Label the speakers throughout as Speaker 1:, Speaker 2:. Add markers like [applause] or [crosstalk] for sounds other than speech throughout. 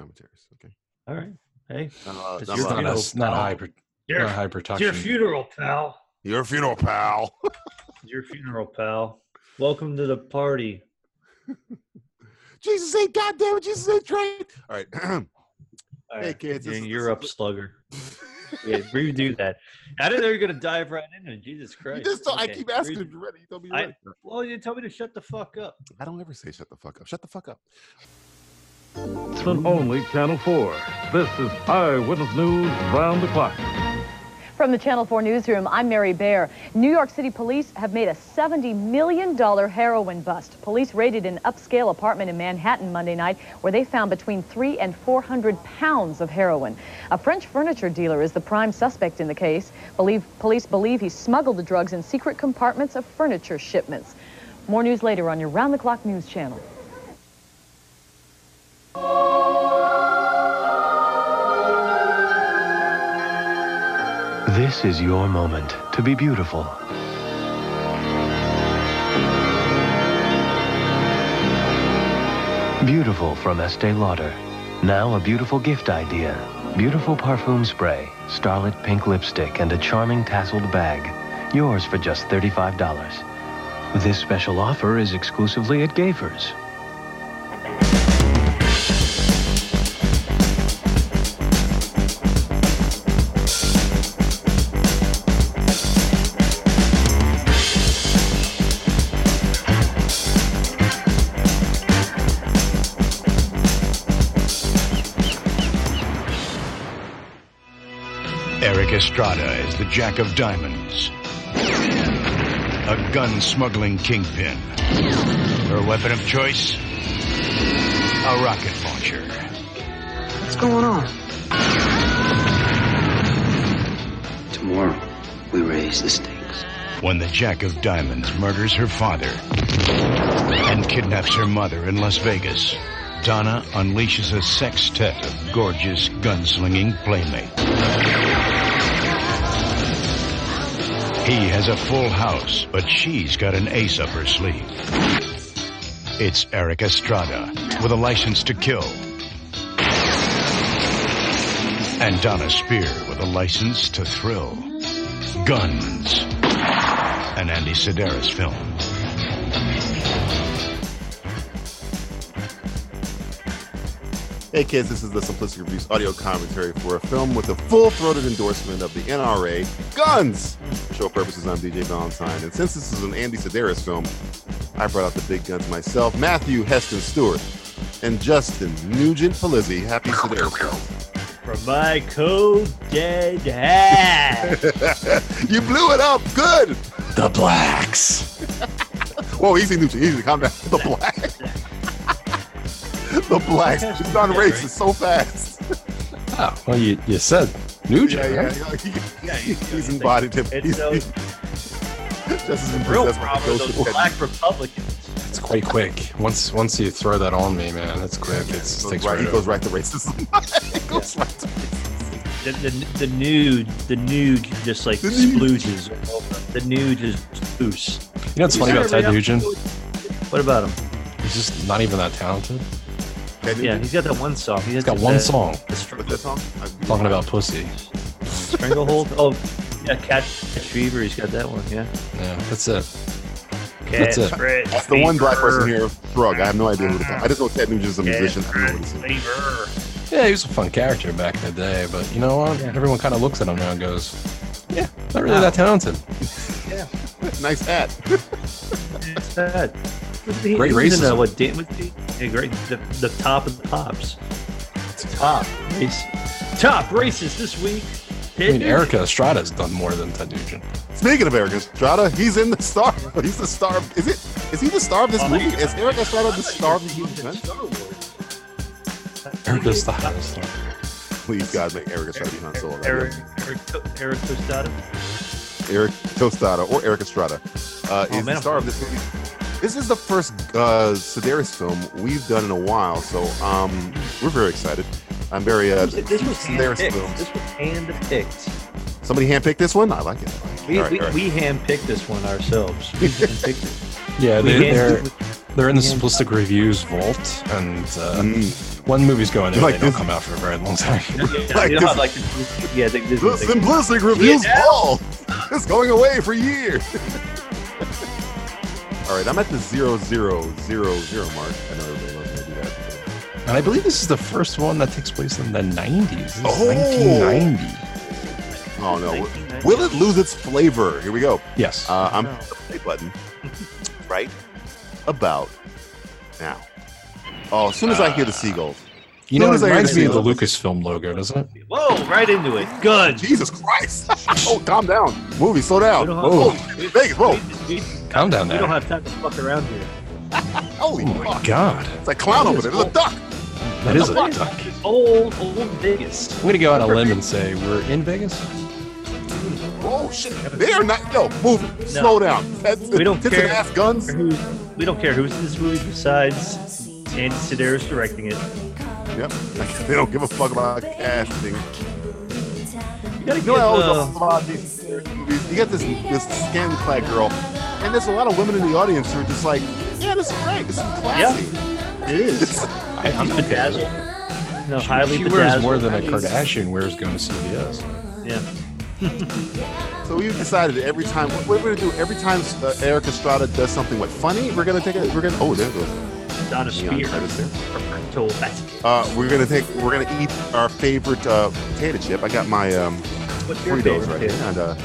Speaker 1: commentaries. Okay.
Speaker 2: All right. Hey,
Speaker 1: Uh,
Speaker 2: It's
Speaker 1: not
Speaker 2: your
Speaker 1: mine.
Speaker 2: funeral.
Speaker 3: It's not a high, pro-
Speaker 4: Your,
Speaker 3: not a high
Speaker 4: it's your
Speaker 3: production.
Speaker 4: funeral, pal.
Speaker 1: [laughs] Your funeral, pal. [laughs]
Speaker 2: it's your funeral, pal. Welcome to the party.
Speaker 1: Jesus ain't goddamn it. Jesus ain't trained. All right. [clears throat]
Speaker 2: All
Speaker 1: Hey,
Speaker 2: right.
Speaker 1: kids, this
Speaker 2: In
Speaker 1: is-
Speaker 2: Europe,
Speaker 1: this
Speaker 2: slugger. Yeah, redo that. I didn't know you're gonna dive right into it. Jesus Christ.
Speaker 1: you just don't, I
Speaker 2: Okay,
Speaker 1: keep asking
Speaker 2: redo-
Speaker 1: if you're ready. You told me you're
Speaker 2: I-
Speaker 1: ready.
Speaker 2: Well, you told me to shut the fuck up.
Speaker 1: I don't ever say shut the fuck up. Shut the fuck up.
Speaker 5: from only Channel 4. This is Eyewitness News Round the Clock.
Speaker 6: From the Channel 4 newsroom, I'm Mary Bear. New York City police have made a $70 million heroin bust. Police raided an upscale apartment in Manhattan Monday night where they found between three and 400 pounds of heroin. A French furniture dealer is the prime suspect in the case. Believe, police believe he smuggled the drugs in secret compartments of furniture shipments. More news later on your Round the Clock News Channel.
Speaker 7: This is your moment to be beautiful. Beautiful from Estee Lauder. Now a beautiful gift idea. Beautiful parfum spray, starlit pink lipstick, and a charming tasseled bag. Yours for just $35. This special offer is exclusively at Gaffer's.
Speaker 8: Eric Estrada is the Jack of Diamonds, a gun smuggling kingpin. Her weapon of choice? A rocket launcher.
Speaker 9: What's going on? Tomorrow, we raise the stakes.
Speaker 8: When the Jack of Diamonds murders her father and kidnaps her mother in Las Vegas, Donna unleashes a sextet of gorgeous gunslinging playmates. He has a full house, but she's got an ace up her sleeve. It's Eric Estrada with a license to kill. And Donna Spear with a license to thrill. Guns an Andy Sedaris film.
Speaker 1: Hey kids, this is the Simplistic Reviews audio commentary for a film with a full-throated endorsement of the NRA Guns. For show purposes, I'm DJ Valentine, and since this is an Andy Sedaris film, I brought out the big guns myself: Matthew Heston Stewart and Justin Nugent Palizzi. Happy Sedaris!
Speaker 2: From my cold dead
Speaker 1: [laughs]
Speaker 2: hat.
Speaker 1: you blew it up, good.
Speaker 3: The blacks.
Speaker 1: Whoa, easy, Nugent, easy, calm down. The black, [laughs] the blacks. It's not racist so fast.
Speaker 3: Oh, well, you, you said Nugent. right?
Speaker 1: yeah. He's embodied him.
Speaker 2: It's
Speaker 1: He's,
Speaker 2: those
Speaker 1: [laughs] just as
Speaker 2: real
Speaker 1: impressed as
Speaker 2: problem. Those
Speaker 1: social-
Speaker 2: black Republicans.
Speaker 3: It's quite quick. Once once you throw that on me, man, it's quick. It's,
Speaker 1: Goes
Speaker 3: it takes
Speaker 1: right-
Speaker 3: right,
Speaker 1: he goes
Speaker 3: over.
Speaker 1: right to racism. [laughs] It goes right to racism.
Speaker 2: The, the, the nude, the nude just like
Speaker 1: The nude.
Speaker 2: splooges. The nude is loose.
Speaker 3: You know what's funny about Ted Nugent?
Speaker 2: What about him?
Speaker 3: He's just not even that talented.
Speaker 1: Can you
Speaker 2: Yeah, he's got that one song. He has
Speaker 3: He's got
Speaker 2: the-
Speaker 3: one song
Speaker 2: the
Speaker 1: with
Speaker 2: str-
Speaker 1: that song? I-
Speaker 3: talking about pussy.
Speaker 2: Stranglehold. Oh, yeah, Cat Cat Fever. He's got that one. Yeah.
Speaker 3: Yeah, that's it.
Speaker 4: Cat
Speaker 3: That's it.
Speaker 4: spread
Speaker 1: That's the one black person
Speaker 4: fever.
Speaker 1: here. Shrug. I have no idea who the fuck. I just know Ted Nugent's a
Speaker 4: Cat
Speaker 1: musician. I don't know
Speaker 4: spread
Speaker 1: what he's doing.
Speaker 4: fever.
Speaker 3: Yeah, he was a fun character back in the day, but you know what?
Speaker 2: Yeah.
Speaker 3: Everyone kind of looks at him now and goes, "Yeah, not really that talented."
Speaker 1: Nice hat.
Speaker 2: It's bad.
Speaker 3: Great
Speaker 2: reason.
Speaker 3: racism.
Speaker 2: uh, what Dan was he? Yeah, great. The, the top of the pops. Top race. Top racist this week.
Speaker 3: I mean, Erica Estrada's done more than Ted Nugent.
Speaker 1: Speaking of Eric Estrada, he's in the star. He's the star. Of, is it? Is he the star of this
Speaker 2: Oh,
Speaker 1: movie?
Speaker 2: yeah.
Speaker 1: Is Eric Estrada the star of the movie? man?
Speaker 2: Erica
Speaker 3: Erica Estrada's done.
Speaker 1: Please, God, make Eric Estrada be Han Solo. right
Speaker 2: Eric,
Speaker 1: now.
Speaker 2: Eric, Eric Tostada.
Speaker 1: Eric Tostada or Eric Estrada uh,
Speaker 2: Oh,
Speaker 1: is
Speaker 2: man,
Speaker 1: the
Speaker 2: I'm-
Speaker 1: star of this movie. This is the first uh, Sedaris film we've done in a while, so um, we're very excited. I'm very uh,
Speaker 2: This was
Speaker 1: Sedaris
Speaker 2: handpicked.
Speaker 1: films.
Speaker 2: This was handpicked.
Speaker 1: Somebody handpicked this one. I like it. I like it.
Speaker 2: We,
Speaker 1: All right,
Speaker 2: we,
Speaker 1: all right. [laughs]
Speaker 2: we handpicked this one ourselves. We handpicked it.
Speaker 3: Yeah,
Speaker 2: We
Speaker 3: they,
Speaker 2: hand-
Speaker 3: they're
Speaker 2: we-
Speaker 3: They're in the simplistic reviews vault, and uh,
Speaker 1: Mm.
Speaker 3: when movies go in there,
Speaker 1: Like
Speaker 3: they don't
Speaker 1: this-
Speaker 3: come out for a very long time.
Speaker 1: [laughs]
Speaker 2: Yeah,
Speaker 1: Like
Speaker 2: you
Speaker 1: this-
Speaker 2: know how, like, the- yeah, they- this
Speaker 1: The
Speaker 2: is like-
Speaker 1: simplistic reviews
Speaker 2: Yeah.
Speaker 1: all. It's going away for years. [laughs] all right, I'm at the zero zero zero zero mark. I know everybody loves when I do that.
Speaker 3: and I believe this is the first one that takes place in the 90s. This is
Speaker 1: Oh.
Speaker 3: 1990.
Speaker 1: Oh no! Will it lose its flavor? Here we go.
Speaker 3: Yes.
Speaker 1: Uh, I'm hitting the play button right about now. Oh, as soon as I hear
Speaker 3: Ah.
Speaker 1: the seagulls,
Speaker 3: you know,
Speaker 1: soon
Speaker 3: it
Speaker 1: as I hear
Speaker 3: reminds
Speaker 1: the
Speaker 3: me of the
Speaker 1: seagulls-
Speaker 3: Lucasfilm logo, doesn't it?
Speaker 2: Whoa, right into it. Good.
Speaker 1: Jesus Christ!
Speaker 3: [laughs]
Speaker 1: oh, calm down, movie, slow down.
Speaker 2: We don't
Speaker 1: Whoa,
Speaker 2: have-
Speaker 1: Vegas, oh, whoa!
Speaker 2: We, we-
Speaker 3: Calm down
Speaker 2: we don't
Speaker 3: now.
Speaker 2: have time to fuck around here.
Speaker 1: Holy
Speaker 3: Oh my
Speaker 1: fuck!
Speaker 3: god.
Speaker 1: It's a clown over there. There's a duck.
Speaker 3: That is a
Speaker 2: Fuck.
Speaker 3: duck.
Speaker 2: Old, old Vegas.
Speaker 3: I'm going to go on a limb and say we're in Vegas.
Speaker 1: Oh shit! They are not. No, move. Slow down. That's,
Speaker 2: We don't
Speaker 1: tits
Speaker 2: care.
Speaker 1: and ass guns.
Speaker 2: Who's, we don't care who's in this movie besides Andy Sedaris directing it.
Speaker 1: Yep. they don't give a fuck about casting.
Speaker 2: You gotta give,
Speaker 1: You know, I always
Speaker 2: uh,
Speaker 1: love about these movies. You got this this skin clad girl, and there's a lot of women in the audience who are just like, yeah, this is great. This is classy. It is.
Speaker 3: I, I'm okay.
Speaker 2: bedazzled. No, highly
Speaker 3: She wears
Speaker 2: bedazzled.
Speaker 3: more than a Kardashian wears going to CVS.
Speaker 2: Yeah.
Speaker 1: So we decided that every time what we're gonna do every time uh, Eric Estrada does something what funny, we're gonna take it. We're gonna oh there goes
Speaker 2: Donna Spear.
Speaker 1: Neon Titus there.
Speaker 2: Roberto Baggio.
Speaker 1: Uh, we're gonna take we're gonna eat our favorite uh, potato chip. I got my um,
Speaker 2: What's your
Speaker 1: Fritos
Speaker 2: favorite?
Speaker 1: right
Speaker 2: kid?
Speaker 1: here. And, uh,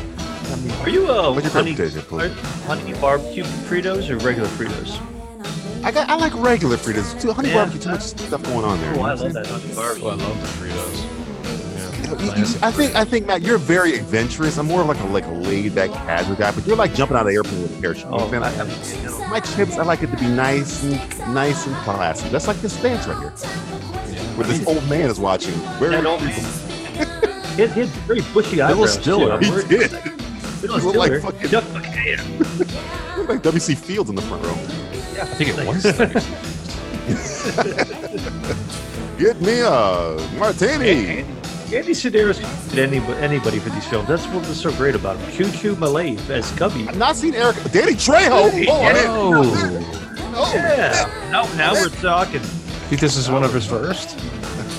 Speaker 2: Are you uh,
Speaker 1: What's your
Speaker 2: honey,
Speaker 1: favorite,
Speaker 2: are,
Speaker 1: please?
Speaker 2: honey barbecue Fritos or regular Fritos?
Speaker 1: I got I like regular Fritos. Too honey
Speaker 2: Yeah.
Speaker 1: barbecue, too much stuff going on there.
Speaker 2: Oh, I love that honey
Speaker 3: Oh, I
Speaker 2: barbecue.
Speaker 3: love the Fritos.
Speaker 1: You- you- I think I think Matt, you're very adventurous. I'm more of like a like a laid back casual guy, but you're like jumping out of the airplane with a parachute. You know
Speaker 2: Oh,
Speaker 1: what I'm
Speaker 2: I,
Speaker 1: saying?
Speaker 2: I'm- you know,
Speaker 1: my chips, I like it to be nice and nice and classy. That's like this dance right here, where this old man is watching. Where
Speaker 2: That old He had, he had very bushy eyebrows.
Speaker 3: Stiller.
Speaker 2: Too. I'm
Speaker 1: he
Speaker 2: worried-
Speaker 1: did. [laughs]
Speaker 2: Bill
Speaker 1: He looked like
Speaker 2: Stiller.
Speaker 1: fucking-
Speaker 2: Duck McKagan.
Speaker 1: Look like W.C. Fields in the front row.
Speaker 3: I think it was. Fritos.
Speaker 1: Get me a martini.
Speaker 2: Andy Sedaris could anybody, anybody for these films. That's what was so great about him. Choo Choo Malave as Cubby.
Speaker 1: I've not seen Eric. Danny Trejo.
Speaker 2: Hey,
Speaker 1: Oh, I didn't-
Speaker 3: Oh,
Speaker 1: oh,
Speaker 2: Yeah. Now, now we're talking.
Speaker 3: I think this is one of his first.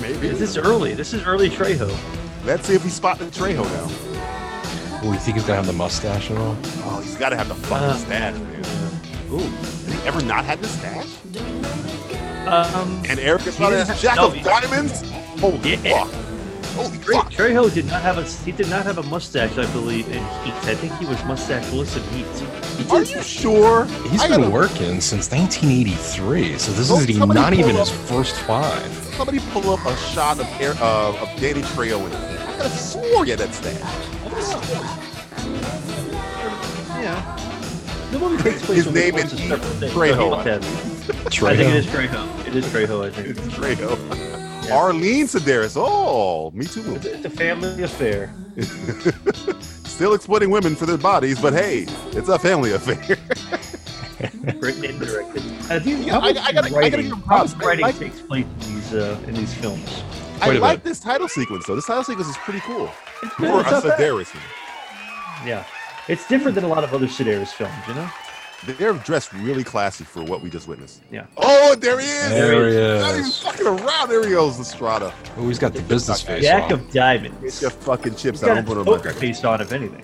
Speaker 1: Maybe.
Speaker 2: This is early. This is early Trejo.
Speaker 1: Let's see if he's spotting Trejo now.
Speaker 3: Oh, you think he's gonna have the mustache and all?
Speaker 1: Oh, he's got to have the fucking
Speaker 2: Uh.
Speaker 1: stash, man.
Speaker 2: Ooh.
Speaker 1: Has he ever not had the stash?
Speaker 2: Um,
Speaker 1: And Eric Estrada
Speaker 2: didn't
Speaker 1: is
Speaker 2: have-
Speaker 1: Jack
Speaker 2: no,
Speaker 1: of
Speaker 2: he-
Speaker 1: Diamonds? Holy
Speaker 2: Yeah.
Speaker 1: fuck. Holy
Speaker 2: Tre-
Speaker 1: fuck.
Speaker 2: Trejo did not have a he did not have a mustache, I believe, in Heat. I think he was mustacheless in Heat.
Speaker 1: Are you sure?
Speaker 3: He's
Speaker 1: I
Speaker 3: been
Speaker 1: gotta-
Speaker 3: working since 1983, so this
Speaker 1: Oh,
Speaker 3: is the-
Speaker 1: somebody
Speaker 3: not
Speaker 1: pull
Speaker 3: even
Speaker 1: up-
Speaker 3: his first five.
Speaker 1: Somebody pull up a shot of Air, uh, of Danny Trejo in here. I could have swore you that's that.
Speaker 2: Yeah. The movie takes place
Speaker 1: His
Speaker 2: over the
Speaker 1: name
Speaker 2: course
Speaker 1: is
Speaker 2: of
Speaker 1: Heat.
Speaker 2: several days.
Speaker 1: Trejo.
Speaker 2: No, he must have. I think it is Trejo. It is Trejo. I think
Speaker 1: It's Trejo. Arlene Sedaris. Oh, me too.
Speaker 2: it's a family affair.
Speaker 1: Still exploiting women for their bodies, but hey, it's a family affair. [laughs]
Speaker 2: Written and directed. I think
Speaker 1: Yeah, I- I gotta- I gotta
Speaker 2: writing,
Speaker 1: give him
Speaker 2: how much
Speaker 1: props. I
Speaker 2: writing
Speaker 1: like-
Speaker 2: takes place in these uh, in these films.
Speaker 1: I
Speaker 3: Wait a
Speaker 1: like
Speaker 3: minute.
Speaker 1: this title sequence though. This title sequence is pretty cool.
Speaker 2: good,
Speaker 1: For a
Speaker 2: it's not bad.
Speaker 1: Sedaris.
Speaker 2: Yeah, it's different than a lot of other Sedaris films, you know.
Speaker 1: They're dressed really classy for what we just witnessed.
Speaker 2: Yeah.
Speaker 1: Oh, there he is.
Speaker 3: There he
Speaker 1: Not even
Speaker 3: is.
Speaker 1: fucking around. There he goes, Estrada.
Speaker 3: Oh, he's got the business face.
Speaker 2: Jack
Speaker 3: on.
Speaker 2: of Diamonds.
Speaker 1: Get your fucking chips
Speaker 2: He's
Speaker 1: out.
Speaker 2: got a
Speaker 1: Don't put them on.
Speaker 2: poker face on, if anything.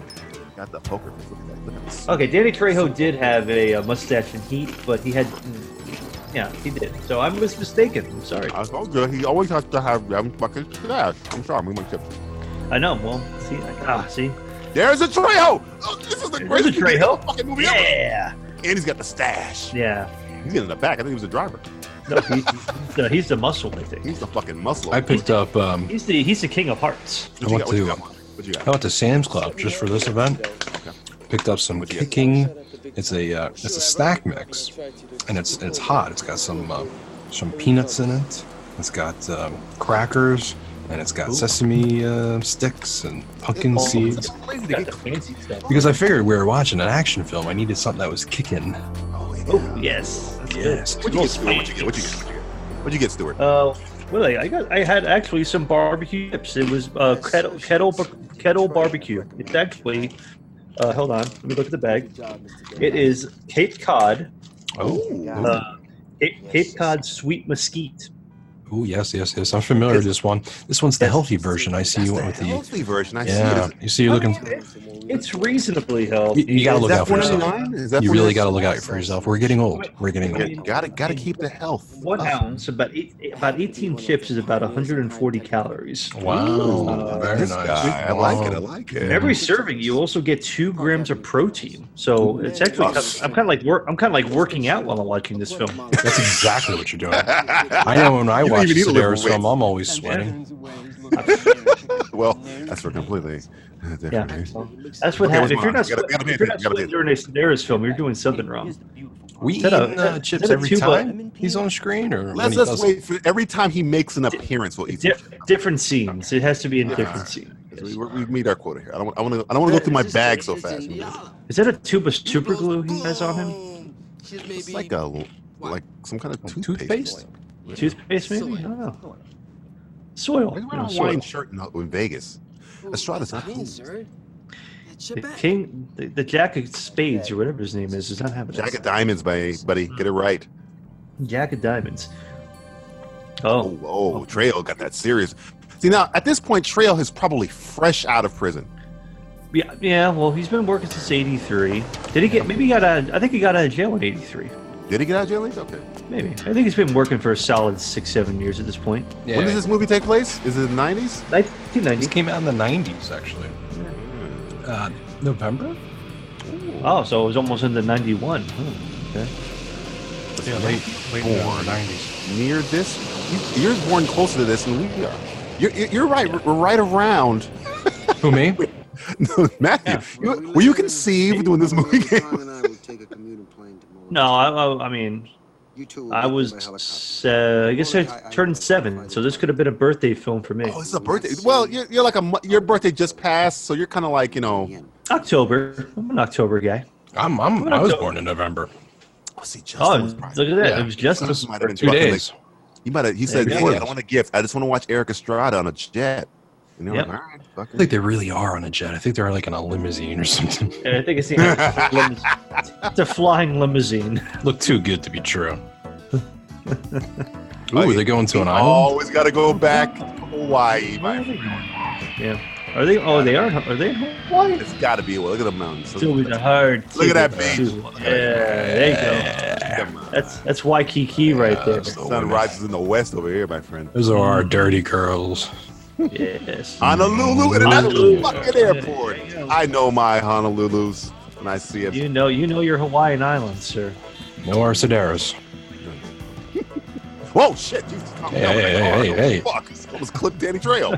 Speaker 1: Got the poker. face. Look at that. Look at this.
Speaker 2: Okay, Danny Trejo did have a, uh mustache in Heat, but he had, mm, yeah, he did. So I was mistaken. I'm sorry.
Speaker 1: I was Uh, all good. He always has to have them fucking trash. I'm sorry, I'm my chips.
Speaker 2: I know. Well, see, I, ah, see,
Speaker 1: There's a Trejo. Oh, this is the
Speaker 2: There's
Speaker 1: greatest
Speaker 2: a Trejo.
Speaker 1: fucking movie ever.
Speaker 2: yeah,
Speaker 1: And he's got the stash.
Speaker 2: yeah.
Speaker 1: He's in the back. I think he was the driver.
Speaker 2: No, he, he's, the, he's the muscle, I think.
Speaker 1: He's the fucking muscle.
Speaker 3: I picked up. Um,
Speaker 2: He's the he's the king of hearts.
Speaker 1: What
Speaker 3: I
Speaker 1: you
Speaker 3: went
Speaker 1: got? What you
Speaker 3: to-
Speaker 1: got? Mark? What you
Speaker 3: I
Speaker 1: got?
Speaker 3: went to Sam's Club just for this event. Picked up some kicking. It's a uh, it's a snack mix, and it's it's hot. It's got some uh, some peanuts in it. It's got um, crackers, and it's got sesame uh, sticks and pumpkin
Speaker 1: Oh,
Speaker 3: seeds.
Speaker 1: It's crazy to
Speaker 2: Got
Speaker 1: get
Speaker 2: the fancy stuff.
Speaker 3: Because I figured we were watching an action film, I needed something that was kicking.
Speaker 2: Oh yes, that's good.
Speaker 3: Yes.
Speaker 1: What'd you get, Stuart? What'd you get? What'd you get? What'd you get? What'd you get, Stuart?
Speaker 2: Uh, well, I, I got I had actually some barbecue chips. It was uh, kettle kettle bar- kettle barbecue. It's actually. Uh, hold on, let me look at the bag. It is Cape Cod,
Speaker 3: Oh,
Speaker 2: uh, Cape, Cape Cod sweet mesquite.
Speaker 3: Oh yes, yes, yes. I'm familiar with this one. This one's the healthy version. I see you went with
Speaker 1: the
Speaker 3: the.
Speaker 1: healthy version. I
Speaker 3: Yeah,
Speaker 1: see.
Speaker 3: you see, you're looking.
Speaker 2: It's reasonably healthy.
Speaker 3: You, you gotta
Speaker 1: Is
Speaker 3: look
Speaker 1: that
Speaker 3: out for yourself.
Speaker 1: 199? Is that
Speaker 3: You
Speaker 1: 199?
Speaker 3: really gotta look out for yourself. We're getting old. We're getting old.
Speaker 1: You gotta gotta keep the health.
Speaker 2: One ounce, about eight, about 18 chips is about 140 calories.
Speaker 3: Oh, Wow, very
Speaker 1: Oh, this
Speaker 3: nice.
Speaker 1: guy, I like it. I like it.
Speaker 2: In every serving, you also get two grams of protein. So it's actually kind of- I'm kind of like work. I'm kind of like working out while I'm watching this film.
Speaker 3: That's exactly what you're
Speaker 1: [laughs]
Speaker 3: doing. I know when I
Speaker 1: You don't
Speaker 3: watch
Speaker 1: even need to lift
Speaker 3: Sedaris film,
Speaker 1: weights.
Speaker 3: I'm always sweating.
Speaker 1: well, that's for completely different.
Speaker 2: Yeah,
Speaker 1: reason.
Speaker 2: that's what
Speaker 1: Okay, what's
Speaker 2: happens. If you're
Speaker 1: mine?
Speaker 2: not,
Speaker 1: You gotta- you gotta pay
Speaker 2: if you're not
Speaker 1: attention, you
Speaker 2: sweating during
Speaker 1: gotta
Speaker 2: a Sedaris film, you're doing something wrong.
Speaker 3: We eat
Speaker 2: Set up-
Speaker 3: uh,
Speaker 2: set-
Speaker 3: chips
Speaker 2: set up
Speaker 3: every
Speaker 2: two
Speaker 3: time he's on screen, or when
Speaker 1: Let's
Speaker 3: he
Speaker 1: let's
Speaker 3: doesn't?
Speaker 1: wait for every time he makes an appearance. We'll eat. some
Speaker 2: Di-
Speaker 1: chips.
Speaker 2: different scenes. It has to be in different scenes.
Speaker 1: We, we meet our quota here. I don't. want- I want to. I don't want to go through my bag so fast.
Speaker 2: Is that a tube of super glue he has on him?
Speaker 1: It's like a like some kind of toothpaste.
Speaker 3: Toothpaste?
Speaker 2: Toothpaste, maybe? I don't know. Soil.
Speaker 1: Why do I
Speaker 2: you know,
Speaker 1: wear a
Speaker 2: soil.
Speaker 1: wine shirt in, uh, in Vegas?
Speaker 2: oh,
Speaker 1: Estrada's not cool.
Speaker 2: The king, the, the jack of spades or whatever his name is, is not having
Speaker 1: Jack
Speaker 2: it.
Speaker 1: of diamonds, buddy. Buddy, get it right.
Speaker 2: Jack of diamonds. Oh,
Speaker 1: Oh, oh, Trail got that serious. See now, at this point, Trail is probably fresh out of prison.
Speaker 2: yeah, yeah. Well, he's been working since '83. Did he get? Maybe he got out. I think he got out of jail in '83.
Speaker 1: Did he get out of jail? Lisa? Okay.
Speaker 2: Maybe. I think he's been working for a solid six, seven years at this point.
Speaker 1: When does
Speaker 3: Yeah,
Speaker 1: this movie take place? Is it the nineties?
Speaker 3: this
Speaker 2: 1990.
Speaker 3: came out in the '90s, actually. Uh, November?
Speaker 2: Oh, so it was almost into '91. Hmm, okay.
Speaker 3: Yeah, late, late '90s.
Speaker 1: Near this? You, you're born closer to this than we are. You're, you're you're right. We're right around. [laughs]
Speaker 3: Who me?
Speaker 1: No, Matthew, you, were you conceived when this movie came? [laughs] out?
Speaker 2: No, I, I, I mean, I was. Uh, I guess I turned seven, so this could have been a birthday film for me.
Speaker 1: Oh, it's a birthday. Well, you're, you're like a mo- your birthday just passed, so you're kind of like you know.
Speaker 2: October. I'm an October guy.
Speaker 3: I'm, I'm, I was born in November.
Speaker 1: Oh, see,
Speaker 2: Oh,
Speaker 1: Justin was
Speaker 2: look
Speaker 1: probably-
Speaker 2: at that. It was just
Speaker 1: Justin might have been
Speaker 3: Two
Speaker 1: fucking, like,
Speaker 3: days.
Speaker 1: He might have. He said,
Speaker 3: Yeah.
Speaker 1: "Hey, I don't want a gift. I just want to watch Eric Estrada on a jet." And they're
Speaker 2: Yep.
Speaker 1: like, "All right,
Speaker 3: I
Speaker 1: fucking."
Speaker 3: think they really are on a jet. I think they're like in a limousine or something.
Speaker 2: And I think
Speaker 1: [laughs]
Speaker 2: it's the it's a flying limousine.
Speaker 3: Look too good to be true. Ooh,
Speaker 1: Oh, yeah.
Speaker 3: they're going to an island.
Speaker 1: Always got to go back to Hawaii. man.
Speaker 2: Yeah. Are they? Oh, they are. Are they? in Hawaii?
Speaker 1: It's got to be. Well, look at the mountains.
Speaker 2: Still with the hard.
Speaker 1: Look at that
Speaker 2: to-
Speaker 1: beach.
Speaker 2: Yeah, there you go. That's that's Waikiki right there.
Speaker 1: The sun rises in the west over here, my friend.
Speaker 3: Those are our dirty girls.
Speaker 2: Yes.
Speaker 1: Honolulu International
Speaker 2: Honolulu.
Speaker 1: fucking airport. I know my Honolulu's when I see it.
Speaker 2: You know, you know your Hawaiian islands, sir.
Speaker 3: No our Sedaris.
Speaker 1: Whoa, shit! Jesus, calm
Speaker 3: Hey,
Speaker 1: down.
Speaker 3: hey, hey,
Speaker 1: Holy
Speaker 3: hey, hey.
Speaker 1: Fuck! I almost clipped Danny Trail.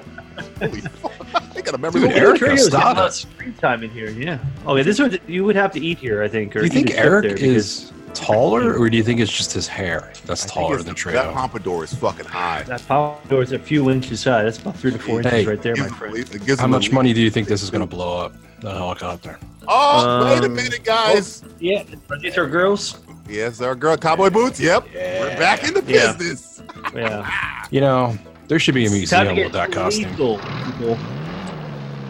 Speaker 1: Holy fuck! I got a memory.
Speaker 3: Dude,
Speaker 1: of-
Speaker 3: Erica,
Speaker 2: Trails
Speaker 3: stop
Speaker 2: have a lot of
Speaker 3: it.
Speaker 2: Screen time in here, yeah. Okay, this one you would have to eat here, I think. Or
Speaker 3: Do you
Speaker 2: eat
Speaker 3: think
Speaker 2: a chip there
Speaker 3: Eric
Speaker 2: because-
Speaker 3: is taller, or do you think it's just his hair that's
Speaker 1: I think
Speaker 3: taller
Speaker 1: it's
Speaker 3: than
Speaker 1: the- That
Speaker 3: Treo?
Speaker 1: pompadour is fucking high.
Speaker 2: That power door is a few inches high. That's about three to four
Speaker 3: Hey.
Speaker 2: inches right there, my
Speaker 1: Gives him a
Speaker 2: friend.
Speaker 1: leap- it gives
Speaker 3: How
Speaker 1: him a
Speaker 3: much
Speaker 1: leap.
Speaker 3: money do you think this is going to blow up? The helicopter.
Speaker 1: Oh, wait a
Speaker 2: Um,
Speaker 1: minute, guys.
Speaker 2: Yeah, are these our girls?
Speaker 1: Yes, our girl, cowboy boots. Yep, we're back in the
Speaker 2: Yeah.
Speaker 1: business.
Speaker 2: Yeah.
Speaker 3: You know, there should be a
Speaker 2: It's time to
Speaker 3: museum
Speaker 2: get
Speaker 3: with that costume.
Speaker 2: legal, people.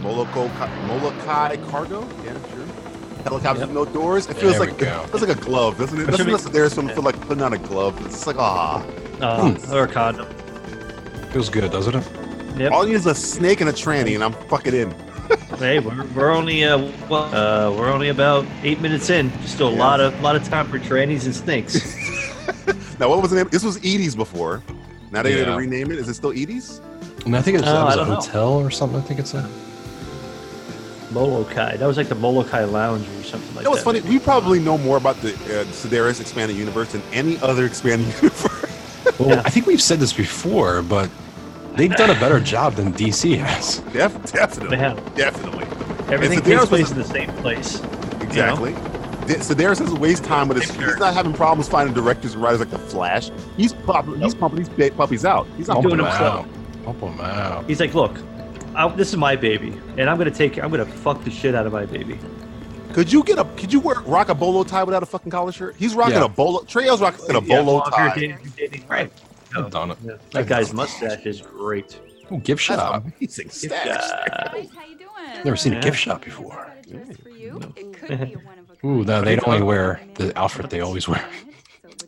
Speaker 1: Molokai, Molokai cargo. Yeah, sure. Helicopters with no doors. It
Speaker 3: There
Speaker 1: feels
Speaker 3: we
Speaker 1: like
Speaker 3: go.
Speaker 1: it feels like a glove, doesn't it? Doesn't
Speaker 2: Should we-
Speaker 1: this there's some feel like putting on a glove? It's just like ah.
Speaker 2: Uh, Or a condom.
Speaker 3: Feels good, doesn't it?
Speaker 2: Yep.
Speaker 1: All you need is a snake and a tranny, and I'm fucking in.
Speaker 2: Hey, we're, we're only uh, well, uh we're only about eight minutes in. Just a lot of lot of time for trannies
Speaker 1: [laughs]
Speaker 2: and snakes.
Speaker 1: Now, what was the name? This was Edie's before. Now they're
Speaker 3: Yeah.
Speaker 1: gonna rename it. Is it still Edie's?
Speaker 3: And I think it's
Speaker 2: Oh,
Speaker 3: that
Speaker 2: I
Speaker 3: was a
Speaker 2: don't know.
Speaker 3: hotel or something. I think
Speaker 2: [laughs]
Speaker 3: it's a.
Speaker 2: Molokai. That was like the Molokai Lounge or something like
Speaker 1: That was
Speaker 2: that.
Speaker 1: funny. We probably know more about the uh, Sedaris expanded universe than any other expanded [laughs] universe.
Speaker 3: Well, I think we've said this before, but they've done a better job than DC has.
Speaker 1: Def- definitely,
Speaker 2: Yeah.
Speaker 1: definitely. It's
Speaker 2: Everything
Speaker 1: a-
Speaker 2: takes
Speaker 1: there was
Speaker 2: place
Speaker 1: a-
Speaker 2: in the same place.
Speaker 1: Exactly. Th- So Darius doesn't waste time with his. He's not having problems finding directors and writers like The Flash. He's pop- he's pumping these ba- puppies out. He's not
Speaker 3: Pump
Speaker 2: doing
Speaker 1: doing it.
Speaker 3: them out.
Speaker 2: himself.
Speaker 3: Pump them out.
Speaker 2: He's like, look, I, this is my baby, and I'm gonna take, I'm gonna fuck the shit out of my baby.
Speaker 1: Could you get a? Could you wear rock a bolo tie without a fucking collar shirt? He's rocking
Speaker 3: Yeah.
Speaker 1: a bolo. Treo's rocking a
Speaker 2: Yeah,
Speaker 1: bolo
Speaker 2: well, if you're
Speaker 1: tie.
Speaker 2: dating- if you're dating- Right.
Speaker 3: I've done it.
Speaker 2: Yeah. That guy's mustache is great.
Speaker 3: Ooh, gift
Speaker 1: That's
Speaker 3: shop.
Speaker 1: amazing stacks.
Speaker 3: Never seen a
Speaker 2: Yeah.
Speaker 3: gift shop before.
Speaker 4: Ooh,
Speaker 1: [laughs]
Speaker 3: Ooh, no, they don't only wear the outfit they always wear.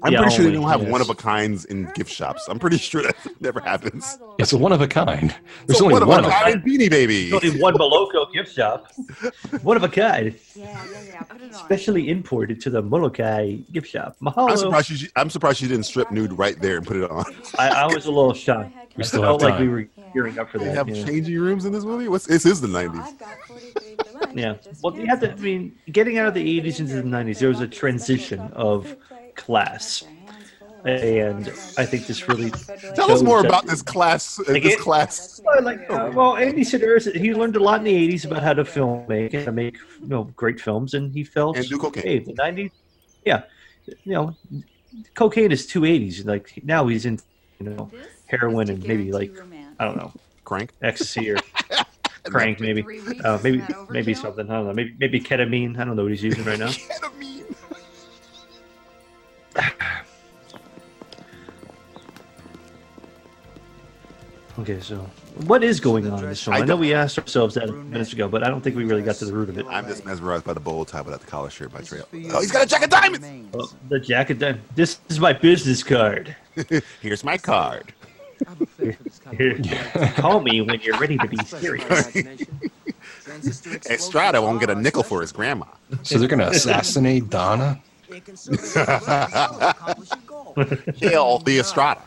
Speaker 1: I'm
Speaker 2: Yeah,
Speaker 1: pretty sure they
Speaker 2: only,
Speaker 1: don't have
Speaker 2: yes.
Speaker 1: one of a kinds in gift shops. I'm pretty sure that [laughs] never happens.
Speaker 3: It's a one of a kind. There's
Speaker 1: So
Speaker 3: only
Speaker 1: one of a
Speaker 3: of
Speaker 1: kind beanie baby.
Speaker 2: Only one Moloko gift
Speaker 1: [laughs]
Speaker 2: shop. One of a kind,
Speaker 4: Yeah, yeah, yeah. Put it on.
Speaker 2: specially imported to the Molokai gift shop. Mahalo.
Speaker 1: I'm surprised you. I'm surprised you didn't strip nude right there and put it on. [laughs]
Speaker 2: I, I was a little shocked.
Speaker 3: We
Speaker 2: I
Speaker 3: still
Speaker 2: felt
Speaker 3: have
Speaker 2: like we
Speaker 3: time.
Speaker 2: were gearing up for
Speaker 1: They
Speaker 2: that.
Speaker 1: have
Speaker 2: yeah.
Speaker 1: changing rooms in this movie. What's this? Is the '90s?
Speaker 4: I've got 43 of them. I
Speaker 2: Yeah.
Speaker 4: just
Speaker 2: Well, you have to. I
Speaker 4: canceled.
Speaker 2: mean, getting out of the 80s into the 90s, there was a transition of class, and I think this really.
Speaker 1: Tell us
Speaker 2: shows
Speaker 1: more
Speaker 2: that-
Speaker 1: about this class. Uh, this
Speaker 2: Again?
Speaker 1: class.
Speaker 2: Well, Like, uh, well, Andy Sedaris, he learned a lot in the 80s about how to film, make, how to make you know, great films, and he felt
Speaker 1: And do cocaine.
Speaker 2: Hey, the 90s, yeah, you know, cocaine is two 80s. Like now he's in, you know, heroin and maybe like I don't know,
Speaker 1: Crank.
Speaker 2: ecstasy [laughs] or crank maybe. Uh, maybe maybe something. I don't know. Maybe maybe ketamine. I don't know what he's using right now.
Speaker 1: Ketamine.
Speaker 2: Okay, so what is going on in this film?
Speaker 1: I
Speaker 2: I, know
Speaker 1: don't-
Speaker 2: we asked ourselves that minutes ago, but I don't think we really got to the root of it.
Speaker 1: I'm just mesmerized by the bowl tie without the collar shirt by Trail. Oh, he's got a jack of diamonds.
Speaker 2: Oh, the jacket. Then this is my business card.
Speaker 1: Here's my card.
Speaker 2: Here, [laughs] Call me when you're ready to be serious.
Speaker 1: [laughs] Estrada won't get a nickel for his grandma.
Speaker 3: So they're gonna assassinate Donna. [laughs]
Speaker 1: Kill the Estrada.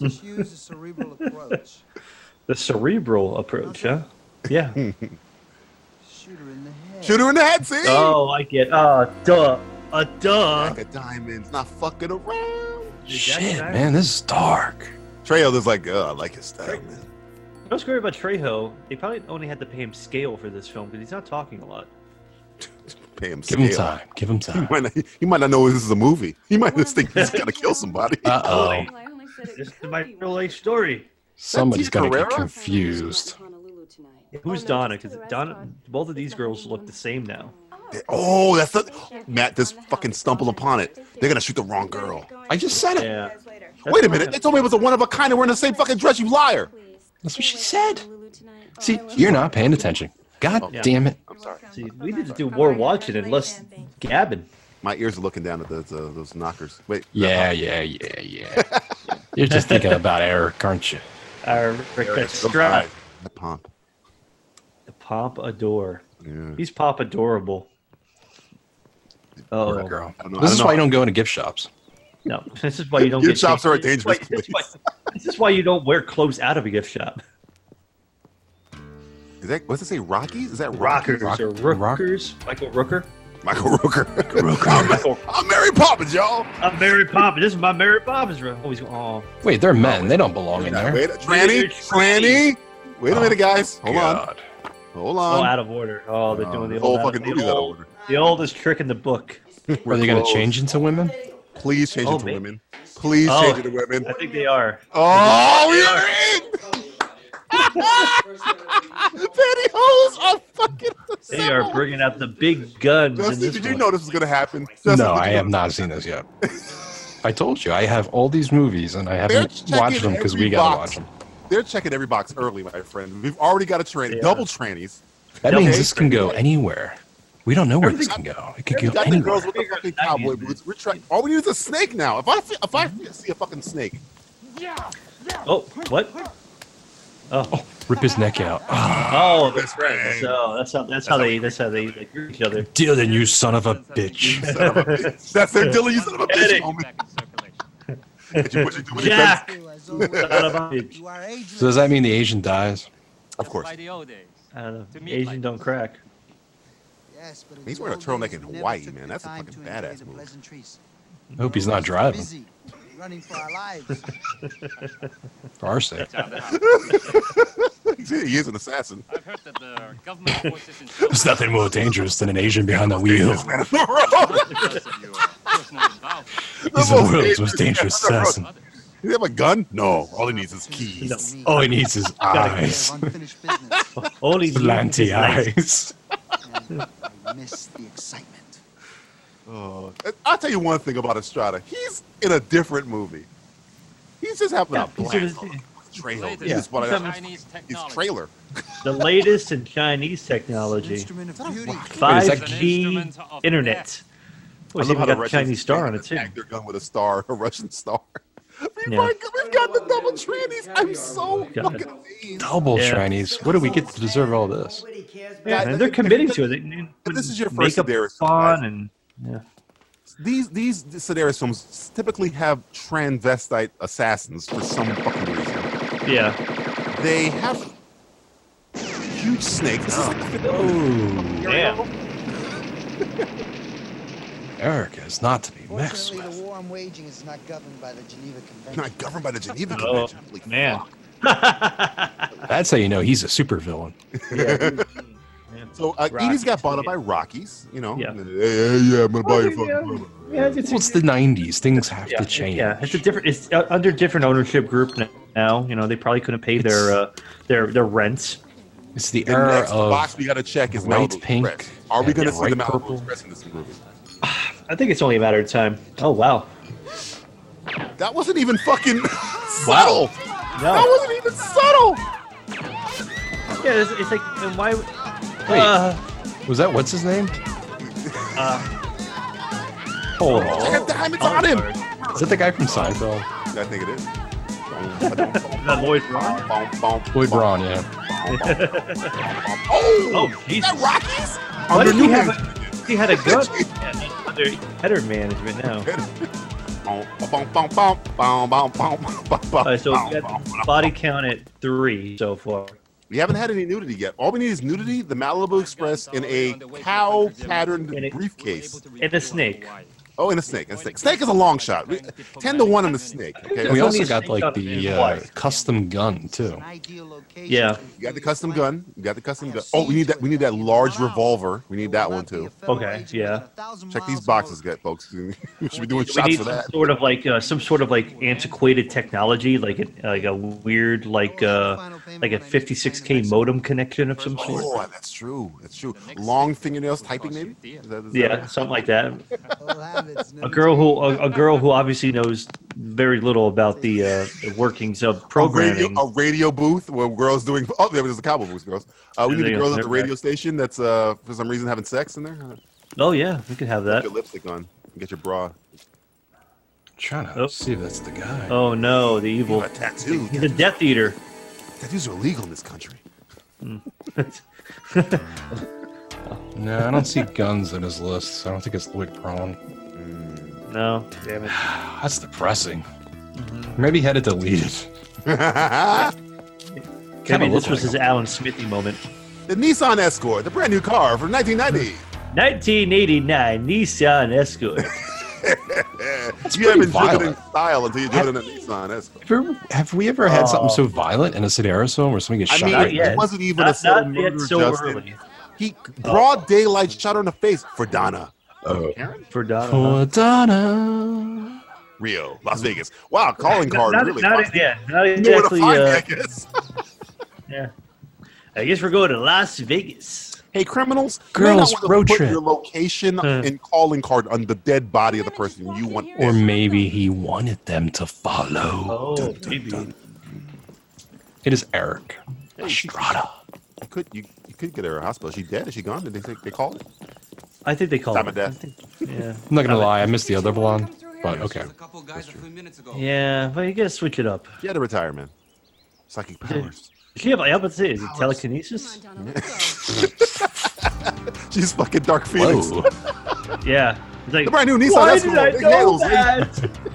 Speaker 2: The cerebral approach, huh? Yeah.
Speaker 1: Shoot her in the head, see?
Speaker 2: Oh, I get. Oh, duh. Uh, duh.
Speaker 3: uh-huh.
Speaker 1: Jack of diamonds, not fucking around.
Speaker 3: Shit, man, this is dark.
Speaker 1: Trail is like, oh, I like his style, man.
Speaker 2: What's great about Trejo? They probably only had to pay him scale for this film because he's not talking a lot.
Speaker 1: Pay him
Speaker 3: Give him
Speaker 1: scale. [laughs]
Speaker 3: time. Give him
Speaker 1: He
Speaker 3: time.
Speaker 1: might, not, he might not know this is a movie. He might just think he's got to kill somebody.
Speaker 3: Uh oh.
Speaker 4: Well, I only said it
Speaker 2: This is
Speaker 4: could
Speaker 2: my
Speaker 4: be
Speaker 2: real
Speaker 4: one.
Speaker 2: life story.
Speaker 3: Somebody's gonna get
Speaker 1: Carrera?
Speaker 3: confused.
Speaker 2: Who's Donna? Because Donna, both of these girls look the same now.
Speaker 1: [laughs] Oh, that's the Matt just fucking stumbled upon it. They're gonna shoot the wrong girl.
Speaker 3: I just said it.
Speaker 2: Yeah.
Speaker 1: Wait a minute. They told me it was a one of a kind and we're in the same fucking dress, you liar.
Speaker 3: That's what she said. See,
Speaker 4: See,
Speaker 3: you're not paying attention. God
Speaker 2: Yeah.
Speaker 3: damn it.
Speaker 1: I'm sorry.
Speaker 2: See, we need to do more watching and less gabbing.
Speaker 1: My ears are looking down at those, uh, those knockers. Wait.
Speaker 3: Yeah, yeah, yeah, yeah. You're just thinking about Eric, aren't you?
Speaker 2: Our Rick Estrada.
Speaker 1: The pomp.
Speaker 2: The Pomp Adore.
Speaker 1: Yeah.
Speaker 2: He's Pop Adorable. Oh,
Speaker 3: Poor girl.
Speaker 1: I don't know- I
Speaker 3: This is
Speaker 1: don't
Speaker 3: why
Speaker 1: know.
Speaker 3: you don't go into gift shops.
Speaker 2: no. This is why you don't
Speaker 1: Gift
Speaker 2: get
Speaker 1: shops
Speaker 2: taken-
Speaker 1: are a dangerous
Speaker 2: Wait, This is, why, this is why you don't wear clothes out of a gift shop.
Speaker 1: Is that what's it say? Rockies? Is that
Speaker 2: Rockers
Speaker 1: Rock-
Speaker 2: or Rookers. Michael Rooker.
Speaker 1: Michael Rooker. [laughs] I'm, I'm Mary Poppins, y'all.
Speaker 2: I'm Mary Poppins. This is my Mary Poppins room. Always go, oh,
Speaker 3: Wait, they're men. They don't belong in there.
Speaker 1: Wait, tranny, tranny. Wait a minute, guys. Hold on.
Speaker 3: God.
Speaker 1: Hold
Speaker 2: oh,
Speaker 1: on.
Speaker 2: out of order. Oh, they're doing the
Speaker 1: this
Speaker 2: old,
Speaker 1: Um, whole
Speaker 2: out of-
Speaker 1: fucking
Speaker 2: the
Speaker 1: movie's out of
Speaker 2: old-
Speaker 1: order.
Speaker 2: the oldest trick in the book.
Speaker 3: Are they going to
Speaker 1: Clothes.
Speaker 3: change into women?
Speaker 1: Please change
Speaker 2: Oh,
Speaker 1: it to
Speaker 2: man.
Speaker 1: women. Please
Speaker 2: Oh.
Speaker 1: change it to women.
Speaker 2: I think they are.
Speaker 1: Oh, we are in. [laughs] Petty holes are fucking.
Speaker 2: They are bringing out the big guns. in
Speaker 1: Justin,
Speaker 2: this
Speaker 1: did you
Speaker 2: one.
Speaker 1: know this was gonna happen? Justin,
Speaker 3: No,
Speaker 1: did you
Speaker 3: I
Speaker 1: know
Speaker 3: have not seen this yet. I told you, I have all these movies and I haven't
Speaker 1: checking
Speaker 3: watched them because we
Speaker 1: every
Speaker 3: got to
Speaker 1: box.
Speaker 3: watch them.
Speaker 1: They're checking every box early, my friend. We've already got a tranny,
Speaker 2: Yeah.
Speaker 1: double trannies.
Speaker 3: That
Speaker 2: Okay.
Speaker 3: means this can go anywhere. We don't know where this can go. It could
Speaker 1: We
Speaker 3: go
Speaker 1: got the
Speaker 3: anywhere.
Speaker 1: girls with the fucking cowboy boots. We're trying. All we need is a snake now. If I fe- if I
Speaker 3: Mm-hmm.
Speaker 1: see a fucking snake,
Speaker 2: Oh, what?
Speaker 3: Oh, rip his neck out. Ah,
Speaker 2: Oh, that's
Speaker 1: right.
Speaker 2: So that's how that's how they that's how they like greet each other.
Speaker 3: [laughs] deal then, you son of a bitch.
Speaker 1: son of a bitch. that's their Dylan. You son of a bitch
Speaker 2: Eddie.
Speaker 1: moment. Did you put your- did you oh,
Speaker 2: Jack,
Speaker 1: put-
Speaker 2: son of [laughs] a bitch.
Speaker 3: So does that mean the Asian dies?
Speaker 1: Of course.
Speaker 2: I don't know. Asian don't crack.
Speaker 1: He's wearing a turtleneck in Hawaii, man. That's a fucking badass move.
Speaker 3: I hope he's not driving
Speaker 10: Running for our lives.
Speaker 3: for our sake.
Speaker 1: [laughs] he is an assassin.
Speaker 3: There's nothing more dangerous than an Asian behind the wheel. He's the world's most dangerous assassin.
Speaker 1: Does he have a gun? No. All he needs is keys.
Speaker 2: No.
Speaker 3: All he needs [laughs] is
Speaker 10: We
Speaker 3: eyes.
Speaker 10: Oh, have unfinished
Speaker 2: [laughs]
Speaker 10: business.
Speaker 2: Only
Speaker 3: Slanty
Speaker 2: Like,
Speaker 3: eyes.
Speaker 10: and I miss the excitement.
Speaker 1: And I'll tell you one thing about Estrada. He's in a different movie. He's just having
Speaker 2: Yeah,
Speaker 1: a
Speaker 2: he's
Speaker 1: blast.
Speaker 2: just-
Speaker 1: on the Trailer. He
Speaker 3: Yeah.
Speaker 1: just bought
Speaker 2: He's having-
Speaker 1: it. His trailer.
Speaker 2: The latest in Chinese technology.
Speaker 10: Instrument of beauty.
Speaker 2: Five
Speaker 3: second.
Speaker 2: G internet. Well, it's even got a Chinese
Speaker 1: [laughs]
Speaker 2: star on it, too.
Speaker 1: Their gun with a star, a Russian star. [laughs] We've already got- we've got the double trannies. I'm so
Speaker 2: Got it.
Speaker 1: fucking amazed.
Speaker 3: Double
Speaker 2: Yeah.
Speaker 3: Chinese. What do we get to deserve all this?
Speaker 2: Yeah, and they're committing to it. They-
Speaker 1: But this is your
Speaker 2: Make
Speaker 1: first
Speaker 2: up
Speaker 1: Sedaris.
Speaker 2: fun and yeah.
Speaker 1: These these Sedaris films typically have transvestite assassins for some fucking reason.
Speaker 2: Yeah.
Speaker 1: They have huge snakes. This is like the
Speaker 3: Oh,
Speaker 2: Yeah.
Speaker 3: Erica is not to be mixed
Speaker 10: Fortunately,
Speaker 3: with.
Speaker 10: the war I'm waging is not governed by the Geneva Convention.
Speaker 1: not governed by the Geneva
Speaker 2: Oh,
Speaker 1: Convention. Holy
Speaker 2: man.
Speaker 1: fuck.
Speaker 3: That's how you know he's a supervillain.
Speaker 1: So uh,
Speaker 2: Rock.
Speaker 1: Edie's got bought up by Rockies, you know.
Speaker 2: Yeah.
Speaker 1: Hey, hey, yeah, I'm gonna buy your fucking.
Speaker 2: Yeah, it's,
Speaker 3: Well, it's the 90s. Things have
Speaker 2: yeah,
Speaker 3: to change.
Speaker 2: yeah, it's a different. It's uh, under different ownership group n- now. You know, they probably couldn't pay their
Speaker 3: It's-
Speaker 2: uh, their their rents.
Speaker 3: It's the
Speaker 1: The
Speaker 3: era
Speaker 1: next box
Speaker 3: of
Speaker 1: we gotta check is
Speaker 3: bright
Speaker 1: Malibu
Speaker 3: pink
Speaker 1: Express. Are we
Speaker 3: and
Speaker 1: gonna see
Speaker 3: bright
Speaker 1: the Malibu
Speaker 3: purple.
Speaker 1: Express in this movie?
Speaker 2: I think it's only a matter of time. Oh wow,
Speaker 1: That wasn't even fucking subtle. That wasn't even subtle.
Speaker 2: Yeah, it's, it's like and why? Wait,
Speaker 3: Wait.
Speaker 2: uh,
Speaker 3: was that what's his name? Hold on.
Speaker 1: God damn, it's on him.
Speaker 3: Is that the guy from Seinfeld?
Speaker 1: I think it is.
Speaker 2: that Lloyd Ron?
Speaker 3: Boy Braun, yeah.
Speaker 1: Oh,
Speaker 2: Oh, Jesus.
Speaker 1: that Rockies?
Speaker 2: Why
Speaker 1: Under
Speaker 2: did he
Speaker 1: new
Speaker 2: have?
Speaker 1: management.
Speaker 2: A, he had a gun yeah, that's [laughs] under header management now.
Speaker 1: Bum, bum, bum, bum, bum, bum, bum, bum,
Speaker 2: All right, so
Speaker 1: bum,
Speaker 2: we
Speaker 1: bum, bum.
Speaker 2: got body count at three so far.
Speaker 1: We haven't had any nudity yet. All we need is nudity, the Malibu Express, in a cow patterned
Speaker 2: And it-
Speaker 1: briefcase.
Speaker 2: And the snake.
Speaker 1: Oh, and a snake. And a snake. Snake is a long shot. We- 10 to 1 on the snake. Okay?
Speaker 3: we
Speaker 1: That's-
Speaker 3: also
Speaker 2: only
Speaker 3: got
Speaker 2: straight
Speaker 3: like
Speaker 2: out of
Speaker 3: the
Speaker 2: his
Speaker 3: uh,
Speaker 2: wife.
Speaker 3: custom gun too.
Speaker 10: An ideal location
Speaker 2: Yeah.
Speaker 10: for
Speaker 1: You got the custom gun. You got the custom gun. Oh, we need that. We need that
Speaker 10: It will
Speaker 1: large
Speaker 10: not
Speaker 1: revolver. We need that one
Speaker 10: be a
Speaker 1: too.
Speaker 10: federal
Speaker 2: Okay,
Speaker 10: agent
Speaker 2: yeah.
Speaker 10: within a thousand
Speaker 1: Check these
Speaker 10: miles of
Speaker 1: boxes,
Speaker 10: Oregon.
Speaker 1: guys, folks. [laughs] We should be doing
Speaker 2: We
Speaker 1: shots
Speaker 2: need
Speaker 1: for
Speaker 2: some
Speaker 1: that.
Speaker 2: sort of like uh, some sort of like antiquated technology, like a, like a weird like uh, like a 56k modem connection of some sort.
Speaker 1: Oh, that's true. That's true. Long fingernails typing, maybe. Is that- is that-
Speaker 2: Yeah, something like that.
Speaker 10: We'll have its
Speaker 2: A
Speaker 10: nose
Speaker 2: girl who a, a girl who obviously knows very little about the, uh, the workings of
Speaker 1: A radio,
Speaker 2: programming.
Speaker 1: a radio booth where girls doing. Oh, there was a cowboy booth, girls. Uh, we
Speaker 2: There
Speaker 1: need
Speaker 2: you
Speaker 1: the
Speaker 2: go.
Speaker 1: girls at
Speaker 2: They're
Speaker 1: the radio
Speaker 2: back.
Speaker 1: station that's uh for some reason having sex in there. Uh,
Speaker 2: Oh yeah, we could have that.
Speaker 1: Get your lipstick on. Get your bra.
Speaker 3: trying to
Speaker 2: Oh.
Speaker 3: see if that's the guy.
Speaker 2: Oh no, the
Speaker 1: You
Speaker 2: evil.
Speaker 1: have a tattoo.
Speaker 2: He's a Death Eater. [laughs]
Speaker 1: Tattoos are illegal in this country.
Speaker 3: No, I don't see guns in his list. So I don't think it's Lloyd Braun. Ah,
Speaker 2: No, damn it.
Speaker 3: That's depressing.
Speaker 2: Mm-hmm.
Speaker 3: Maybe he had it deleted.
Speaker 1: the
Speaker 2: Maybe
Speaker 3: looked
Speaker 2: this was
Speaker 3: like
Speaker 2: his Alan Smithy moment.
Speaker 1: Nissan Escort, the brand new car from 1990.
Speaker 2: 1989 Nissan Escort.
Speaker 1: Uh, you haven't driven in
Speaker 3: violent.
Speaker 1: style until you driven in a Nissan Escort.
Speaker 3: Have, you ever- have we ever had something
Speaker 2: Oh.
Speaker 3: so violent in a Sedaris film where someone gets
Speaker 1: I
Speaker 3: shot?
Speaker 1: mean,
Speaker 2: Not
Speaker 3: right
Speaker 2: yet.
Speaker 1: it
Speaker 3: then?
Speaker 1: wasn't even a
Speaker 2: Not-
Speaker 1: subtle
Speaker 2: not yet,
Speaker 1: murder,
Speaker 2: so
Speaker 1: Justin.
Speaker 2: early.
Speaker 1: He broad daylight shot her in the face for Donna.
Speaker 3: Oh.
Speaker 1: Karen?
Speaker 2: For Donna.
Speaker 3: For Donna.
Speaker 1: Rio, Las Vegas. Wow, calling
Speaker 2: Not,
Speaker 1: card
Speaker 2: not,
Speaker 1: really.
Speaker 2: not,
Speaker 1: Wow.
Speaker 2: yeah, not
Speaker 1: You know where to
Speaker 2: exactly.
Speaker 1: find me,
Speaker 2: Uh,
Speaker 1: I guess. [laughs]
Speaker 2: yeah. I guess we're going to Las Vegas.
Speaker 1: Hey, criminals! you
Speaker 3: Girls,
Speaker 1: may not want to
Speaker 3: road
Speaker 1: put
Speaker 3: trip.
Speaker 1: Your location
Speaker 2: Huh.
Speaker 1: and calling card on the dead body of the person you want.
Speaker 3: Or maybe he wanted them to follow.
Speaker 2: Oh, maybe.
Speaker 3: It is Eric Estrada.
Speaker 1: You could you, you could get her a hospital. Is she dead? Is she gone? Did they think they called it?
Speaker 2: I think they call
Speaker 1: Time
Speaker 2: it.
Speaker 1: of death.
Speaker 2: I think- Yeah.
Speaker 3: I'm not gonna lie, I missed the other blonde, but okay.
Speaker 2: Yeah, but you gotta switch it up.
Speaker 1: She had to retire, man. Psychic powers. [laughs]
Speaker 2: Does She have, I would say, is it telekinesis? [laughs]
Speaker 1: She's fucking Dark Phoenix.
Speaker 3: Whoa.
Speaker 2: Yeah. It's like,
Speaker 1: The brand new Nissan
Speaker 2: Why
Speaker 1: Escort.
Speaker 2: did I
Speaker 1: It
Speaker 2: know
Speaker 1: handles-
Speaker 2: that?
Speaker 1: [laughs]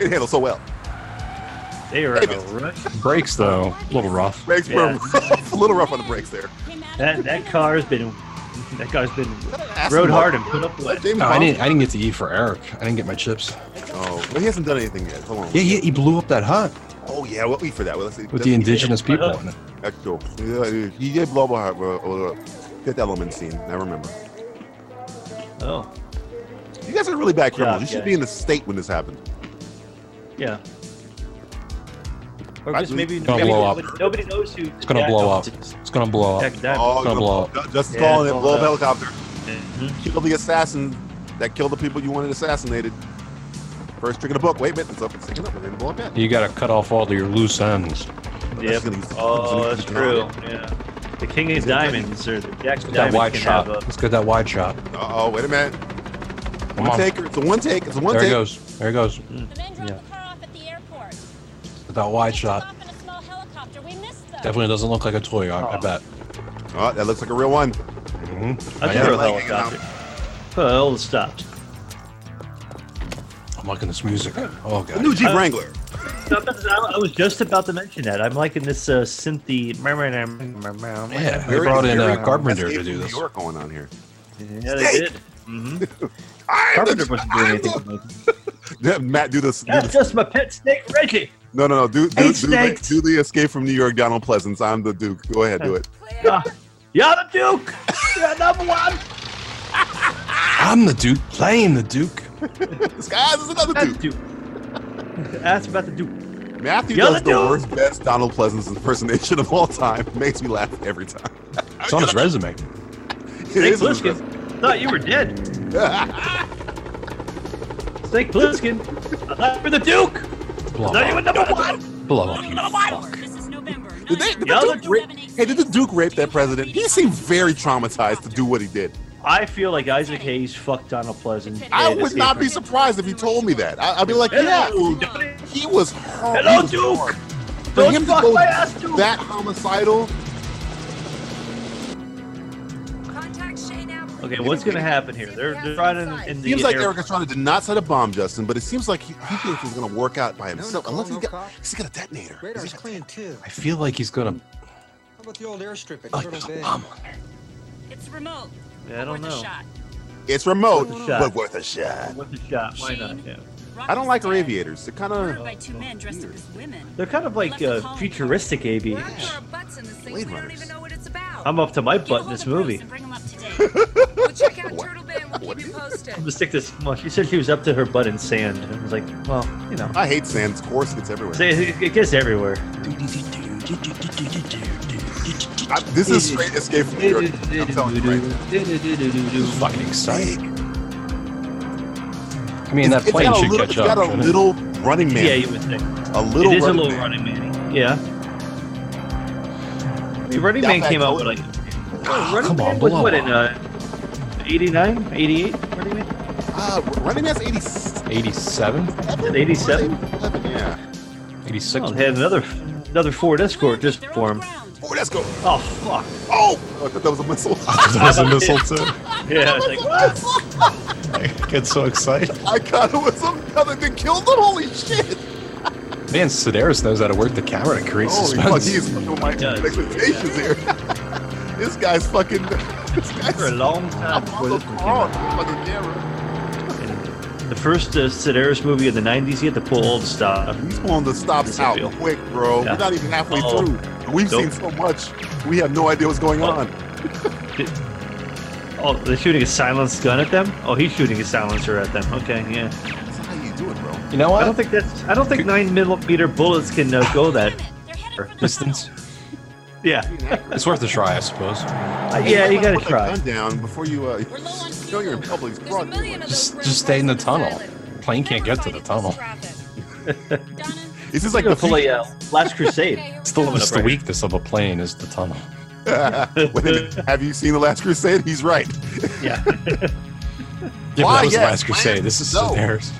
Speaker 1: It handles so well.
Speaker 2: they were in a rush.
Speaker 3: Brakes though, a little rough.
Speaker 1: Brakes were
Speaker 2: Yeah.
Speaker 1: rough. [laughs] a little rough on the brakes there.
Speaker 2: That that car has been that car's been
Speaker 1: [laughs] Ask
Speaker 2: rode
Speaker 1: him
Speaker 2: hard
Speaker 1: what-
Speaker 2: and put up
Speaker 1: what
Speaker 2: with.
Speaker 1: James
Speaker 3: No, I
Speaker 1: Bond-
Speaker 3: didn't. I didn't get to E for Eric. I didn't get my chips.
Speaker 1: Oh, but he hasn't done anything yet. Hold on.
Speaker 3: Yeah, he, he blew up that hut
Speaker 1: Oh yeah, we'll eat for that. Well, let's
Speaker 3: with the indigenous people in it.
Speaker 1: Actual. Yeah, he did blow my heart with with a fifth element scene. I remember.
Speaker 2: Oh,
Speaker 1: You guys are really bad criminals.
Speaker 2: Yeah,
Speaker 1: you should
Speaker 2: yeah.
Speaker 1: be in the state when this happened.
Speaker 2: yeah. Or
Speaker 1: I
Speaker 2: just
Speaker 1: believe-
Speaker 2: maybe,
Speaker 1: It's
Speaker 3: gonna
Speaker 2: maybe
Speaker 3: blow up.
Speaker 2: nobody, nobody knows who.
Speaker 3: It's gonna blow up. It's gonna blow up.
Speaker 1: Oh,
Speaker 3: Gonna
Speaker 1: you-
Speaker 3: blow up.
Speaker 1: Ju- Just
Speaker 2: Yeah,
Speaker 1: calling it
Speaker 2: blow
Speaker 1: blow up
Speaker 2: it up.
Speaker 1: helicopter.
Speaker 2: Mm-hmm.
Speaker 1: Kill the assassin that killed the people you wanted assassinated. First trick in the book. Wait a minute, it's up. It's sticking up. We're gonna blow up yet.
Speaker 3: You gotta cut off all of your loose ends.
Speaker 1: That's gonna be-
Speaker 2: Oh,
Speaker 1: that's
Speaker 2: that's
Speaker 1: gonna
Speaker 2: true.
Speaker 1: be
Speaker 2: Yeah. The King of Diamonds or the Jack of
Speaker 3: That
Speaker 2: Diamonds
Speaker 3: wide
Speaker 2: can
Speaker 3: shot.
Speaker 2: have a.
Speaker 3: Let's get that wide shot.
Speaker 1: Uh oh, wait a minute.
Speaker 3: Come
Speaker 1: one
Speaker 3: on.
Speaker 1: taker. It's a one take. It's a one
Speaker 3: there
Speaker 1: take.
Speaker 3: it goes. There it goes.
Speaker 11: Yeah. off at the airport.
Speaker 3: With that wide shot.
Speaker 11: Off in a small helicopter. We missed them.
Speaker 3: Definitely doesn't look like a toy, I, I bet.
Speaker 1: Oh, that looks like a real one.
Speaker 3: Mm-hmm.
Speaker 2: I throw a helicopter. Well, it stopped.
Speaker 3: I'm liking this music. Oh, God.
Speaker 1: new
Speaker 2: Uh,
Speaker 1: Jeep Wrangler.
Speaker 2: I was just about to mention that. I'm liking this uh, synthy. Yeah,
Speaker 3: we brought in, uh, Carpenter
Speaker 1: Escape
Speaker 3: to do
Speaker 1: from
Speaker 3: this.
Speaker 1: New York going on here.
Speaker 2: Yeah, they did. Mm-hmm. Carpenter wasn't doing anything. with it.
Speaker 1: Yeah, Matt, do this. do
Speaker 2: That's
Speaker 1: this-
Speaker 2: just my pet snake, Reggie.
Speaker 1: No, no, no. Do, do, do,
Speaker 2: Eight
Speaker 1: the,
Speaker 2: snakes.
Speaker 1: do the Escape from New York, Donald Pleasance. I'm the Duke. Go ahead, do it.
Speaker 2: Yeah, yeah the Duke. Yeah, number one.
Speaker 3: I'm the Duke playing the Duke.
Speaker 1: This guy is another
Speaker 2: That's
Speaker 1: Duke.
Speaker 2: Duke. [laughs] That's about the Duke.
Speaker 1: Matthew
Speaker 2: You're
Speaker 1: does the
Speaker 2: the Duke.
Speaker 1: worst, best Donald Pleasance impersonation of all time. [laughs] Makes me laugh every time.
Speaker 3: It's on his resume.
Speaker 1: It
Speaker 2: Snake
Speaker 1: is impressive.
Speaker 2: Plissken. Thought you were dead. Snake Plissken. I thought you were the Duke.
Speaker 3: Blow
Speaker 2: Thought you were
Speaker 3: off.
Speaker 2: number one.
Speaker 3: Blow off, you fuck.
Speaker 11: This is November.
Speaker 1: [laughs] Did, they, did
Speaker 2: Y'all
Speaker 1: the
Speaker 2: are
Speaker 1: Duke rape, hey, did the Duke rape that president? He seemed very traumatized to do what he did.
Speaker 2: I feel like Isaac Hayes fucked Donald Pleasant.
Speaker 1: I
Speaker 2: and
Speaker 1: would
Speaker 2: Escape
Speaker 1: not be
Speaker 2: from-
Speaker 1: surprised if he told me that. I, I'd be like, yeah,
Speaker 2: Hello,
Speaker 1: dude,
Speaker 2: Duke.
Speaker 1: he was hurt.
Speaker 2: Hello,
Speaker 1: He was
Speaker 2: Duke.
Speaker 1: hurt. For
Speaker 2: Don't
Speaker 1: him to
Speaker 2: fuck
Speaker 1: go
Speaker 2: my ass, Duke.
Speaker 1: that homicidal,
Speaker 4: Contact Shane Apple.
Speaker 2: Okay, what's gonna happen here? They're they're right in, in the
Speaker 1: seems like
Speaker 2: air-
Speaker 1: Eric Estrada did not set a bomb, Justin, but it seems like he, he thinks he's going to work out by himself.
Speaker 10: call,
Speaker 1: unless he's
Speaker 10: no
Speaker 1: got,
Speaker 10: cop.
Speaker 1: he's got a detonator.
Speaker 10: Radar's clean too.
Speaker 3: I feel like he's gonna.
Speaker 10: How about the old airstrip at
Speaker 3: Like,
Speaker 10: Turtle
Speaker 3: there's a
Speaker 10: Bay?
Speaker 3: bomb on there.
Speaker 11: It's remote.
Speaker 2: Yeah, I don't
Speaker 11: Worth a
Speaker 2: know.
Speaker 11: shot.
Speaker 1: It's remote,
Speaker 2: Worth a shot.
Speaker 1: but worth a shot.
Speaker 2: What's the shot? Why not? Yeah.
Speaker 11: Rock
Speaker 1: I don't
Speaker 11: is
Speaker 1: like her
Speaker 11: dead.
Speaker 1: aviators. They're kind
Speaker 11: Murdered
Speaker 1: of
Speaker 11: by
Speaker 2: Oh,
Speaker 11: two men dressed up as women.
Speaker 2: They're kind of like uh, futuristic
Speaker 4: We're
Speaker 2: aviators.
Speaker 4: up to our butts in this thing.
Speaker 1: Blade
Speaker 4: We don't
Speaker 1: Runners.
Speaker 4: even know what it's about.
Speaker 2: I'm up to my
Speaker 11: Get a
Speaker 2: butt in
Speaker 11: hold
Speaker 2: this
Speaker 11: of Bruce
Speaker 2: movie.
Speaker 11: and bring him up today.
Speaker 2: [laughs]
Speaker 4: We'll check out Turtle Bay and we'll keep you posted.
Speaker 2: I'm gonna stick this. Well, she said she was up to her butt in sand. I was like, well, you know,
Speaker 1: I hate sand. Of course, it's everywhere.
Speaker 2: say- it, it gets everywhere.
Speaker 1: I, this is straight escape from New York. I'm telling you, right?
Speaker 2: It's
Speaker 3: Fucking excited. I mean, that
Speaker 1: It's
Speaker 3: plane
Speaker 1: got a
Speaker 3: should
Speaker 1: little, it's
Speaker 3: catch up.
Speaker 1: got a
Speaker 3: shouldn't it?
Speaker 1: little running man.
Speaker 2: Yeah, you would think.
Speaker 1: a little
Speaker 2: it is a
Speaker 1: running
Speaker 2: little
Speaker 1: man.
Speaker 2: Running Man. Yeah. I mean, Running
Speaker 1: Yeah,
Speaker 2: Man
Speaker 1: fact,
Speaker 2: came out with
Speaker 1: totally.
Speaker 2: like. Running
Speaker 3: come
Speaker 2: Man
Speaker 3: on,
Speaker 2: was
Speaker 3: blow
Speaker 2: what
Speaker 3: up.
Speaker 2: in uh, 89, 88? Running Man.
Speaker 1: Uh, running man's 87?
Speaker 3: 87?
Speaker 2: 87?
Speaker 1: 87, yeah.
Speaker 3: 86? [laughs]
Speaker 2: Oh, they had another another Ford Escort just
Speaker 11: They're on
Speaker 2: for
Speaker 11: the
Speaker 2: him.
Speaker 11: ground.
Speaker 1: Oh, let's go.
Speaker 2: Oh fuck!
Speaker 1: Oh! I thought that was a missile. [laughs]
Speaker 12: That was a missile too.
Speaker 2: Yeah, it's like what?
Speaker 12: I get so excited.
Speaker 1: I got it with some other thing killed them. Holy shit!
Speaker 3: Man, Sedaris knows how to work the camera to create
Speaker 1: Holy fuck,
Speaker 3: suspense.
Speaker 1: he is fucking with my
Speaker 2: He does.
Speaker 1: expectations here. [laughs] this guy's fucking. This
Speaker 2: ah, For a
Speaker 1: guy's.
Speaker 2: long time
Speaker 1: I'm
Speaker 2: before
Speaker 1: on the
Speaker 2: this one came out.
Speaker 1: ground. Fucking camera.
Speaker 2: The first uh, Sedaris movie of the '90s, he had to pull all the stuff.
Speaker 1: He's pulling the stops
Speaker 2: It's a
Speaker 1: out
Speaker 2: deal.
Speaker 1: quick, bro.
Speaker 2: Yeah.
Speaker 1: We're not even halfway
Speaker 2: Uh-oh.
Speaker 1: through. And We've
Speaker 2: Nope.
Speaker 1: seen so much. We have no idea what's going
Speaker 2: Oh.
Speaker 1: on.
Speaker 2: Oh, they're shooting a silenced gun at them. Oh, he's shooting a silencer at them. Okay, yeah.
Speaker 1: That's how you do it, bro.
Speaker 3: [laughs] You know
Speaker 2: I
Speaker 3: what?
Speaker 2: don't think that's. I don't think nine millimeter bullets can uh, go that.
Speaker 11: Damn it, They're headed for the
Speaker 3: Distance.
Speaker 2: [laughs] Yeah,
Speaker 3: It's worth a try, I suppose.
Speaker 2: Uh, yeah, you gotta
Speaker 1: put
Speaker 2: try.
Speaker 1: Put that gun down before you. Uh,
Speaker 11: We're low
Speaker 1: [laughs]
Speaker 11: on
Speaker 1: you know you're in public. It's
Speaker 11: There's a
Speaker 1: broad daylight.
Speaker 11: million of those
Speaker 3: Just
Speaker 11: roads
Speaker 3: just stay in the
Speaker 11: on
Speaker 3: tunnel.
Speaker 11: island.
Speaker 3: Plane can't
Speaker 11: Never
Speaker 3: get
Speaker 11: fight
Speaker 3: to the
Speaker 11: this
Speaker 3: tunnel.
Speaker 11: traffic. Donna,
Speaker 1: Is this like
Speaker 2: Gonna
Speaker 1: the
Speaker 2: pull a
Speaker 1: future?
Speaker 2: uh, Last Crusade.
Speaker 11: okay, here
Speaker 3: It's
Speaker 11: we
Speaker 3: the,
Speaker 11: go.
Speaker 3: it's the weakness of a plane is the tunnel.
Speaker 1: Wait a minute. Have you seen the Last Crusade? He's right.
Speaker 2: Yeah.
Speaker 3: Yeah, but
Speaker 1: Why,
Speaker 3: that was
Speaker 1: yes,
Speaker 3: Last Crusade.
Speaker 1: plane,
Speaker 3: This is
Speaker 1: no.
Speaker 3: Sedaris.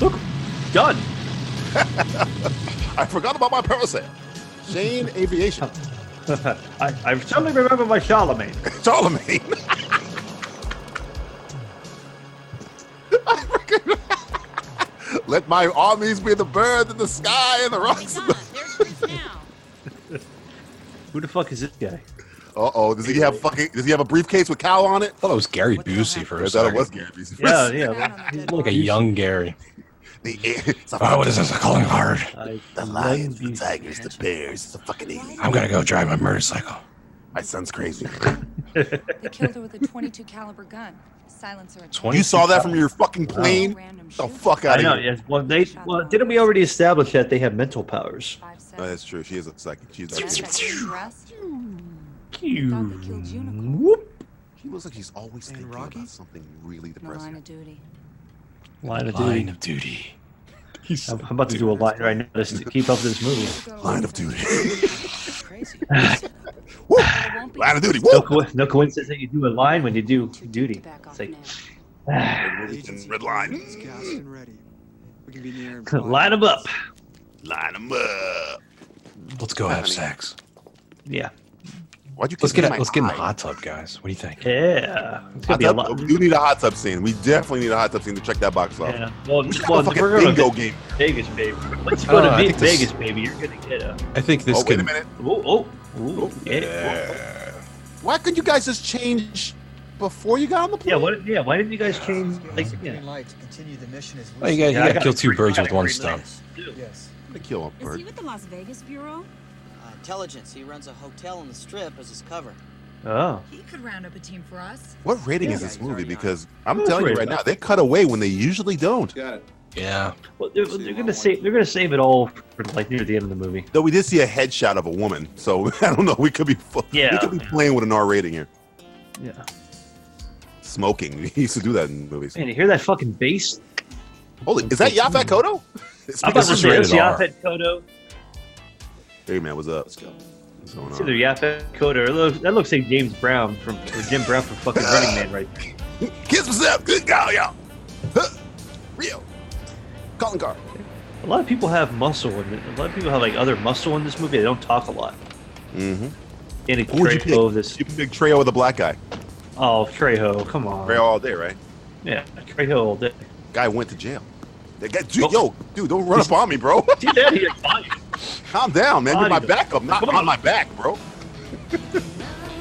Speaker 2: Look, [laughs] gun.
Speaker 1: I forgot about my parasail. Shane Aviation.
Speaker 2: I, I suddenly remember my Charlemagne.
Speaker 1: [laughs] Ptolemy. [laughs] Let my armies be the birds in the sky and the rocks. [laughs]
Speaker 11: Donna, there's Bruce now.
Speaker 2: Who the fuck is this guy?
Speaker 1: Uh oh, does he have fucking? Does he have a briefcase with cow on it?
Speaker 3: I thought it was Gary Busey for
Speaker 1: I
Speaker 3: a
Speaker 1: thought it
Speaker 3: second.
Speaker 1: was Gary Busey. [laughs]
Speaker 2: Yeah, yeah.
Speaker 3: He's like a young Gary.
Speaker 1: The, it's a
Speaker 3: Oh, what is this? A calling card.
Speaker 2: I-
Speaker 1: The lions, the tigers, the bears, the fucking aliens.
Speaker 3: I'm gonna go drive my motorcycle.
Speaker 1: My son's crazy.
Speaker 4: They killed her with a 22 caliber gun. Silencer. attached.
Speaker 3: 20?
Speaker 1: You saw that from your fucking plane?
Speaker 4: Random
Speaker 1: Get the
Speaker 4: shooter.
Speaker 1: fuck out
Speaker 2: Oh. I
Speaker 1: of
Speaker 2: know.
Speaker 1: here.
Speaker 2: Yes. Well, they. Well, didn't we already establish that they have mental powers?
Speaker 4: Five seconds.
Speaker 1: Oh, that's true. She is a psychic. She's
Speaker 4: That
Speaker 1: like,
Speaker 4: got you dressed. Thought they killed Unicorn.
Speaker 2: Whoop.
Speaker 1: she looks like she's always thinking about something really
Speaker 4: In the line
Speaker 1: depressing.
Speaker 4: of duty.
Speaker 2: Line of
Speaker 3: Line
Speaker 2: duty.
Speaker 3: of duty.
Speaker 2: I'm, I'm about to do a line right now just to keep up this movie.
Speaker 11: [laughs]
Speaker 1: Line of duty.
Speaker 4: Crazy.
Speaker 1: [laughs] Woo!
Speaker 11: I
Speaker 1: Line of duty.
Speaker 2: No, co- no coincidence that you do a line when you do duty. It's like
Speaker 1: And red line.
Speaker 2: [laughs] [laughs] line them up.
Speaker 1: Line them up.
Speaker 3: Let's go have sex.
Speaker 2: Yeah.
Speaker 1: Why'd you
Speaker 3: Let's
Speaker 1: kick
Speaker 3: get
Speaker 1: me in
Speaker 3: a,
Speaker 1: my
Speaker 3: let's get in the
Speaker 1: eye?
Speaker 3: hot tub, guys. What do you think?
Speaker 2: Yeah. It's gonna
Speaker 1: Hot
Speaker 2: be a
Speaker 1: tub,
Speaker 2: lot.
Speaker 1: we do need a hot tub scene. We definitely need a hot tub scene to check that box off.
Speaker 2: Yeah. Well,
Speaker 1: We should have
Speaker 2: well,
Speaker 1: a fucking
Speaker 2: we're gonna
Speaker 1: bingo
Speaker 2: go
Speaker 1: game.
Speaker 2: Vegas, baby. Once you
Speaker 3: I
Speaker 2: go
Speaker 3: don't know,
Speaker 2: to
Speaker 3: I
Speaker 2: Ve-
Speaker 3: think this-
Speaker 2: Vegas, baby, you're gonna get a.
Speaker 3: I think this
Speaker 1: oh, wait
Speaker 3: could.
Speaker 1: a minute.
Speaker 2: Oh, oh, ooh, yeah.
Speaker 1: Why could you guys just change before you got on the plane?
Speaker 2: Yeah. What? Yeah. Why didn't you guys change? Like, yeah.
Speaker 10: Green light to continue the mission is
Speaker 3: Well, you got you
Speaker 2: Yeah, I
Speaker 3: got to
Speaker 2: got
Speaker 3: kill
Speaker 2: a
Speaker 3: two
Speaker 2: green-
Speaker 3: birds
Speaker 2: I got
Speaker 3: with
Speaker 2: a
Speaker 3: one
Speaker 2: green
Speaker 3: stone.
Speaker 2: light.
Speaker 10: Yes.
Speaker 1: I'm gonna kill a
Speaker 11: Is he
Speaker 1: bird.
Speaker 11: with the Las Vegas Bureau?
Speaker 10: Uh, intelligence. He runs a hotel in the strip as his cover.
Speaker 2: Oh.
Speaker 4: He could round up a team
Speaker 11: [laughs]
Speaker 4: for us.
Speaker 1: What rating is
Speaker 10: Yeah.
Speaker 1: this movie? Because I'm
Speaker 2: That's
Speaker 1: telling you
Speaker 2: right.
Speaker 1: right now, they cut away when they usually don't.
Speaker 3: Yeah.
Speaker 2: Well, they're, they're gonna save. They're gonna save it all for like near the end of the movie.
Speaker 1: Though we did see a headshot of a woman, so [laughs] I don't know. We could be fu- we
Speaker 2: Yeah.
Speaker 1: could be playing with an R rating here.
Speaker 2: Yeah.
Speaker 1: Smoking. [laughs] He used to do that in movies.
Speaker 2: Man, you hear that fucking bass?
Speaker 1: Holy, is that Yaphet Koto? [laughs]
Speaker 2: I'm about
Speaker 3: This
Speaker 2: to
Speaker 3: is
Speaker 2: say
Speaker 3: rated
Speaker 2: that's
Speaker 3: R.
Speaker 2: Yaphet Kodo.
Speaker 1: Hey man, what's up? Let's go. What's going
Speaker 2: It's either
Speaker 1: on?
Speaker 2: Yaphet Kodo or it looks, that looks like James Brown from or Jim Brown from fucking Running Man, right? there.
Speaker 1: Kiss myself. Good guy, y'all. Huh. Rio. Colin Carr.
Speaker 2: A lot of people have muscle in it. A lot of people have like other muscle in this movie. They don't talk a lot.
Speaker 1: Mm-hmm.
Speaker 2: Danny
Speaker 1: Who would you
Speaker 2: Trejo,
Speaker 1: pick?
Speaker 2: this
Speaker 1: You can pick Trejo with a black guy.
Speaker 2: oh Trejo, come on,
Speaker 1: Trejo all day, right?
Speaker 2: yeah, Trejo all day.
Speaker 1: Guy went to jail. That guy, dude,
Speaker 2: Oh.
Speaker 1: Yo, dude, don't run up on me, bro. [laughs]
Speaker 2: Get out of here, fire.
Speaker 1: Calm down, man. You're my
Speaker 2: Body.
Speaker 1: backup, not
Speaker 2: Come
Speaker 1: on
Speaker 2: on.
Speaker 1: my back, bro.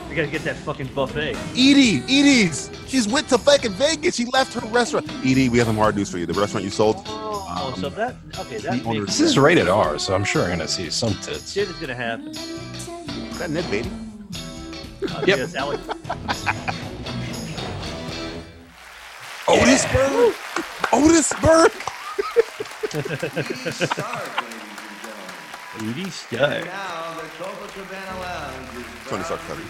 Speaker 2: We gotta get that fucking buffet.
Speaker 1: Edie, Edie's. She's went to fucking Vegas. She left her restaurant. Edie, we have some hard news for you. The restaurant you sold.
Speaker 2: Oh, so that okay,
Speaker 1: the
Speaker 2: that
Speaker 1: owner-
Speaker 2: makes
Speaker 3: This is rated R, so I'm sure I'm gonna see some tits.
Speaker 2: shit is gonna uh, happen.
Speaker 1: Is that Ned Beatty?
Speaker 2: Oh,
Speaker 3: Yep.
Speaker 2: yes, Alex.
Speaker 13: Oh,
Speaker 1: Otis Berg. Otis Berg.
Speaker 2: Edie Starr.
Speaker 1: Tony Stark cut it.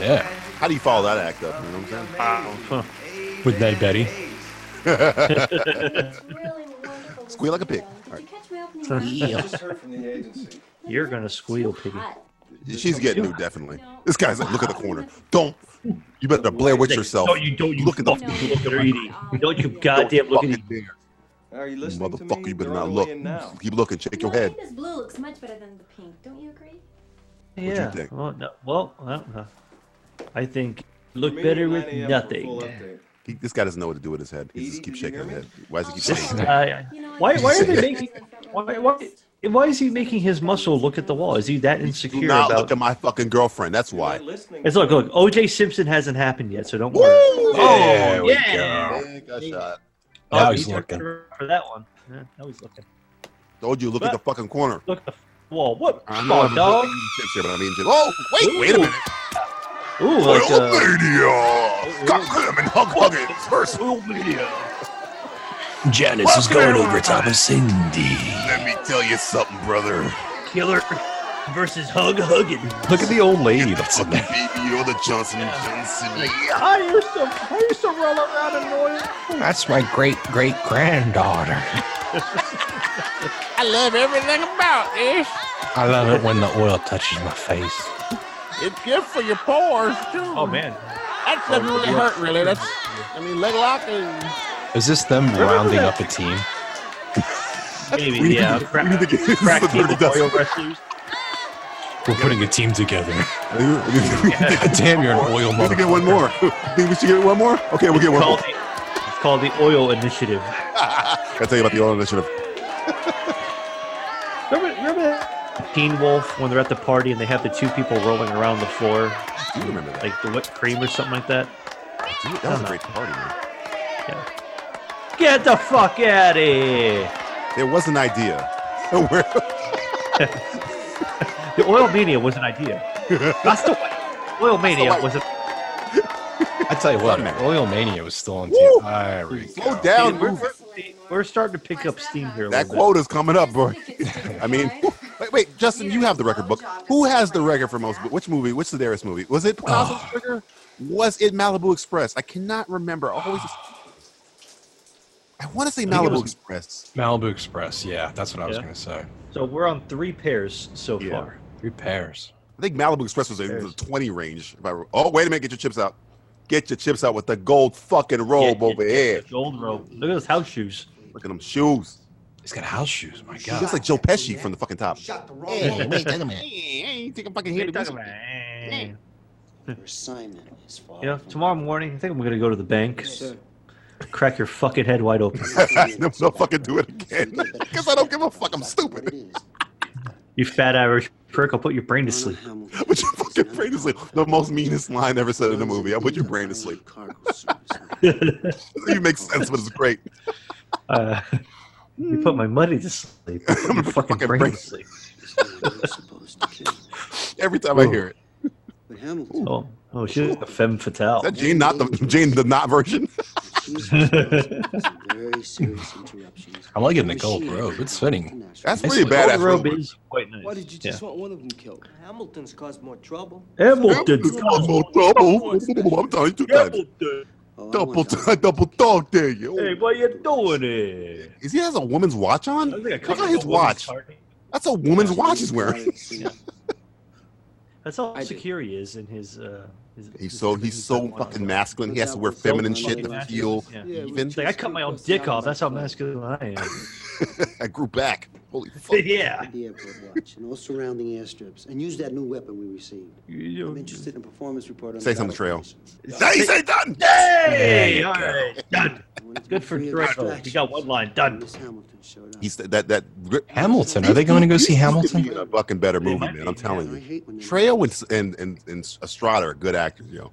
Speaker 3: Yeah.
Speaker 1: How do you follow that act up? You know what I'm saying?
Speaker 13: Uh,
Speaker 2: Huh.
Speaker 3: With Ned Betty.
Speaker 1: Squeal like a pig. All right.
Speaker 2: You're gonna squeal, piggy.
Speaker 1: She's getting new, definitely. This guy's like, look at the corner. Don't. You better Blair Witch yourself.
Speaker 2: Don't you don't you
Speaker 1: Look at the
Speaker 2: fucking look at her Edie. Don't you
Speaker 1: Don't
Speaker 2: goddamn look at
Speaker 1: fucking
Speaker 2: Edie.
Speaker 1: dare.
Speaker 13: Are you listening to me?
Speaker 1: Motherfucker, you better
Speaker 13: They're
Speaker 1: not
Speaker 13: on the
Speaker 1: look.
Speaker 13: way in now.
Speaker 1: Keep looking. Shake your head.
Speaker 11: This blue looks much better than the pink. Don't you agree?
Speaker 1: you
Speaker 2: Yeah.
Speaker 1: think?
Speaker 2: Well, no, well, I don't know. I think you look
Speaker 13: Meet me
Speaker 2: better
Speaker 13: at
Speaker 2: with
Speaker 13: 9 a.m. for a full
Speaker 2: nothing.
Speaker 13: update.
Speaker 1: He, this guy doesn't know what to do with his head. He
Speaker 13: Edie,
Speaker 1: just keeps
Speaker 13: did you
Speaker 1: shaking his
Speaker 13: hear
Speaker 1: head.
Speaker 13: me?
Speaker 1: Why does he keep
Speaker 2: This
Speaker 1: shaking?
Speaker 2: guy- Why why are they making why why why is he making his muscle look at the wall? Is he that
Speaker 1: Do
Speaker 2: insecure
Speaker 1: not look
Speaker 2: about?
Speaker 1: at my fucking girlfriend. That's
Speaker 13: You're
Speaker 1: why.
Speaker 13: not listening
Speaker 2: It's
Speaker 13: to
Speaker 2: look,
Speaker 13: me.
Speaker 2: look. OJ Simpson hasn't happened yet, so don't
Speaker 1: Woo! Oh,
Speaker 2: worry.
Speaker 3: There we
Speaker 2: yeah.
Speaker 1: Hey, got shot.
Speaker 3: Now
Speaker 2: Oh,
Speaker 3: he's
Speaker 2: he turned
Speaker 3: looking.
Speaker 2: around For that one. Yeah, now he's looking.
Speaker 1: Told you, look at the fucking corner.
Speaker 2: Look at the wall. What?
Speaker 1: I'm
Speaker 2: Come
Speaker 1: not
Speaker 2: on, Oh, dog.
Speaker 1: eating chips here, but I'm eating chips. Oh, wait, wait a minute.
Speaker 2: Ooh, like,
Speaker 1: Oil
Speaker 2: uh,
Speaker 1: media. Come him and hug, hug it first.
Speaker 3: Janice is going over top of Cindy.
Speaker 1: Let me tell you something, brother.
Speaker 2: killer versus hug hugging.
Speaker 3: Look at the old lady that's in
Speaker 1: Fucking
Speaker 3: there.
Speaker 1: baby, you're the Johnson and Johnson. [laughs] Yeah.
Speaker 2: I used to, I used to roll around in oil.
Speaker 3: That's my great great granddaughter.
Speaker 14: I love everything about this.
Speaker 3: I love it when the oil touches my face.
Speaker 14: It's good for your pores too.
Speaker 2: Oh man,
Speaker 14: that doesn't really hurt, really. That's, I mean, leg lock is
Speaker 3: Is this them rounding up a team?
Speaker 2: maybe
Speaker 1: We need
Speaker 2: yeah.
Speaker 1: to-
Speaker 2: Crack,
Speaker 1: we need to get- this is
Speaker 2: crack
Speaker 1: the
Speaker 2: team
Speaker 1: Dirty
Speaker 2: of
Speaker 1: Dozen.
Speaker 2: oil wrestlers.
Speaker 3: We're putting a team [laughs] together.
Speaker 1: we
Speaker 3: Damn, you're an [laughs] oil
Speaker 1: need to get one
Speaker 3: motherfucker.
Speaker 1: more. [laughs] Think we should get one more? Okay, we'll get one more.
Speaker 2: Called the, it's called the Oil Initiative.
Speaker 1: I'll tell you about the oil initiative.
Speaker 2: Remember, remember that Teen Wolf when they're at the party and they have the two people rolling around the floor,
Speaker 1: I do remember that.
Speaker 2: like the whipped cream or something like that.
Speaker 1: Dude, that was a great party, man.
Speaker 2: Yeah. Get the fuck out of here.
Speaker 1: There was an idea. [laughs] Where,
Speaker 2: The Oil Mania was
Speaker 1: [laughs]
Speaker 2: an idea. That's the way. Oil Mania
Speaker 1: way.
Speaker 2: was a
Speaker 3: I tell you what,
Speaker 1: Fuck.
Speaker 3: Oil Mania was still on
Speaker 1: Woo!
Speaker 3: team. There we go.
Speaker 1: slow down.
Speaker 2: Dude, we're,
Speaker 1: Move.
Speaker 2: we're, we're starting to pick up steam here. A
Speaker 1: That
Speaker 2: little
Speaker 1: quota's coming up, boy. [laughs] I mean, wait, wait, Justin, you have the record book. Who has the record for most? Which movie? Which Sedaris movie? Was it Plaza Trigger? Was it Malibu Express? I cannot remember. I always. I want to say
Speaker 2: think it
Speaker 1: Malibu
Speaker 2: was-
Speaker 1: Express.
Speaker 3: Malibu Express. Yeah, that's what I was
Speaker 2: Yeah.
Speaker 3: going to say.
Speaker 2: bit. So we're on three pairs so
Speaker 1: Yeah.
Speaker 2: far.
Speaker 3: Three pairs.
Speaker 1: I think Malibu Express was in the 20 range. If I were, oh, wait a minute, get your chips out. Get your chips out with the gold fucking robe over here.
Speaker 2: Gold robe. Look at those house shoes.
Speaker 1: Look at them shoes.
Speaker 3: He's got house shoes. My
Speaker 1: He looks like Joe Pesci from the fucking top.
Speaker 9: Shut the roll.
Speaker 3: [laughs]
Speaker 1: Hey, wait, wait a minute.
Speaker 9: Hey,
Speaker 1: think I'm fucking here to
Speaker 9: Your assignment is far.
Speaker 2: You know, tomorrow morning, I think I'm gonna go to the bank. Crack your fucking head wide open.
Speaker 1: no, fucking do [laughs] it again. Because I don't give a fuck. I'm stupid. [laughs]
Speaker 3: [laughs]
Speaker 2: You fat Irish prick, I'll put your brain to sleep.
Speaker 1: Put your fucking brain to sleep. The most meanest line ever said in a movie. I put your brain to sleep.
Speaker 2: [laughs]
Speaker 1: it makes sense, but it's great.
Speaker 2: Uh, you put my money to sleep.
Speaker 1: [laughs]
Speaker 2: I'll put your fucking brain to sleep.
Speaker 1: Every time I hear it.
Speaker 9: But Hamilton,
Speaker 2: Oh, oh, she's a femme fatale.
Speaker 1: Is that Jane [laughs] not the Jane the not version?
Speaker 3: [laughs]
Speaker 9: very serious interruptions.
Speaker 3: I like it in the gold robe. It's fitting.
Speaker 1: That's pretty badass. robe.
Speaker 2: quite nice.
Speaker 13: Why did you just want one of them killed? Hamilton's caused more trouble.
Speaker 1: Hamilton's got more trouble. I'm telling you two times.
Speaker 13: Oh,
Speaker 1: Double, time, double dog there, yo.
Speaker 2: Hey, what you doing here?
Speaker 1: Is he has a woman's watch on?
Speaker 2: I think I
Speaker 1: Look
Speaker 2: caught
Speaker 1: at his
Speaker 2: a woman's
Speaker 1: watch.
Speaker 2: party.
Speaker 1: That's a woman's watch he's wearing.
Speaker 2: That's how secure he is in his. Uh, his
Speaker 1: [laughs] He's so he's so fucking masculine. He has to wear feminine shit to feel even.
Speaker 2: It's like I cut my own dick off. That's how masculine I am.
Speaker 1: [laughs] I grew back. Holy fuck.
Speaker 2: [laughs] yeah.
Speaker 9: The airport watch and all surrounding airstrips, and use that new weapon we received. I'm interested in a performance report on
Speaker 1: Say
Speaker 9: the
Speaker 1: something, Trail.
Speaker 9: Say,
Speaker 1: say, done.
Speaker 2: Hey, all right, done. Good for Draco. He got one line done.
Speaker 1: He's that that
Speaker 3: Hamilton. Are they going to go see Hamilton?
Speaker 1: a fucking better movie, man. I'm telling you. Treo and and and, and Estrada are good actors, yo.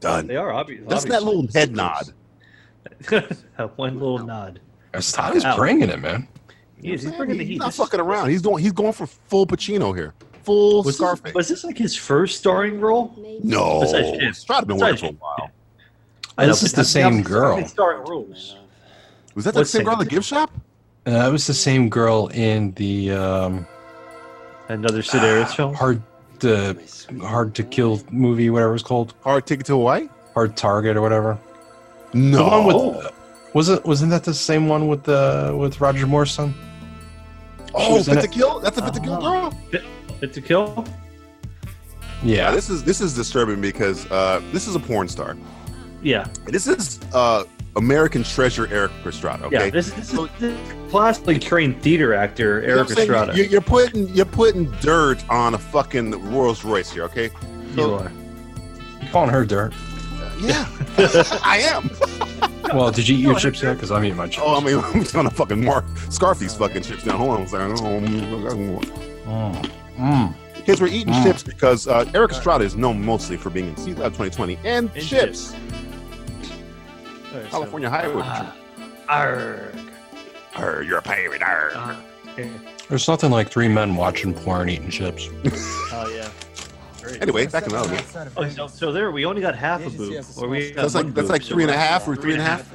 Speaker 1: Done.
Speaker 2: They are obvious.
Speaker 1: That's that little head nod.
Speaker 2: [laughs] one little nod.
Speaker 3: Estrada's bringing it, man.
Speaker 2: He is. He's bringing the
Speaker 1: He's
Speaker 2: heat.
Speaker 1: not fucking around. He's going. He's going for full Pacino here. Full
Speaker 2: Was
Speaker 1: Scarface.
Speaker 2: this, was this like his first starring role?
Speaker 1: no,
Speaker 2: Besides him.
Speaker 1: Estrada been working
Speaker 2: Besides
Speaker 1: for a
Speaker 2: him.
Speaker 1: while.
Speaker 2: I know,
Speaker 3: This is
Speaker 2: but
Speaker 3: the
Speaker 2: not-
Speaker 3: same
Speaker 2: not-
Speaker 3: girl.
Speaker 2: not Starring roles.
Speaker 1: Was that the
Speaker 2: What's
Speaker 1: same
Speaker 2: same?
Speaker 1: girl in the gift shop?
Speaker 3: Uh, it was the same girl in the um,
Speaker 2: Another Sedaris film.
Speaker 3: hard the hard to kill movie, whatever it's called,
Speaker 1: Hard Ticket to Hawaii?
Speaker 3: hard target or whatever.
Speaker 1: No.
Speaker 3: The one with was it wasn't that the same one with the with Roger Moore's son? She
Speaker 1: oh,
Speaker 3: was in
Speaker 1: Fit to
Speaker 3: it.
Speaker 1: Kill. That's a Fit to Kill girl.
Speaker 2: Fit to Kill.
Speaker 1: Yeah,
Speaker 3: Yeah,
Speaker 1: this is this is disturbing because uh, this is a porn star.
Speaker 2: Yeah.
Speaker 1: This is uh, American Treasure Eric Estrada. Okay,
Speaker 2: Yeah. This, this is this is classically trained theater actor
Speaker 1: You know
Speaker 2: Eric
Speaker 1: what I'm saying?
Speaker 2: Estrada.
Speaker 1: You're, you're putting you're putting dirt on a fucking Rolls Royce here, okay?
Speaker 2: You are.
Speaker 3: you calling her dirt.
Speaker 1: [laughs] Yeah, I am.
Speaker 3: Well, did you eat your chips yet? Because I'm eating my chips.
Speaker 1: Oh, I mean, [laughs] I'm on a fucking mark. Scarface fucking chips now. Hold on a second.
Speaker 3: Mm. Mm.
Speaker 1: Kids, we're eating
Speaker 3: Mm.
Speaker 1: chips because uh, Eric Estrada is known mostly for being in Sea Lab 2020 and,
Speaker 2: And
Speaker 1: chips.
Speaker 2: All right, so-
Speaker 1: California Highway.
Speaker 2: Ah, arg.
Speaker 1: Arr, you're a pirate. Arr.
Speaker 2: Ah, yeah.
Speaker 3: There's nothing like three men watching porn eating chips.
Speaker 2: Oh yeah. Great.
Speaker 1: Anyway, back to Malibu.
Speaker 2: Oh, so, so there we only got half a boob, or we got
Speaker 1: That's
Speaker 2: one
Speaker 1: like that's
Speaker 2: boob,
Speaker 1: like
Speaker 2: so
Speaker 1: three and a
Speaker 2: we're-
Speaker 1: half or three and a half.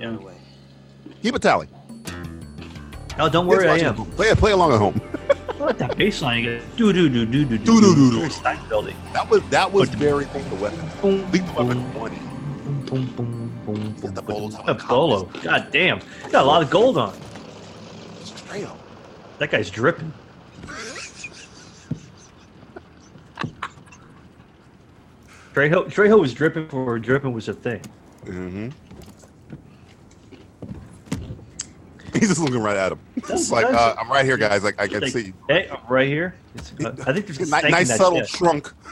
Speaker 2: Yeah.
Speaker 1: Keep a tally.
Speaker 2: Oh,
Speaker 1: Kids
Speaker 2: don't worry, I
Speaker 1: watching at
Speaker 2: am.
Speaker 1: home. Play play along at home. [laughs]
Speaker 2: What that bass line? You get do do do do do
Speaker 1: Do, do, do, do.
Speaker 2: Very Seinfeldy.
Speaker 1: That was that was very Lethal Weapon. Lethal Weapon 20.
Speaker 2: Boom, boom, boom, boom,
Speaker 1: the
Speaker 2: boom.
Speaker 1: bowls
Speaker 2: A bolo. God damn. Got a lot of gold on.
Speaker 1: Straight up.
Speaker 2: That guy's dripping. [laughs] Trejo, Trejo was dripping before dripping was a thing.
Speaker 1: Mm-hmm. [laughs] He's just looking right at him. It's like uh, I'm right here, guys. Like I can
Speaker 2: Like,
Speaker 1: see you.
Speaker 2: Hey, I'm right here. It's- I think there's a
Speaker 1: Ni-
Speaker 2: snake
Speaker 1: nice
Speaker 2: in that
Speaker 1: subtle
Speaker 2: chest.
Speaker 1: trunk.
Speaker 2: [laughs]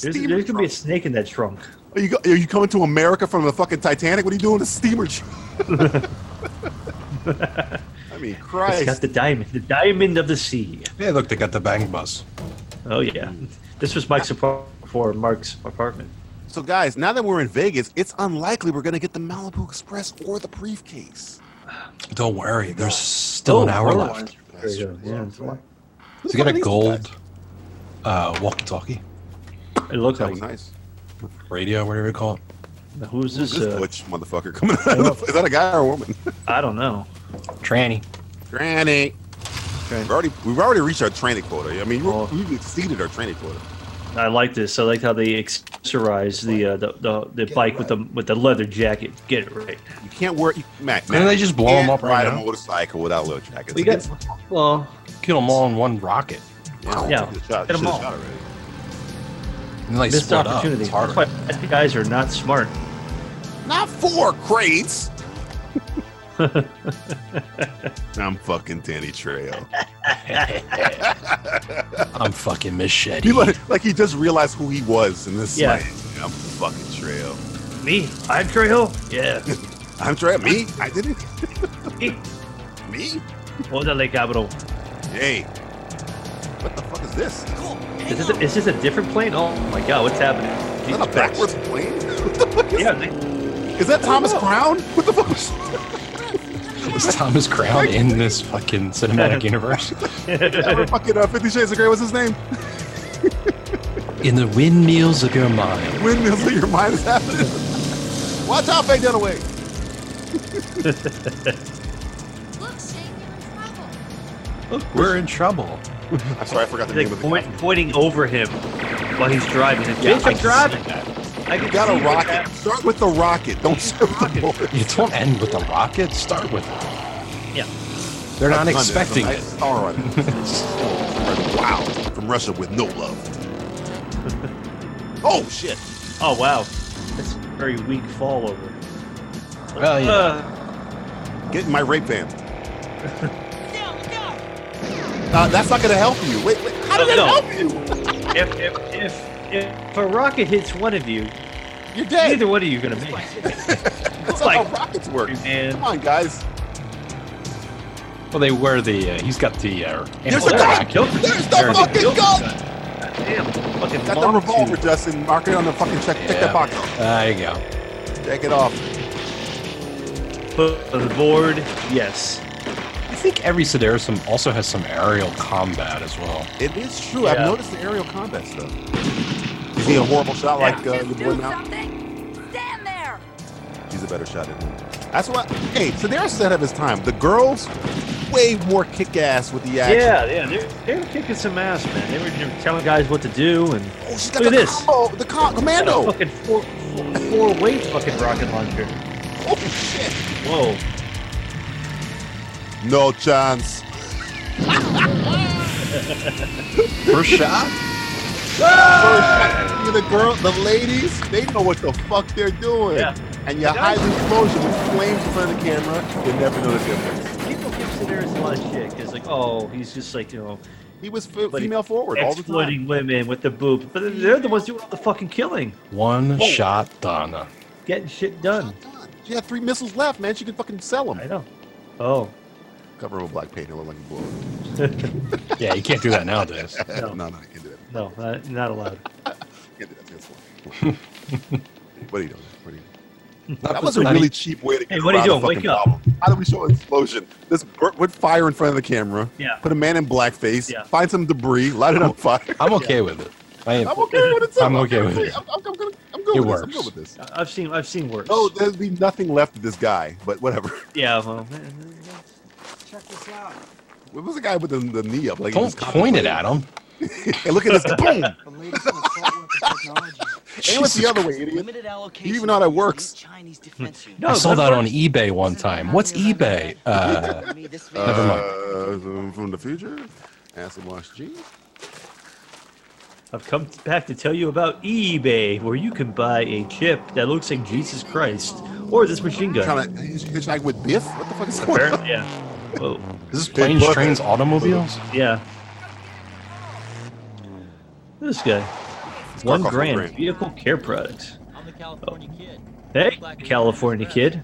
Speaker 2: There's,
Speaker 1: Steamer
Speaker 2: there's gonna be a
Speaker 1: trunk.
Speaker 2: snake in that trunk.
Speaker 1: Are you, go- are you coming to America from the fucking Titanic? What are you doing? A steamer [laughs] trunk. I mean,
Speaker 2: [laughs] It's
Speaker 1: Christ.
Speaker 2: got the diamond, the diamond of the sea.
Speaker 3: Hey, look, they got the bang bus.
Speaker 2: Oh yeah,
Speaker 1: Hmm.
Speaker 2: this was Mike's apartment before Mark's apartment.
Speaker 1: so, guys, now that we're in Vegas, it's unlikely we're gonna get the Malibu Express or the briefcase.
Speaker 3: Don't worry, there's still
Speaker 1: Oh,
Speaker 3: an hour left.
Speaker 2: There you go. Yeah, it's a lot.
Speaker 3: To get a gold uh, walkie-talkie
Speaker 2: It looked
Speaker 1: That
Speaker 2: like.
Speaker 1: was nice.
Speaker 3: radio, whatever you call it.
Speaker 2: Who's
Speaker 1: Who's
Speaker 2: this?
Speaker 1: this
Speaker 2: uh,
Speaker 1: butch motherfucker [laughs] coming out? of the- Is that a guy or a woman? [laughs]
Speaker 2: I don't know.
Speaker 3: Tranny.
Speaker 1: Granny. We've already we've already reached our training quota. I mean, we're-
Speaker 2: Oh.
Speaker 1: we've exceeded our training quota.
Speaker 2: I like this. I like how they accessorize the uh, the, the, the bike with the with the leather jacket. Get it right.
Speaker 1: You can't wear you, Mac.
Speaker 3: Couldn't
Speaker 1: Mac,
Speaker 3: they just
Speaker 1: you
Speaker 3: blow 'em
Speaker 1: can't
Speaker 3: up right
Speaker 1: ride
Speaker 3: now?
Speaker 1: a motorcycle without leather jackets.
Speaker 2: We got well.
Speaker 3: Kill them all in one rocket.
Speaker 2: Yeah,
Speaker 1: Took the
Speaker 2: get
Speaker 1: shot.
Speaker 2: them
Speaker 1: Should've
Speaker 2: all.
Speaker 1: shot already.
Speaker 3: And they
Speaker 2: Missed
Speaker 3: split up.
Speaker 2: opportunity.
Speaker 3: It's
Speaker 2: That's
Speaker 3: harder.
Speaker 2: why these guys are not smart.
Speaker 1: Not four crates. I'm fucking Danny
Speaker 3: [laughs]
Speaker 1: Trejo.
Speaker 3: I'm fucking machete.
Speaker 1: He like, like he just realized who he was, and this
Speaker 2: Yeah.
Speaker 1: is like, I'm fucking Trejo.
Speaker 2: Me? I'm Trejo?
Speaker 1: [laughs]
Speaker 2: Yeah.
Speaker 1: I'm Trejo. Me? I did it.
Speaker 2: Me?
Speaker 1: Me?
Speaker 2: Orderly capital.
Speaker 1: Hey. What the fuck is this?
Speaker 2: Is this, a, is this a different plane? Oh my god, what's happening?
Speaker 1: Is that a
Speaker 2: Jesus Christ.
Speaker 1: backwards plane? [laughs] What the fuck is
Speaker 2: Yeah,
Speaker 1: that?
Speaker 2: they-
Speaker 1: Is that Thomas Crown? What the fuck? Was...
Speaker 3: Is Thomas [laughs] Crown in this fucking [laughs] cinematic universe?
Speaker 1: Remember fucking uh, Fifty Shades of Grey. What's his name? [laughs]
Speaker 3: In the windmills of your mind.
Speaker 1: Windmills of your mind is happening. Watch out, Faye Dunaway.
Speaker 3: Look, we're in trouble.
Speaker 1: I'm sorry, I forgot the
Speaker 2: Like
Speaker 1: name of the
Speaker 2: point, pointing over him while he's driving. Like,
Speaker 3: Yeah,
Speaker 2: Bitch,
Speaker 3: I
Speaker 2: I'm
Speaker 3: can
Speaker 2: driving.
Speaker 3: see that.
Speaker 2: I can
Speaker 1: You got
Speaker 2: see
Speaker 1: a
Speaker 2: you.
Speaker 1: rocket. Start with the rocket. Don't start with the bullet.
Speaker 3: You don't end with a rocket. Start with it.
Speaker 2: Yeah.
Speaker 3: They're not
Speaker 1: I've done this.
Speaker 3: expecting
Speaker 1: I
Speaker 3: it.
Speaker 1: Star on it. wow. From Russia with no love. oh shit.
Speaker 2: Oh wow. That's a very weak fall over.
Speaker 3: Well, Oh, yeah.
Speaker 2: Uh,
Speaker 1: Get in my rape van. Uh, that's not gonna help you. Wait, wait. How did
Speaker 2: No,
Speaker 1: that
Speaker 2: no.
Speaker 1: help you?
Speaker 2: if, if, if, if a rocket hits one of you,
Speaker 1: You're dead.
Speaker 2: neither one of you are gonna make it.
Speaker 1: That's
Speaker 2: like-
Speaker 1: not how rockets work.
Speaker 2: Man.
Speaker 1: Come on, guys.
Speaker 3: Well, they wear the. Uh, he's got the. Uh,
Speaker 1: There's a
Speaker 3: anti-
Speaker 1: gun!
Speaker 3: rocket.
Speaker 1: There's the
Speaker 3: There's a
Speaker 1: fucking
Speaker 3: gun.
Speaker 1: gun!
Speaker 2: Damn,
Speaker 1: Got
Speaker 2: fucking
Speaker 1: the
Speaker 2: Mark two.
Speaker 1: revolver, Justin. Mark it on the fucking check. Check that
Speaker 3: Yeah.
Speaker 1: pocket.
Speaker 3: There you go.
Speaker 1: Take it off.
Speaker 2: Put on the board. Yes.
Speaker 3: I think every Sedarism also has some aerial combat as well.
Speaker 1: It is true. I've
Speaker 2: Yeah.
Speaker 1: noticed the aerial combat stuff. Is he a horrible shot like uh,
Speaker 4: Just
Speaker 1: your
Speaker 4: do
Speaker 1: boy now?
Speaker 4: something. Stand there.
Speaker 1: He's a better shot than him. That's why. Hey, Sedaris is ahead of his time. The girls, way more kick ass with the action.
Speaker 2: Yeah, yeah, they, they were kicking some ass, man. They were you know, telling guys what to do, and
Speaker 1: Oh, she's got
Speaker 2: look at
Speaker 1: the
Speaker 2: this.
Speaker 1: combo, the com-
Speaker 2: Got a [laughs]
Speaker 1: commando.
Speaker 2: Fucking four, four, four weight fucking rocket launcher.
Speaker 1: Oh shit!
Speaker 2: Whoa.
Speaker 1: No chance.
Speaker 3: First shot?
Speaker 1: You the girl, the ladies, they know what the fuck they're doing.
Speaker 2: Yeah.
Speaker 1: And your high explosion with flames in front of the camera, you never know the difference.
Speaker 2: People give Sedaris a lot of shit because, like, oh, he's just like you know
Speaker 1: He was f-
Speaker 2: But he-
Speaker 1: female forward all the time.
Speaker 2: exploiting women with the boob, but they're the ones doing all the fucking killing,
Speaker 3: One
Speaker 1: Oh.
Speaker 3: shot, Donna.
Speaker 2: getting shit done.
Speaker 1: She had three missiles left, man. She could fucking sell
Speaker 2: I
Speaker 1: them.
Speaker 2: know. Oh,
Speaker 1: Cover him with black paint. He'll look like a blow.
Speaker 3: Yeah, you can't do
Speaker 1: [laughs]
Speaker 3: that nowadays.
Speaker 1: No,
Speaker 2: No.
Speaker 1: no, no, you can't do that.
Speaker 2: no, not, not
Speaker 1: You
Speaker 2: allowed.
Speaker 1: can't do that. That's one. [laughs] what are you doing? What are you doing?
Speaker 3: Not
Speaker 1: That
Speaker 3: for
Speaker 1: was a
Speaker 3: Donna.
Speaker 1: really cheap way to get
Speaker 2: Hey, what are you
Speaker 1: around the
Speaker 2: doing?
Speaker 1: fucking
Speaker 2: Wake up.
Speaker 1: problem. How do we show an explosion? This bur- with fire in front of the camera.
Speaker 2: Yeah.
Speaker 1: Put a man in blackface.
Speaker 2: Yeah.
Speaker 1: Find some debris. Light it on
Speaker 2: [laughs]
Speaker 1: fire.
Speaker 3: I'm okay with it. I am.
Speaker 1: I'm okay with it. too.
Speaker 3: I'm okay with
Speaker 1: with
Speaker 3: it.
Speaker 1: I'm, I'm, I'm, good- I'm good
Speaker 3: It
Speaker 1: with this. I'm
Speaker 3: works.
Speaker 1: good with this.
Speaker 2: I- I've seen, I've seen worse.
Speaker 1: No, there'll be nothing left of this guy. But whatever. [laughs]
Speaker 2: yeah. Well,
Speaker 13: Check this out.
Speaker 1: What was the guy with the, the knee up? Like he was
Speaker 3: Don't point it
Speaker 1: contemplating?
Speaker 3: at him.
Speaker 1: Hey, look at
Speaker 3: [laughs]
Speaker 1: this. Boom. [laughs]
Speaker 13: The latest in assault weapon technology.
Speaker 1: Aim it
Speaker 3: Jesus
Speaker 1: the other way, idiot.
Speaker 10: Limited allocation.
Speaker 1: even know how that
Speaker 10: of these
Speaker 1: works.
Speaker 3: Hmm.
Speaker 10: Chinese defense units.
Speaker 2: No,
Speaker 3: I saw
Speaker 2: that
Speaker 3: that on
Speaker 2: works.
Speaker 3: eBay one time. What's eBay? Uh,
Speaker 10: Me, this man-
Speaker 3: Never mind.
Speaker 1: Uh, from the future. Acid wash G.
Speaker 2: I've come back to tell you about eBay, where you can buy a chip that looks like Jesus Christ or this machine gun.
Speaker 1: Trying to hitchhike with Biff. What the fuck is going on?
Speaker 2: Apparently, yeah. Whoa.
Speaker 3: is this planes,
Speaker 1: look-
Speaker 3: trains, automobiles?
Speaker 2: Yeah. This guy. One
Speaker 1: off a
Speaker 2: grand,
Speaker 1: grand.
Speaker 2: vehicle care products.
Speaker 15: I'm the California kid.
Speaker 2: Oh. Hey,
Speaker 15: Black
Speaker 2: California kid.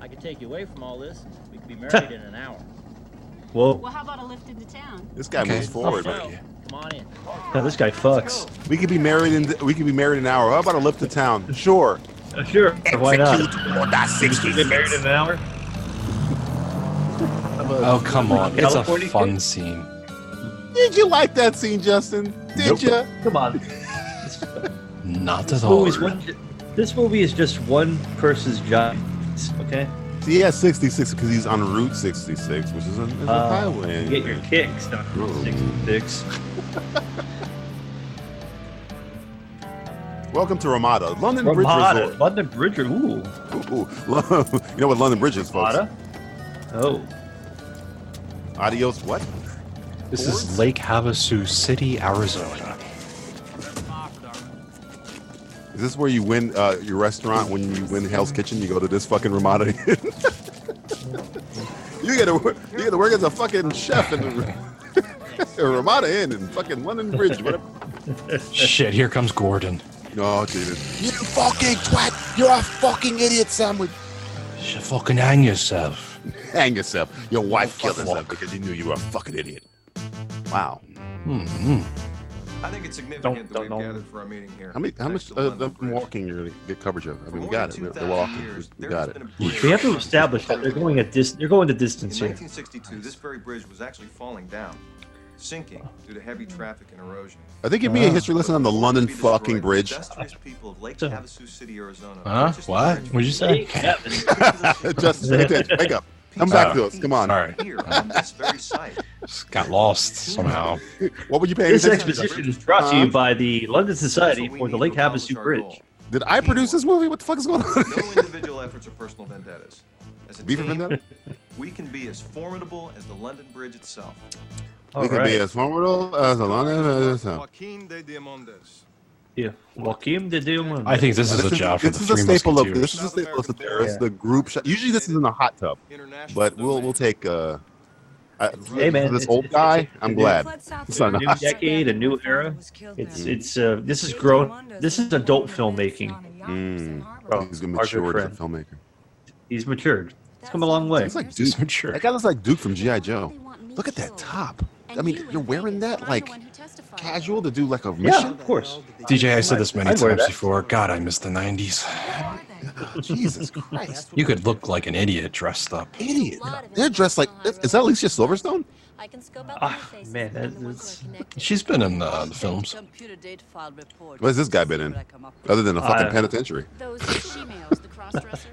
Speaker 15: I could take you away from all this. We
Speaker 2: [laughs]
Speaker 15: could be married in an hour.
Speaker 2: Whoa.
Speaker 11: Well, how about a lift into town?
Speaker 1: This guy
Speaker 3: Okay.
Speaker 1: moves forward.
Speaker 15: So,
Speaker 1: man.
Speaker 15: come on in.
Speaker 2: Now this guy fucks.
Speaker 1: We could be married in we could be married in an hour. How about a lift to town? Sure.
Speaker 2: Uh, sure. Why not?
Speaker 1: Order
Speaker 2: You get married in an hour?
Speaker 3: Oh, come on. It's a
Speaker 2: California
Speaker 3: fun
Speaker 2: kid?
Speaker 3: scene.
Speaker 1: Did you like that scene, Justin? Did
Speaker 3: Nope.
Speaker 1: you?
Speaker 2: Come on.
Speaker 3: Not
Speaker 2: This
Speaker 3: at all.
Speaker 2: movie's one. This movie is just one person's job. Okay.
Speaker 1: See, he has 66 because he's on Route 66, which is a, is a
Speaker 2: Uh,
Speaker 1: highway.
Speaker 2: You get your kicks on Route 66.
Speaker 1: Welcome to Ramada, London
Speaker 2: Ramada,
Speaker 1: Bridge
Speaker 2: London Bridge. Ooh.
Speaker 1: Resort. Ooh, ooh. [laughs] you know what London Bridge is, folks?
Speaker 2: Ramada. Oh.
Speaker 1: Adios, what?
Speaker 3: This is Lake Havasu City, Arizona.
Speaker 1: Is this where you win uh, your restaurant when you win Hell's Kitchen? You go to this fucking Ramada. [laughs] you get to you get to work as a fucking chef in the [laughs] Ramada Inn and fucking London Bridge. Whatever.
Speaker 3: Shit, here comes Gordon.
Speaker 1: No, Jesus.
Speaker 16: You fucking twat! You're a fucking idiot sandwich!
Speaker 3: You should fucking hang yourself.
Speaker 1: Hang yourself. Your wife
Speaker 16: Oh,
Speaker 1: killed herself because she knew you were a fucking idiot. Wow.
Speaker 3: hmm
Speaker 17: I think it's significant that we've gathered for our meeting here.
Speaker 1: How many? How
Speaker 17: Next
Speaker 1: much
Speaker 17: to
Speaker 1: uh,
Speaker 17: London
Speaker 1: the walking you really get coverage of? I mean, we got it. We- The
Speaker 17: 2,000
Speaker 1: walking,
Speaker 17: years,
Speaker 1: we
Speaker 17: there
Speaker 1: got
Speaker 17: has
Speaker 1: it.
Speaker 17: been a
Speaker 2: They have to establish that they're going at dis- they're going to distance
Speaker 17: In
Speaker 2: here.
Speaker 17: 1962, this very bridge was actually falling down, sinking due to heavy traffic and erosion.
Speaker 1: I think it'd be a history lesson on the London fucking bridge.
Speaker 17: Industrious people of Lake Havasu City, Arizona.
Speaker 3: Huh?
Speaker 17: purchased the
Speaker 3: What?
Speaker 17: bridge
Speaker 3: What'd you say?
Speaker 1: [laughs] Justice, pay attention. Wake up. Come back to us. Come on.
Speaker 3: Uh, All right.
Speaker 17: Here on this very site.
Speaker 3: Got lost somehow.
Speaker 1: [laughs] What would you pay
Speaker 2: This
Speaker 1: attention to?
Speaker 2: exposition is brought to you
Speaker 1: Um,
Speaker 2: by the London Society for the Lake Havasu Bridge.
Speaker 1: Did I produce this movie? What the fuck is going on? [laughs]
Speaker 17: No individual efforts or personal vendettas. As a
Speaker 1: V for
Speaker 2: [laughs]
Speaker 17: team,
Speaker 1: Vendetta?
Speaker 17: we can be as formidable as the London Bridge itself.
Speaker 1: we could be as formidable as the London. As the
Speaker 17: Joaquin de Diamondes.
Speaker 2: Yeah, Joaquim de Diamond.
Speaker 3: I think this is a job for
Speaker 1: This
Speaker 3: the
Speaker 1: is a
Speaker 3: Three
Speaker 1: staple of
Speaker 3: Musketeers.
Speaker 1: this is a staple of the terrorist, the group shot. Usually, this is in a hot tub, but we'll we'll take. Uh, I,
Speaker 2: Hey, man,
Speaker 1: this
Speaker 2: it's-
Speaker 1: old
Speaker 2: it's-
Speaker 1: guy.
Speaker 2: it's-
Speaker 1: I'm
Speaker 2: it's-
Speaker 1: glad. Uh, It's
Speaker 2: It's
Speaker 1: not in
Speaker 2: a
Speaker 1: a
Speaker 2: new
Speaker 1: hot tub.
Speaker 2: decade, a new era. It's it's uh, this is grown. This is adult filmmaking.
Speaker 1: Mm. He's gonna
Speaker 2: Arthur
Speaker 1: mature as a
Speaker 2: Friend.
Speaker 1: filmmaker.
Speaker 2: He's matured. It's come a long way.
Speaker 1: He's like Duke. That guy looks like Duke from GI Joe. Look at that top. I mean, you're wearing that like casual to do like a mission.
Speaker 2: of course.
Speaker 3: [laughs] DJ, I said this many
Speaker 1: I'd wear
Speaker 3: times
Speaker 1: that.
Speaker 3: before. God, I miss the 90s.
Speaker 1: [laughs] Jesus Christ.
Speaker 3: You could look like an idiot dressed up.
Speaker 1: Idiot. They're dressed like. Is that Alicia Silverstone?
Speaker 3: Ah,
Speaker 2: man, that is.
Speaker 3: She's been in uh, the films.
Speaker 18: Computer data file report.
Speaker 1: What has this guy been in? Uh, Other
Speaker 2: Oh,
Speaker 1: than a fucking penitentiary.
Speaker 18: Those she-males, the cross-dresser.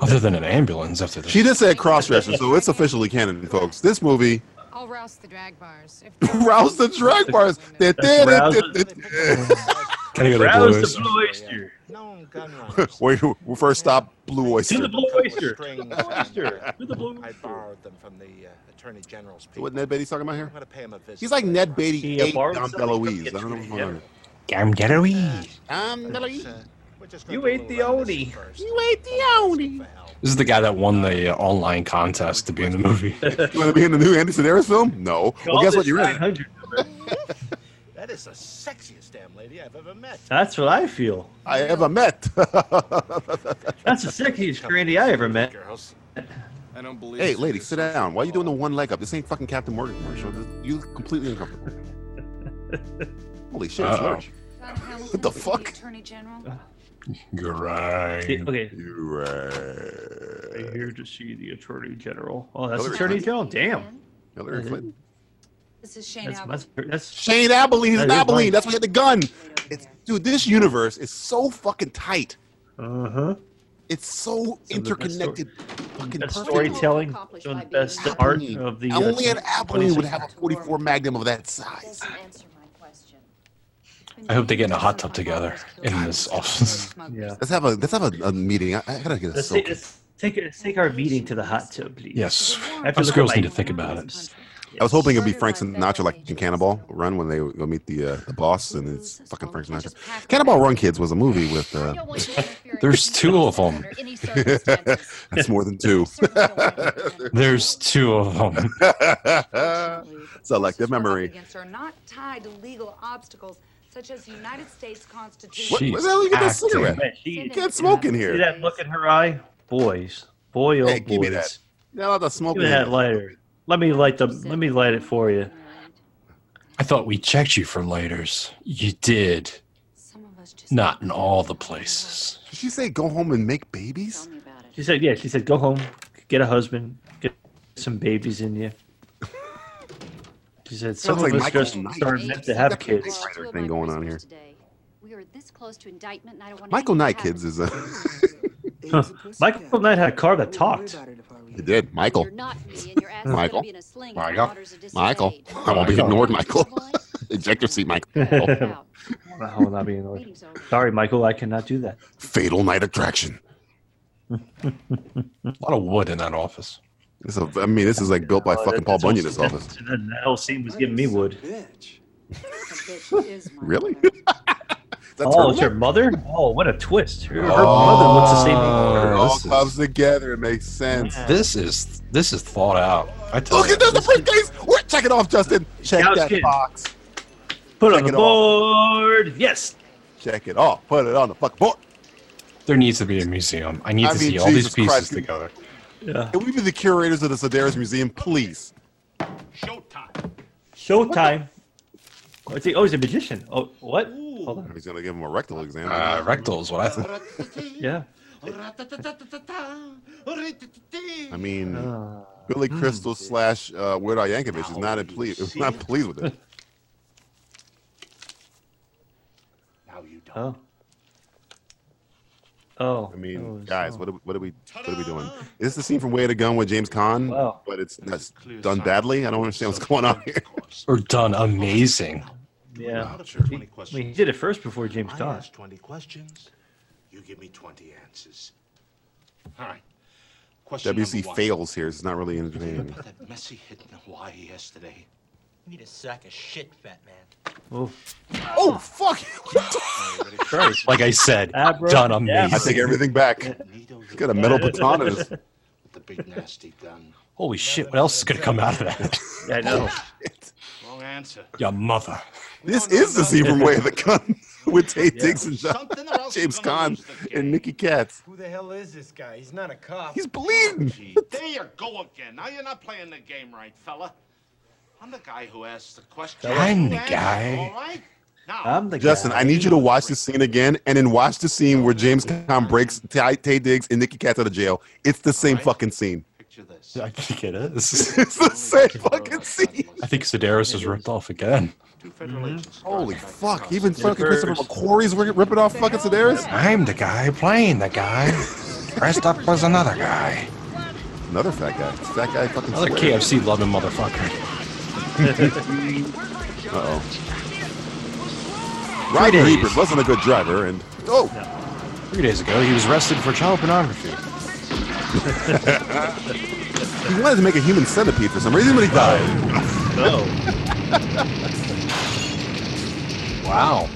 Speaker 3: Other than an ambulance after this.
Speaker 1: She just said crossdresser, so it's officially canon, folks. This movie,
Speaker 19: [laughs]
Speaker 1: [laughs]
Speaker 19: I'll rouse the drag bars. If
Speaker 1: Rouse the Drag Bars. [laughs]
Speaker 2: [laughs]
Speaker 3: Can I go to
Speaker 2: Rouse
Speaker 3: Blue
Speaker 2: the
Speaker 3: Oyster?
Speaker 2: Blue Oyster.
Speaker 1: Wait, we first stop Blue Oyster.
Speaker 2: To the Blue Oyster. To the Blue Oyster. To the Blue
Speaker 20: I borrowed them from the uh, Attorney General's people.
Speaker 1: What Ned Beatty's talking about here?
Speaker 20: I'm gonna pay him a visit.
Speaker 1: He's like Ned Beatty
Speaker 20: He, uh,
Speaker 1: ate
Speaker 20: borrowed
Speaker 1: Dom
Speaker 20: something from
Speaker 1: DeLuise. I don't know what's going on.
Speaker 3: Damn getaway.
Speaker 2: [laughs]
Speaker 1: Um,
Speaker 20: Uh,
Speaker 2: You ate the Oni.
Speaker 1: You ate the Oni.
Speaker 3: This is the guy that won the uh, online contest to be in the movie.
Speaker 1: You want to be in the new Andy Sedaris film? No. Well, guess what? You're in. it.
Speaker 20: That is the sexiest damn lady I've ever met.
Speaker 2: That's what I feel.
Speaker 1: I ever met. [laughs]
Speaker 2: That's the sickiest granny I ever met.
Speaker 17: I don't believe.
Speaker 1: Hey, lady, sit down. Why are you doing the one leg up? This ain't fucking Captain Morgan commercial. This- You look completely [laughs] uncomfortable. Holy shit,
Speaker 3: Uh-oh.
Speaker 1: George. What the fuck?
Speaker 4: Attorney General.
Speaker 2: Uh,
Speaker 3: You're right.
Speaker 2: Okay.
Speaker 1: You're right.
Speaker 2: I'm here to see the Attorney General. Oh, that's
Speaker 1: Hillary
Speaker 2: Attorney General.
Speaker 1: Clinton.
Speaker 2: Damn.
Speaker 1: Hillary Clinton.
Speaker 4: This is Shane
Speaker 2: That's,
Speaker 4: Apple.
Speaker 2: that's, that's
Speaker 1: Mm-hmm. Shane Abilene is
Speaker 2: That is
Speaker 1: Abilene.
Speaker 2: mine.
Speaker 1: That's why he had the gun. It's, dude, this universe is so fucking tight.
Speaker 2: Uh huh.
Speaker 1: It's so
Speaker 2: of the best
Speaker 1: interconnected. Fucking
Speaker 2: Best
Speaker 1: perfect.
Speaker 2: storytelling, some of the best art of the. uh,
Speaker 1: Only an Abilene would
Speaker 2: 26
Speaker 1: have a 44 Magnum of that size.
Speaker 3: I hope they get in a hot tub together in this office.
Speaker 1: Yeah. Let's have a let's have a, a meeting. I, I gotta get a
Speaker 2: Let's take,
Speaker 1: soak.
Speaker 2: let's, take, let's take our meeting to the hot tub, please.
Speaker 3: Yes.
Speaker 2: I have to
Speaker 3: Us
Speaker 2: look at
Speaker 3: girls
Speaker 2: my-
Speaker 3: need to think about it.
Speaker 1: I was hoping it'd be Frank Sinatra like in Cannonball Run when they go meet the uh, the boss and it's fucking Frank Sinatra. Cannonball Run Kids was a movie
Speaker 19: [laughs]
Speaker 1: with. Uh,
Speaker 3: [laughs] There's two of them. [laughs]
Speaker 1: That's more
Speaker 19: [laughs]
Speaker 1: than two. [laughs]
Speaker 3: There's two of them.
Speaker 1: Selective memory.
Speaker 4: Against are not tied to legal obstacles such as the United States Constitution.
Speaker 1: What, where's Ellie get that
Speaker 3: acting.
Speaker 1: cigarette?
Speaker 2: You
Speaker 1: can't smoke in
Speaker 2: See
Speaker 1: here.
Speaker 2: that look in her eye? Boys. Boy, oh
Speaker 1: Hey,
Speaker 2: boys.
Speaker 1: give me that. You're not allowed to smoke
Speaker 2: Give
Speaker 1: in
Speaker 2: me that
Speaker 1: here.
Speaker 2: lighter. Let me light the. Let me light it for you.
Speaker 3: I thought we checked you for lighters. You did. Not in all the places.
Speaker 1: Did she say go home and make babies?
Speaker 2: She said, "Yeah." She said, "Go home, get a husband, get some babies
Speaker 1: [laughs]
Speaker 2: in you." She said, "Some
Speaker 1: Sounds
Speaker 2: of
Speaker 1: like
Speaker 2: us
Speaker 1: Michael
Speaker 2: just
Speaker 1: Knight.
Speaker 2: aren't meant to have kids."
Speaker 1: Writer thing going on here.
Speaker 19: we are this close to indictment, and I don't want
Speaker 1: Michael Knight kids is
Speaker 19: [laughs]
Speaker 1: a. [laughs]
Speaker 2: Huh. Michael Knight had a car that talked.
Speaker 1: He did. Michael.
Speaker 19: You're not me, and your ass is
Speaker 1: Michael.
Speaker 19: gonna be in a sling. if my
Speaker 1: Michael.
Speaker 19: daughters are
Speaker 1: Michael.
Speaker 19: disobeyed.
Speaker 1: [laughs] I won't be
Speaker 2: Michael.
Speaker 1: ignored, Michael.
Speaker 19: [laughs]
Speaker 1: [laughs] Ejector seat,
Speaker 2: [laughs]
Speaker 1: Michael.
Speaker 2: I will not be
Speaker 21: [laughs]
Speaker 2: annoyed. Sorry, Michael, I cannot do that.
Speaker 1: Fatal night attraction.
Speaker 3: A lot of wood in that office.
Speaker 1: This is, I mean, this is like built by
Speaker 2: Oh,
Speaker 1: fucking
Speaker 2: that-
Speaker 1: Paul
Speaker 2: that's
Speaker 1: Bunyan.
Speaker 2: also-
Speaker 1: This office.
Speaker 2: That, that whole scene was giving me wood.
Speaker 1: [laughs] Really?
Speaker 2: oh, it's her mother? Oh, what a twist. Her, her
Speaker 1: Oh,
Speaker 2: mother looks the same.
Speaker 1: It all
Speaker 3: this is-
Speaker 1: clubs together. It makes sense.
Speaker 3: This is this is thought out. I tell
Speaker 1: Look
Speaker 3: you,
Speaker 1: at this. The briefcase. We're check it off, Justin. Check
Speaker 3: Couch
Speaker 1: that
Speaker 3: kid.
Speaker 1: box.
Speaker 2: Put
Speaker 1: it on the
Speaker 2: board. Yes.
Speaker 1: Check it off. Put it on the fucking board.
Speaker 3: There needs to be a museum. I need
Speaker 1: I
Speaker 3: to
Speaker 1: mean,
Speaker 3: see all these
Speaker 1: Jesus
Speaker 3: pieces
Speaker 1: Christ.
Speaker 3: together.
Speaker 1: Can we be the curators of the Sedaris Museum, please?
Speaker 2: Showtime. Oh, it's a, oh, he's a magician. Oh, what? Hold on.
Speaker 1: He's gonna give him a rectal exam.
Speaker 3: Uh, rectal is what I think.
Speaker 2: Yeah.
Speaker 1: I mean,
Speaker 2: Uh, Oh.
Speaker 1: Billy Crystal slash uh, Weird Al Yankovic is not in pleased. Is not pleased with it.
Speaker 2: Oh. Oh.
Speaker 1: I mean, guys, what are, we- what are we what are we doing? Is this the scene from Way to Gun with James Caan? But it's that's done badly. I don't understand what's going on here.
Speaker 3: Or done amazing.
Speaker 2: Yeah. He, I mean, he did it first before James
Speaker 20: I
Speaker 2: Todd.
Speaker 20: ask 20 questions, you give me 20 answers. All right. Question
Speaker 1: WC
Speaker 20: number one.
Speaker 1: fails here. It's not really entertaining.
Speaker 20: About that messy hit in Hawaii yesterday.
Speaker 15: You need a sack of shit, fat man.
Speaker 2: Oh,
Speaker 1: oh fuck!
Speaker 3: Christ. Like I said, done amazing.
Speaker 1: I take everything back. He's got a metal
Speaker 20: [laughs]
Speaker 1: baton in his.
Speaker 20: With the big nasty gun.
Speaker 3: Holy shit! What else is gonna come out of that? [laughs]
Speaker 2: Yeah, I
Speaker 1: [laughs]
Speaker 2: know.
Speaker 20: Wrong answer.
Speaker 3: Your mother.
Speaker 1: This is the scene from Way of the Gun [laughs] with Tate Diggs and John, James Caan and Nikki Katz.
Speaker 20: Who the hell is this guy? He's not a cop. Oh,
Speaker 1: He's bleeding.
Speaker 20: there you go again. Now you're not playing the game right, fella. I'm the guy who asks the question.
Speaker 1: I'm
Speaker 20: You
Speaker 1: the
Speaker 20: answer,
Speaker 1: guy.
Speaker 20: All right? Now,
Speaker 1: Justin, I need you to watch the scene again, and then watch the scene where James Caan breaks Tay Tay Diggs and Nikki Katz out of jail. It's the same fucking scene. [laughs]
Speaker 3: I think it is.
Speaker 1: It's the same fucking scene.
Speaker 3: I think Sedaris is ripped off again.
Speaker 1: Holy fuck! Even fucking
Speaker 3: Reverse.
Speaker 1: Christopher McQuarrie's ri- ripping off fucking Sedaris.
Speaker 3: I'm the guy playing the guy. Dressed up as another guy.
Speaker 1: Another fat guy. Fat guy fucking.
Speaker 3: Another
Speaker 1: swears.
Speaker 3: KFC loving motherfucker.
Speaker 1: [laughs] Uh
Speaker 2: [laughs]
Speaker 1: oh. Ryder
Speaker 3: days.
Speaker 1: Hebert wasn't a good driver, and oh,
Speaker 3: Three days ago, he was arrested for child pornography.
Speaker 1: he wanted to make a human centipede for some reason, but he died.
Speaker 2: Oh.
Speaker 3: Wow.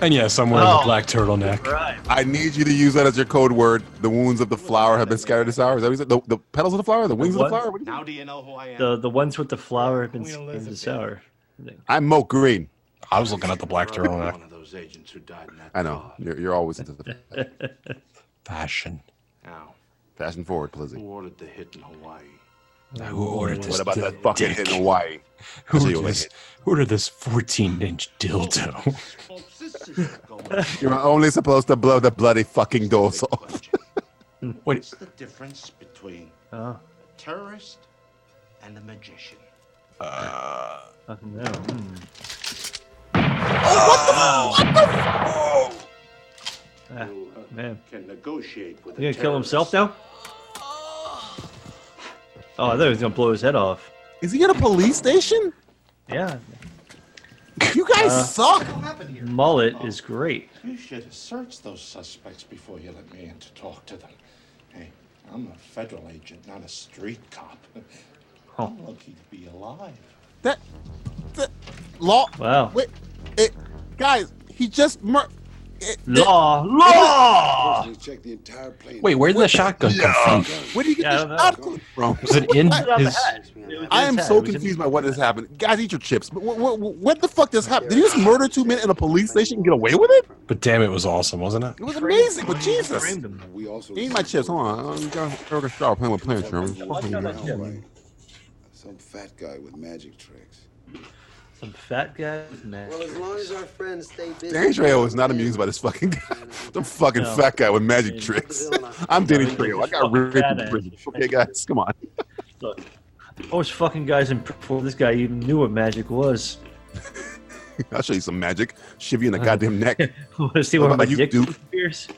Speaker 3: And yes, I'm wearing
Speaker 1: Oh.
Speaker 3: a black turtleneck.
Speaker 1: I need you to use that as your code word. The wounds of the flower have been scattered this hour. Is that what you said? The, the petals of the flower, the wings of the flower.
Speaker 20: Now do you know who I am?
Speaker 2: The the ones with the flower have been in the sour.
Speaker 1: I'm Mo Green.
Speaker 3: I was looking at the black turtleneck.
Speaker 20: One of those agents who died in that
Speaker 1: I know you're, you're always into the [laughs]
Speaker 3: Fashion.
Speaker 20: Now,
Speaker 1: fashion forward,
Speaker 20: who
Speaker 1: Plizzy.
Speaker 20: ordered the hit in Hawaii?
Speaker 3: Who ordered this?
Speaker 1: What about
Speaker 3: dil-
Speaker 1: that bucket
Speaker 3: dick?
Speaker 1: in Hawaii?
Speaker 3: Who
Speaker 1: I'll tell you
Speaker 3: ordered
Speaker 1: what I
Speaker 3: this, who ordered this 14 inch dildo? [laughs]
Speaker 1: You're only supposed to blow the bloody fucking doors off.
Speaker 3: Wait.
Speaker 20: What's the difference between
Speaker 2: Oh.
Speaker 20: a terrorist and a magician?
Speaker 3: Uh,
Speaker 2: fucking no. Hmm.
Speaker 20: Who, uh,
Speaker 2: ah, Man.
Speaker 20: Can negotiate with
Speaker 2: He
Speaker 20: a
Speaker 2: gonna kill
Speaker 20: terrorist.
Speaker 2: himself now? Oh, I thought he was gonna blow his head off.
Speaker 1: Is he at a police station?
Speaker 2: Yeah.
Speaker 1: You guys
Speaker 2: Uh,
Speaker 1: suck.
Speaker 2: Mullet is great.
Speaker 20: You should search those suspects before you let me in to talk to them. Hey, I'm a federal agent, not a street cop. I'm lucky to be alive.
Speaker 1: That, that law.
Speaker 3: Oh.
Speaker 2: Wow.
Speaker 1: Wait, it, Eh, guys, he just mur. eh, it-
Speaker 2: Law,
Speaker 1: it-
Speaker 2: law.
Speaker 3: Wait, where did the shotgun come from?
Speaker 1: Where do you get
Speaker 2: Yeah, I
Speaker 1: this
Speaker 2: don't know.
Speaker 1: shotgun from?
Speaker 3: Was it in
Speaker 1: What?
Speaker 3: his.
Speaker 1: I am so confused by what has happened. Guys, eat your chips. But what, what, what the fuck just happened? Did he just murder two men in a police station and get away with it?
Speaker 3: But damn, it was awesome, wasn't it?
Speaker 1: It was amazing, but Jesus.
Speaker 2: Framed him.
Speaker 22: We also
Speaker 1: Eat my chips. Hold on. Um, I'm gonna I'm start playing with plants, German.
Speaker 22: some fat guy with magic tricks.
Speaker 2: Some fat guy with man.
Speaker 9: Well, as long as our friends stay busy.
Speaker 1: Danny Trejo is not amused
Speaker 9: [laughs]
Speaker 1: by this fucking guy. [laughs] The fucking
Speaker 2: No.
Speaker 1: fat guy with magic [laughs] tricks. I'm Danny Trejo. I got ripped. in
Speaker 2: Fat
Speaker 1: prison. Okay, guys, come on. [laughs]
Speaker 2: Look, those fucking guys in before this guy even knew what magic was.
Speaker 1: I'll show you some magic. Shiv you
Speaker 3: [laughs]
Speaker 1: in the goddamn neck.
Speaker 2: [laughs] Want to see
Speaker 1: What
Speaker 2: where my
Speaker 1: about you,
Speaker 2: dick
Speaker 1: Duke?
Speaker 2: appears?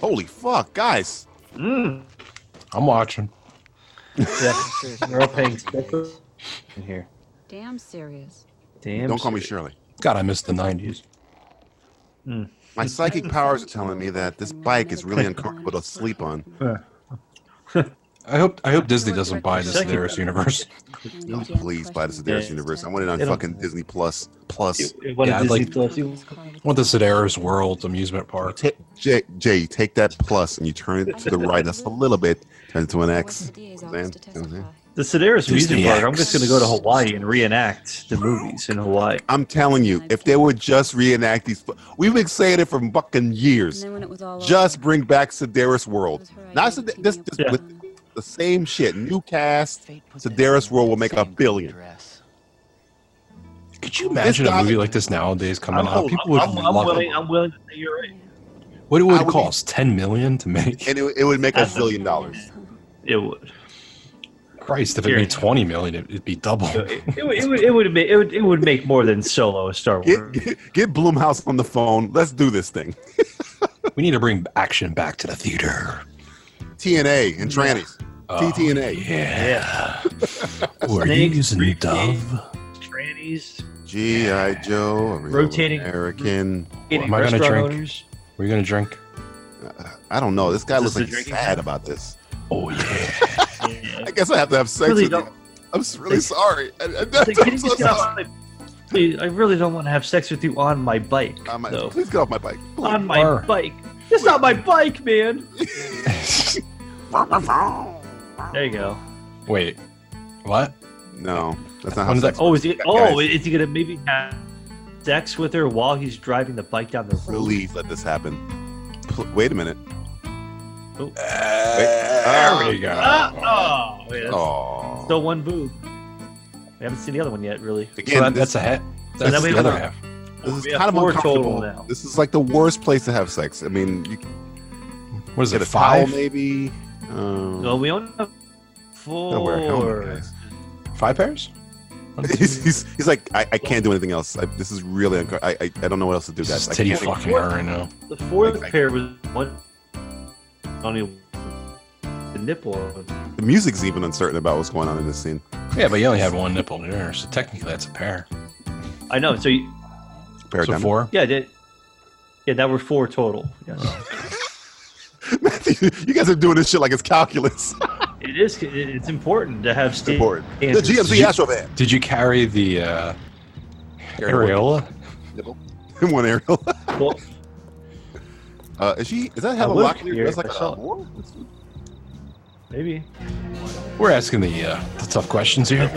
Speaker 1: Holy fuck, guys.
Speaker 2: Mm.
Speaker 3: I'm watching.
Speaker 2: Yeah, we're all paying special in here.
Speaker 19: Damn serious.
Speaker 2: Damn.
Speaker 1: Don't call me Shirley.
Speaker 3: God, I missed the 90s.
Speaker 1: My psychic powers are telling me that this bike is really uncomfortable to sleep on.
Speaker 3: I hope I hope Disney doesn't buy this
Speaker 1: Second.
Speaker 3: Sedaris universe. [laughs]
Speaker 1: Oh, please buy the Sedaris
Speaker 3: Yeah.
Speaker 1: universe. I want it on
Speaker 3: It'll-
Speaker 1: fucking Disney Plus. Plus,
Speaker 3: Yeah, I'd like, I want the Sedaris World amusement park.
Speaker 1: Jay, Jay, you take that plus and you turn it to the right just a little bit, turn it to an X. Understand? Understand?
Speaker 2: The Sedaris
Speaker 1: Disney
Speaker 2: Music Park. I'm just going to go to
Speaker 1: X.
Speaker 2: Hawaii and reenact the movies in Hawaii.
Speaker 1: I'm telling you, if they would just reenact these, we've been saying it for fucking years. Just bring back Sedaris World. Not Sed- this, this with the same shit. New cast. Sedaris World will make a billion.
Speaker 3: Could you Imagine a movie like this nowadays coming out. People would
Speaker 2: I'm, I'm
Speaker 3: love
Speaker 2: willing,
Speaker 3: it.
Speaker 2: I'm willing to say you're right.
Speaker 3: What it would
Speaker 2: I
Speaker 3: it
Speaker 2: would-
Speaker 3: cost? Ten million to make?
Speaker 1: And it, it would make a
Speaker 2: That's-
Speaker 1: billion dollars.
Speaker 2: It would.
Speaker 3: Christ, if it made twenty million, it- it'd be double.
Speaker 2: It, would- it would. It would. Make, it would. It would make more than Solo a Star Wars.
Speaker 1: Get, get, get Bloomhouse on the phone. Let's do this thing.
Speaker 3: we need to bring action back to the theater.
Speaker 1: TNA and trannies.
Speaker 3: Oh,
Speaker 1: TTNA.
Speaker 3: yeah.
Speaker 1: Or
Speaker 3: Or you using Dove?
Speaker 2: Trannies.
Speaker 1: G.I. Joe. a real
Speaker 2: Rotating-
Speaker 1: American.
Speaker 2: rotating Am I gonna restaurant drink? owners.
Speaker 3: We're gonna drink.
Speaker 1: I don't know. This guy
Speaker 2: Is
Speaker 1: looks
Speaker 2: this
Speaker 1: like
Speaker 2: the
Speaker 1: he's
Speaker 2: drinking
Speaker 1: sad about this.
Speaker 3: Oh yeah.
Speaker 1: I guess I have to have sex
Speaker 2: Really
Speaker 1: with you.
Speaker 2: don't-
Speaker 1: I'm s- really sorry. I, I,
Speaker 2: Like, can
Speaker 1: I'm
Speaker 2: [laughs] you
Speaker 1: so
Speaker 2: just
Speaker 1: sorry.
Speaker 2: get off my- please, I really don't want to have sex with you on my bike. though.
Speaker 1: Please get off my bike.
Speaker 2: on my bike. It's not my bike, man. Um, there you go.
Speaker 3: [laughs] Wait, what?
Speaker 1: No, that's not
Speaker 3: When
Speaker 1: how
Speaker 3: did
Speaker 1: sex
Speaker 2: Oh, is he?
Speaker 1: Guys,
Speaker 2: Oh, is he gonna maybe have sex with her while he's driving the bike down the road?
Speaker 1: please let this happen. Pl- Wait a minute.
Speaker 2: Oh.
Speaker 1: Uh, There
Speaker 3: we go.
Speaker 2: Ah, oh, wait, that's-
Speaker 1: Aw.
Speaker 2: still one boob. We haven't seen the other one yet, really.
Speaker 1: Again, So that- this-
Speaker 3: that's a hat.
Speaker 2: So that
Speaker 3: That's
Speaker 2: way
Speaker 3: the
Speaker 2: we
Speaker 3: other
Speaker 2: don't-
Speaker 3: half.
Speaker 1: This is
Speaker 2: we have
Speaker 1: kind of
Speaker 2: four total
Speaker 1: uncomfortable.
Speaker 2: now.
Speaker 1: This is like the worst place to have sex. I mean, you can
Speaker 3: What is
Speaker 1: get
Speaker 3: it?
Speaker 1: a towel,
Speaker 3: Five?
Speaker 1: maybe. Um, oh,
Speaker 2: No, we only have 4
Speaker 1: Don't worry, don't worry, guys.
Speaker 3: Five pairs?
Speaker 1: he's, he's, he's like, I, I can't do anything else. I, this is really uncomfortable. I, I, I don't know what else to do, guys.
Speaker 3: This
Speaker 1: I
Speaker 3: is titty
Speaker 1: can't-
Speaker 3: fucking her right now.
Speaker 2: The fourth pair was one. Only the nipple.
Speaker 1: The music's even uncertain about what's going on in this scene.
Speaker 3: Yeah, but you only had one nipple there, so technically that's a pair.
Speaker 2: I know. So, you,
Speaker 3: So
Speaker 1: Paradigm.
Speaker 3: four.
Speaker 2: yeah, that, yeah, that were four total. Yes.
Speaker 1: you guys are doing this shit like it's calculus. [laughs]
Speaker 2: It is. it- It's important to have Steve.
Speaker 1: Important. The
Speaker 2: Andrews.
Speaker 1: GMC
Speaker 3: Did you-
Speaker 1: Astrovan.
Speaker 3: Did you carry the uh, areola?
Speaker 1: Nipple. [laughs] One aerial. [laughs]
Speaker 2: Well,
Speaker 1: Uh, is she? Is that
Speaker 2: I
Speaker 1: Helen
Speaker 2: would
Speaker 1: Locklear?
Speaker 2: here
Speaker 1: That's
Speaker 2: if I
Speaker 1: like
Speaker 2: saw
Speaker 1: a
Speaker 2: it.
Speaker 1: boar?
Speaker 2: Maybe.
Speaker 3: We're asking the uh, the tough questions here.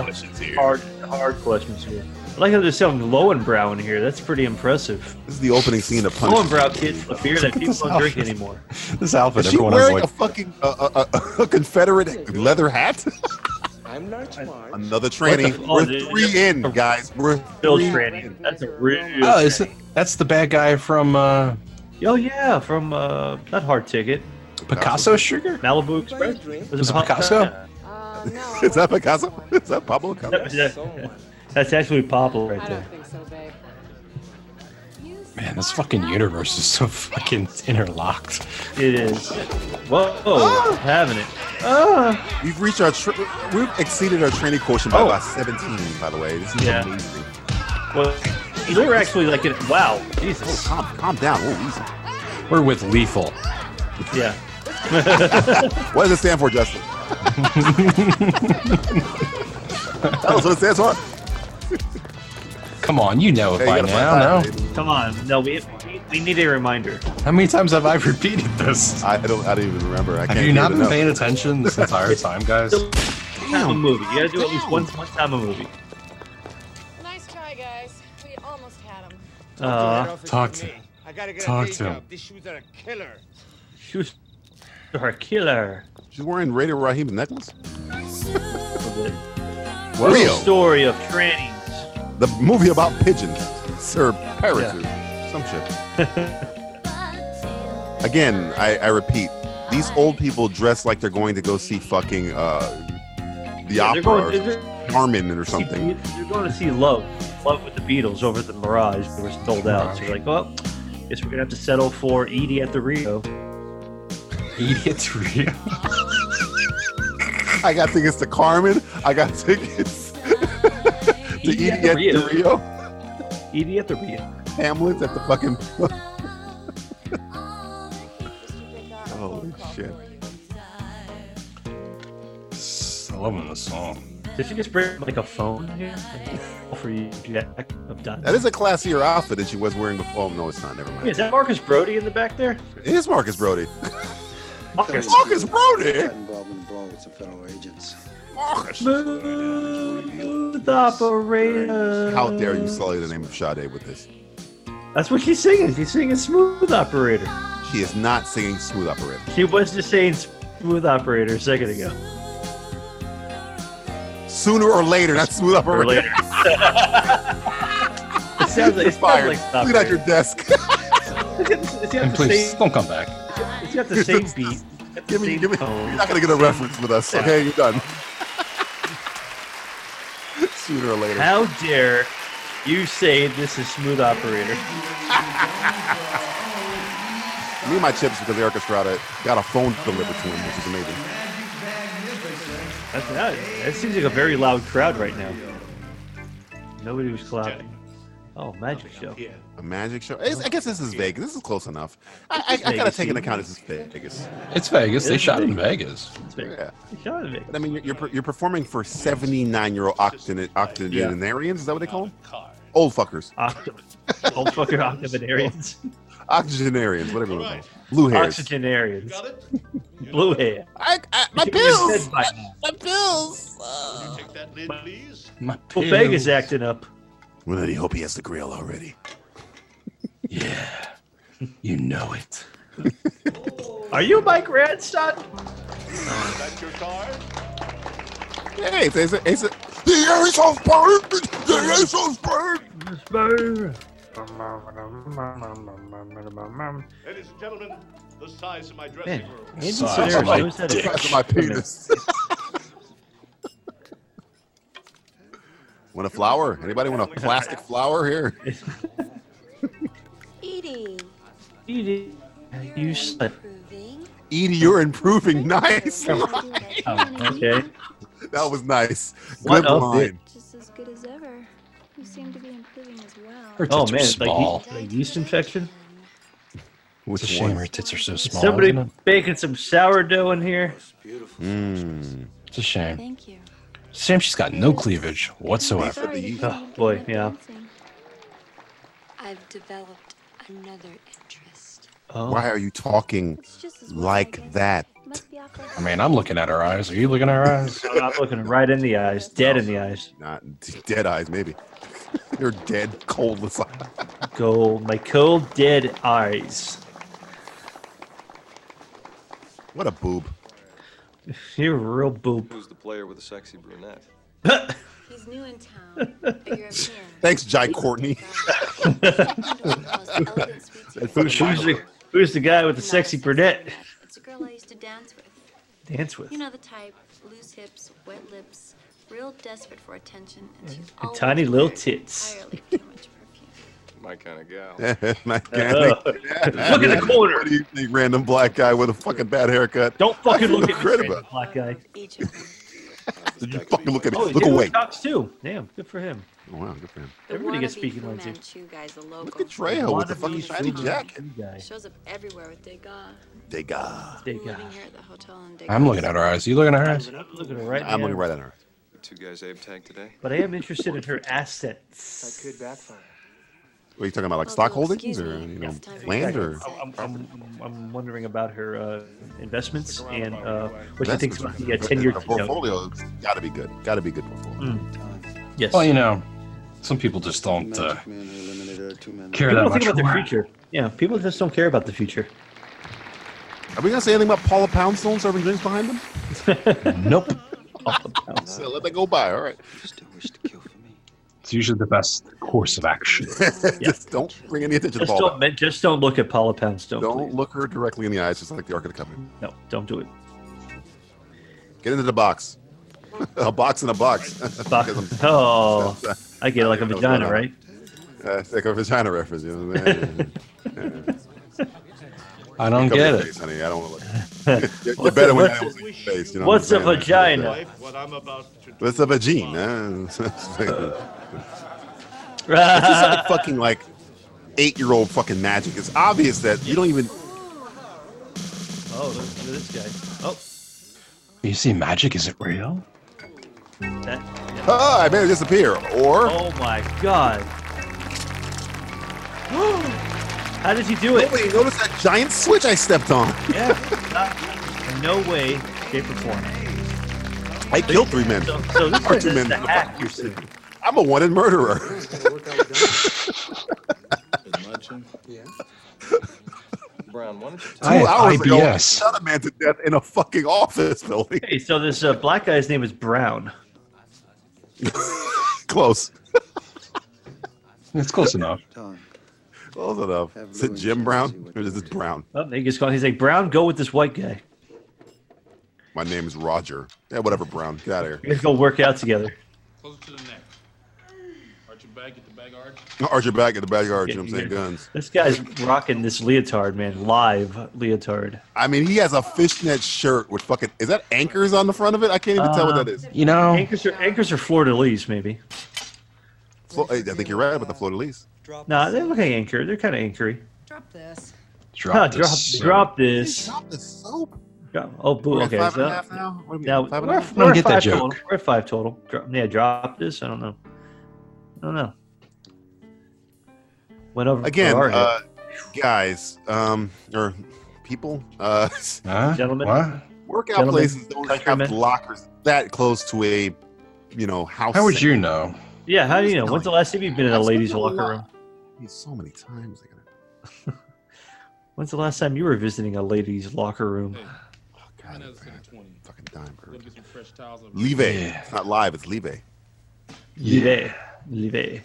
Speaker 2: Hard, hard questions here. I like how they're selling Lowenbrow in here. That's pretty impressive.
Speaker 1: This is the opening scene of Punch.
Speaker 2: Lowenbrow kids, a beer that people don't drink anymore.
Speaker 3: This outfit,
Speaker 1: Is she
Speaker 3: everyone has
Speaker 1: wearing
Speaker 3: like
Speaker 1: a fucking uh, a, a, a Confederate leather hat?
Speaker 13: I'm not smart.
Speaker 1: Another tranny.
Speaker 2: What the- oh,
Speaker 1: We're
Speaker 2: dude,
Speaker 1: three in, guys. We're
Speaker 2: Bill
Speaker 1: three
Speaker 2: Tranny. That's a real.
Speaker 3: Oh, is it, that's the bad guy from uh,
Speaker 2: Oh yeah, from uh, not Hard Ticket,
Speaker 3: Picasso Sugar?
Speaker 2: Malibu Express.
Speaker 3: Was it Picasso?
Speaker 1: [laughs] Is that Picasso? Is that Pablo Picasso?
Speaker 2: That's actually Pablo right there.
Speaker 5: think so, babe.
Speaker 3: Man, this fucking universe is so fucking interlocked.
Speaker 2: It is. Whoa, having it. Ah.
Speaker 1: We've reached our, tr we've exceeded our training quotient by
Speaker 2: Oh.
Speaker 1: about 17, by the way. This is
Speaker 2: Yeah.
Speaker 1: amazing.
Speaker 2: Well, they're actually like in. Wow, Jesus.
Speaker 1: calm, calm down. Oh, easy.
Speaker 3: We're with Lethal.
Speaker 2: Yeah.
Speaker 1: What does it stand for,
Speaker 2: [laughs]
Speaker 1: Justin? Tell us what it stands for.
Speaker 3: Come on, you know it
Speaker 2: Hey, you
Speaker 3: by
Speaker 2: gotta find
Speaker 3: now.
Speaker 1: out,
Speaker 3: No,
Speaker 2: Come on. No, we we need a reminder.
Speaker 3: how many times have I [laughs] repeated this?
Speaker 1: I don't, I don't even remember. I
Speaker 3: Have
Speaker 1: can't
Speaker 3: you
Speaker 1: do
Speaker 3: not
Speaker 1: it
Speaker 3: been
Speaker 1: enough.
Speaker 3: paying attention this entire time, guys?
Speaker 2: Time a movie. You gotta do at least one one time a movie.
Speaker 5: Nice try, guys. We almost had him.
Speaker 2: Uh,
Speaker 3: Talk to, talk to him.
Speaker 2: she was her killer.
Speaker 1: She's wearing Raider Rahim's necklace?
Speaker 2: Real
Speaker 1: Real.
Speaker 2: story of trannies.
Speaker 1: The movie about pigeons. Sir Parachute. Some shit. Again, I, I repeat, these old people dress like they're going to go see fucking uh, the
Speaker 2: Yeah, they're
Speaker 1: opera
Speaker 2: going-
Speaker 1: or Carmen or something.
Speaker 2: You're going to see Love, Love with the Beatles over at the Mirage. They were sold out. So you're like, well, guess we're gonna have to settle for Edie at the Rio.
Speaker 3: Idiot [laughs] Rio.
Speaker 1: I got tickets to Carmen. I got tickets [laughs] to Edie at the Rio.
Speaker 2: Edie at the Rio.
Speaker 1: Hamlet's at the fucking.
Speaker 3: loving this song.
Speaker 2: Did you just bring like a phone here [laughs] for you, Jack? I'm done.
Speaker 1: That is a classier outfit that she was wearing before. Oh, no, it's not. Never mind.
Speaker 2: Wait, is that Marcus Brody in the back there?
Speaker 1: It is Marcus Brody.
Speaker 2: Marcus.
Speaker 1: Marcus Brody?
Speaker 9: Involved in the brawl with some federal agents.
Speaker 1: Marcus.
Speaker 2: Smooth operator.
Speaker 1: How dare you sully the name of Sade with this?
Speaker 2: That's what she's singing. She's singing Smooth Operator.
Speaker 1: She is not singing Smooth Operator.
Speaker 2: She was just saying Smooth Operator a second ago.
Speaker 1: Sooner or later, not Smooth Operator.
Speaker 2: Or
Speaker 1: [laughs]
Speaker 2: later. [laughs] it sounds like,
Speaker 1: You're
Speaker 2: it sounds
Speaker 1: fired.
Speaker 2: like Smooth
Speaker 1: Clean out your desk. [laughs]
Speaker 2: Operator. It's got- it's got
Speaker 3: And
Speaker 2: the
Speaker 3: please
Speaker 2: same-
Speaker 3: don't come back.
Speaker 2: It's got the same beat.
Speaker 1: give me, give me.
Speaker 2: tone.
Speaker 1: You're not gonna get a reference with us. Okay, you're done. [laughs] Sooner or later.
Speaker 2: How dare you say this is Smooth Operator?
Speaker 1: Me and my chips because Eric Estrada got a phone delivered to him, which is amazing.
Speaker 2: That's that, that seems like a very loud crowd right now. Nobody was clapping. Oh, magic show.
Speaker 1: A magic show. It's- I guess this is Vegas. This is close enough. I, I, I gotta
Speaker 2: Vegas,
Speaker 1: take into
Speaker 2: yeah.
Speaker 1: account this is Vegas.
Speaker 3: It's Vegas. They
Speaker 2: It's
Speaker 3: shot in Vegas.
Speaker 2: It's Vegas.
Speaker 1: Yeah.
Speaker 2: They shot it in Vegas.
Speaker 1: But I mean, you're, you're, per- you're performing for 79 year old octogenarians. Is that what they call them? Old fuckers.
Speaker 2: Octo- old fucking octogenarians.
Speaker 1: Octogenarians, whatever you want to call them. Blue hairs.
Speaker 2: Oxygenarians. [laughs] Blue hair.
Speaker 16: I, I, my
Speaker 3: [laughs]
Speaker 2: You just
Speaker 16: pills.
Speaker 2: said by now.
Speaker 16: My pills. Uh,
Speaker 3: My
Speaker 2: Well, Vegas acting up.
Speaker 1: Well, you hope he has the grill already.
Speaker 3: Yeah. You know it.
Speaker 2: Are you Mike Randstad?
Speaker 1: Hey, it's, it's, it's a, the asshole's burnt! The asshole's burnt!
Speaker 6: Ladies and gentlemen, the size of my
Speaker 2: Man,
Speaker 6: dressing room.
Speaker 2: Andy
Speaker 3: Size
Speaker 2: Sedaris
Speaker 3: of my
Speaker 2: knows how to
Speaker 3: dick.
Speaker 1: Size of my
Speaker 3: [laughs]
Speaker 1: penis. want a flower? Anybody
Speaker 3: [laughs]
Speaker 1: want a plastic flower here?
Speaker 21: Edie,
Speaker 2: You slut.
Speaker 21: improving.
Speaker 1: Edie, you're improving. [laughs] Nice.
Speaker 2: oh, Okay.
Speaker 1: That was nice.
Speaker 2: What
Speaker 1: Good
Speaker 2: of
Speaker 1: line.
Speaker 21: Just as good as ever. You seem to be improving as well.
Speaker 3: Her
Speaker 2: Oh
Speaker 3: tits
Speaker 2: man,
Speaker 3: are
Speaker 2: it's like,
Speaker 3: small.
Speaker 2: yeast, like yeast infection.
Speaker 3: It's
Speaker 1: Which
Speaker 3: a shame
Speaker 1: one?
Speaker 3: her tits are so small.
Speaker 2: Somebody
Speaker 3: isn't it?
Speaker 2: baking some sourdough in here.
Speaker 1: Mm.
Speaker 3: It's a shame.
Speaker 21: Thank you.
Speaker 3: Shame she's got no cleavage whatsoever.
Speaker 21: Sorry to
Speaker 1: yeast.
Speaker 21: bring you
Speaker 2: Oh, boy,
Speaker 21: into
Speaker 2: yeah.
Speaker 21: dancing. I've developed another interest.
Speaker 2: Oh,
Speaker 1: Why are you talking
Speaker 21: It's just as well, I
Speaker 1: like
Speaker 21: guess.
Speaker 1: that?
Speaker 21: Must be awful.
Speaker 3: I mean, I'm looking at her eyes. Are you looking at her eyes?
Speaker 2: I'm not looking right in the eyes, dead in the eyes.
Speaker 1: Not dead eyes, maybe. [laughs] You're dead, coldless eyes.
Speaker 2: Go, my cold dead eyes.
Speaker 1: [laughs] What a boob.
Speaker 2: You're a real boob.
Speaker 17: Who's the player with the sexy brunette?
Speaker 21: He's new in town, a [laughs] European.
Speaker 1: Thanks, Jai Courtney.
Speaker 21: That
Speaker 1: [laughs]
Speaker 2: Who's, who's the, who's the guy with the sexy brunette?
Speaker 21: It's a girl I used to dance with.
Speaker 2: Dance with.
Speaker 21: You know the type: loose hips, wet lips, real desperate for attention, and she's
Speaker 2: And
Speaker 21: always
Speaker 2: Mm-hmm. tiny little
Speaker 21: wearing
Speaker 2: tits.
Speaker 21: entirely too much perfume.
Speaker 17: My kind of gal.
Speaker 1: [laughs] My
Speaker 2: Uh,
Speaker 1: God.
Speaker 2: [laughs] look in the corner.
Speaker 1: What do you think, random black guy with a fucking bad haircut?
Speaker 2: Don't fucking
Speaker 1: I feel
Speaker 2: look at
Speaker 1: great
Speaker 2: me,
Speaker 1: about it.
Speaker 2: black guy.
Speaker 21: Each
Speaker 2: [laughs]
Speaker 21: of them.
Speaker 1: Did you fucking look at me?
Speaker 2: Oh,
Speaker 1: look
Speaker 2: Jalen
Speaker 1: away.
Speaker 2: Cox too. Damn, good for him.
Speaker 1: Oh, wow, good for him.
Speaker 21: The
Speaker 2: Everybody gets
Speaker 21: wannabe
Speaker 2: speaking
Speaker 21: Fu
Speaker 2: lines here.
Speaker 21: Manchu guy's a local.
Speaker 1: Look at Trejo with the
Speaker 2: Wannabe
Speaker 1: fucking shiny
Speaker 2: Fu
Speaker 1: jacket.
Speaker 2: Manchu guy.
Speaker 21: Shows up everywhere with Degas.
Speaker 1: Digga.
Speaker 2: They got-
Speaker 21: Living here at the hotel in Degas.
Speaker 3: I'm looking at her eyes. You looking at her eyes?
Speaker 2: I'm looking right.
Speaker 1: I'm
Speaker 2: now.
Speaker 1: looking right at her.
Speaker 17: You two guys Abe tag today?
Speaker 2: But I am interested in her assets.
Speaker 13: Could backfire.
Speaker 1: What are you talking about, like
Speaker 21: Oh,
Speaker 1: stock
Speaker 21: well,
Speaker 1: holdings
Speaker 21: excuse
Speaker 1: or
Speaker 21: me.
Speaker 1: you know
Speaker 21: It's time for
Speaker 1: land
Speaker 21: you
Speaker 1: or?
Speaker 21: to
Speaker 2: I'm, I'm, I'm wondering about her uh, investments and uh, what she thinks about the uh, ten-year Hmm.
Speaker 1: The
Speaker 2: note.
Speaker 1: portfolio's got to be good. Got to be good portfolio.
Speaker 2: Yes.
Speaker 3: Well, you know, some people just don't uh,
Speaker 9: Magic man who eliminated our two men.
Speaker 3: care
Speaker 2: People
Speaker 3: that
Speaker 2: don't
Speaker 3: much
Speaker 2: think about
Speaker 3: for
Speaker 2: the
Speaker 3: it.
Speaker 2: future. Yeah, people just don't care about the future.
Speaker 1: Are we gonna say anything about Paula Poundstone serving drinks behind them?
Speaker 2: [laughs]
Speaker 3: Nope.
Speaker 1: So let that go by. All right.
Speaker 9: Still wish to kill for me.
Speaker 3: It's usually the best course of action.
Speaker 1: [laughs] just don't bring any attention to
Speaker 2: Just
Speaker 1: Paula.
Speaker 2: don't, men- just don't look at Paula Poundstone.
Speaker 1: Don't
Speaker 2: please.
Speaker 1: look her directly in the eyes, just like the Ark of the Covenant.
Speaker 2: No, don't do it.
Speaker 1: Get into the box. [laughs] a box in a box. [laughs]
Speaker 2: Fuck. Oh, I get it like a
Speaker 1: What's going
Speaker 2: vagina,
Speaker 1: on?
Speaker 2: right?
Speaker 1: Uh, it's like a vagina reference. You know what I mean?
Speaker 3: I don't
Speaker 1: Cover
Speaker 3: get
Speaker 1: your
Speaker 3: it.
Speaker 1: Face, honey. I don't want to
Speaker 2: [laughs]
Speaker 1: look. You're- You're better when
Speaker 2: What's-
Speaker 1: animals in your face. You know
Speaker 2: What's a
Speaker 1: what I'm saying?
Speaker 2: vagina?
Speaker 6: What I'm about to do.
Speaker 1: What's a vagina? [laughs] It's just like fucking like eight year old fucking magic. It's obvious that you don't even.
Speaker 2: Oh, look at this guy. Oh,
Speaker 3: You see, magic is it real?
Speaker 2: That,
Speaker 1: Ah, I made it disappear. Or.
Speaker 2: Oh my god. [gasps] How did you do it?
Speaker 1: Nobody noticed that giant switch I stepped on.
Speaker 2: Yeah. not- in no way, shape, or form.
Speaker 1: I killed three men.
Speaker 2: So, so this
Speaker 1: Or
Speaker 2: is
Speaker 1: two
Speaker 2: just
Speaker 1: men.
Speaker 2: a hack you're seeing.
Speaker 1: I'm a wanted murderer.
Speaker 9: Yeah.
Speaker 17: Brown, why don't you
Speaker 1: Two hours ago, I
Speaker 3: IBS.
Speaker 1: shot a man to death in a fucking office building. [laughs]
Speaker 2: Hey, so this uh, black guy's name is Brown.
Speaker 1: Close.
Speaker 3: It's close enough.
Speaker 1: Close enough. Is it Jim Brown? Or is it Brown?
Speaker 2: Oh, they just call. He's like Brown. Go with this white guy.
Speaker 1: My name is Roger. Yeah, whatever, Brown. Get out of
Speaker 2: You guys
Speaker 1: here. [laughs]
Speaker 2: go work out together.
Speaker 6: Close to the neck. Arch your back, get the bag arch.
Speaker 1: Arch your back at the backyard, you know what I'm saying? Guns.
Speaker 2: This guy's rocking this leotard, man. Live leotard.
Speaker 1: I mean, he has a fishnet shirt with fucking. Is that anchors on the front of it? I can't even tell what
Speaker 2: Uh,
Speaker 1: that is.
Speaker 3: You know,
Speaker 2: anchors are anchors are Florida lease, maybe.
Speaker 1: Flo- I think you're right about the Florida lease.
Speaker 2: No, they look like anchor. They're kind of anchory.
Speaker 4: Drop this.
Speaker 3: Drop
Speaker 2: Huh,
Speaker 3: this soap.
Speaker 2: drop this.
Speaker 1: Drop the soap.
Speaker 2: Drop- Oh, boo.
Speaker 1: We're at
Speaker 2: Okay.
Speaker 1: five
Speaker 2: so-
Speaker 1: and a half now? What do you mean,
Speaker 2: now
Speaker 1: five and
Speaker 2: we're,
Speaker 1: a
Speaker 2: at-
Speaker 1: half?
Speaker 2: we're
Speaker 1: I don't get
Speaker 2: at
Speaker 1: that
Speaker 2: five
Speaker 1: joke.
Speaker 2: total. We're at five total. Drop, yeah, drop this. I don't know. I don't know. Went over
Speaker 1: Again,
Speaker 2: over our
Speaker 1: uh,
Speaker 2: head.
Speaker 1: guys, um, or people, uh, [laughs]
Speaker 2: Gentlemen.
Speaker 3: what?
Speaker 1: workout
Speaker 2: Gentlemen.
Speaker 1: places don't have
Speaker 2: Countrymen.
Speaker 1: lockers that close to a, you know, house.
Speaker 3: How would
Speaker 1: sink.
Speaker 3: you know?
Speaker 2: Yeah, how do you know? When's the last time you've been in a
Speaker 1: I've
Speaker 2: ladies'
Speaker 1: spent a
Speaker 2: locker
Speaker 1: lot-
Speaker 2: room?
Speaker 1: I mean, so many times. I gotta-
Speaker 2: When's the last time you were visiting a ladies' locker room?
Speaker 1: Oh,
Speaker 6: God, another set of 20.
Speaker 1: Fucking dime burger.
Speaker 6: Go get some fresh towels. over
Speaker 1: Leave
Speaker 6: here.
Speaker 1: it. It's not live. It's leave it.
Speaker 2: Live, live.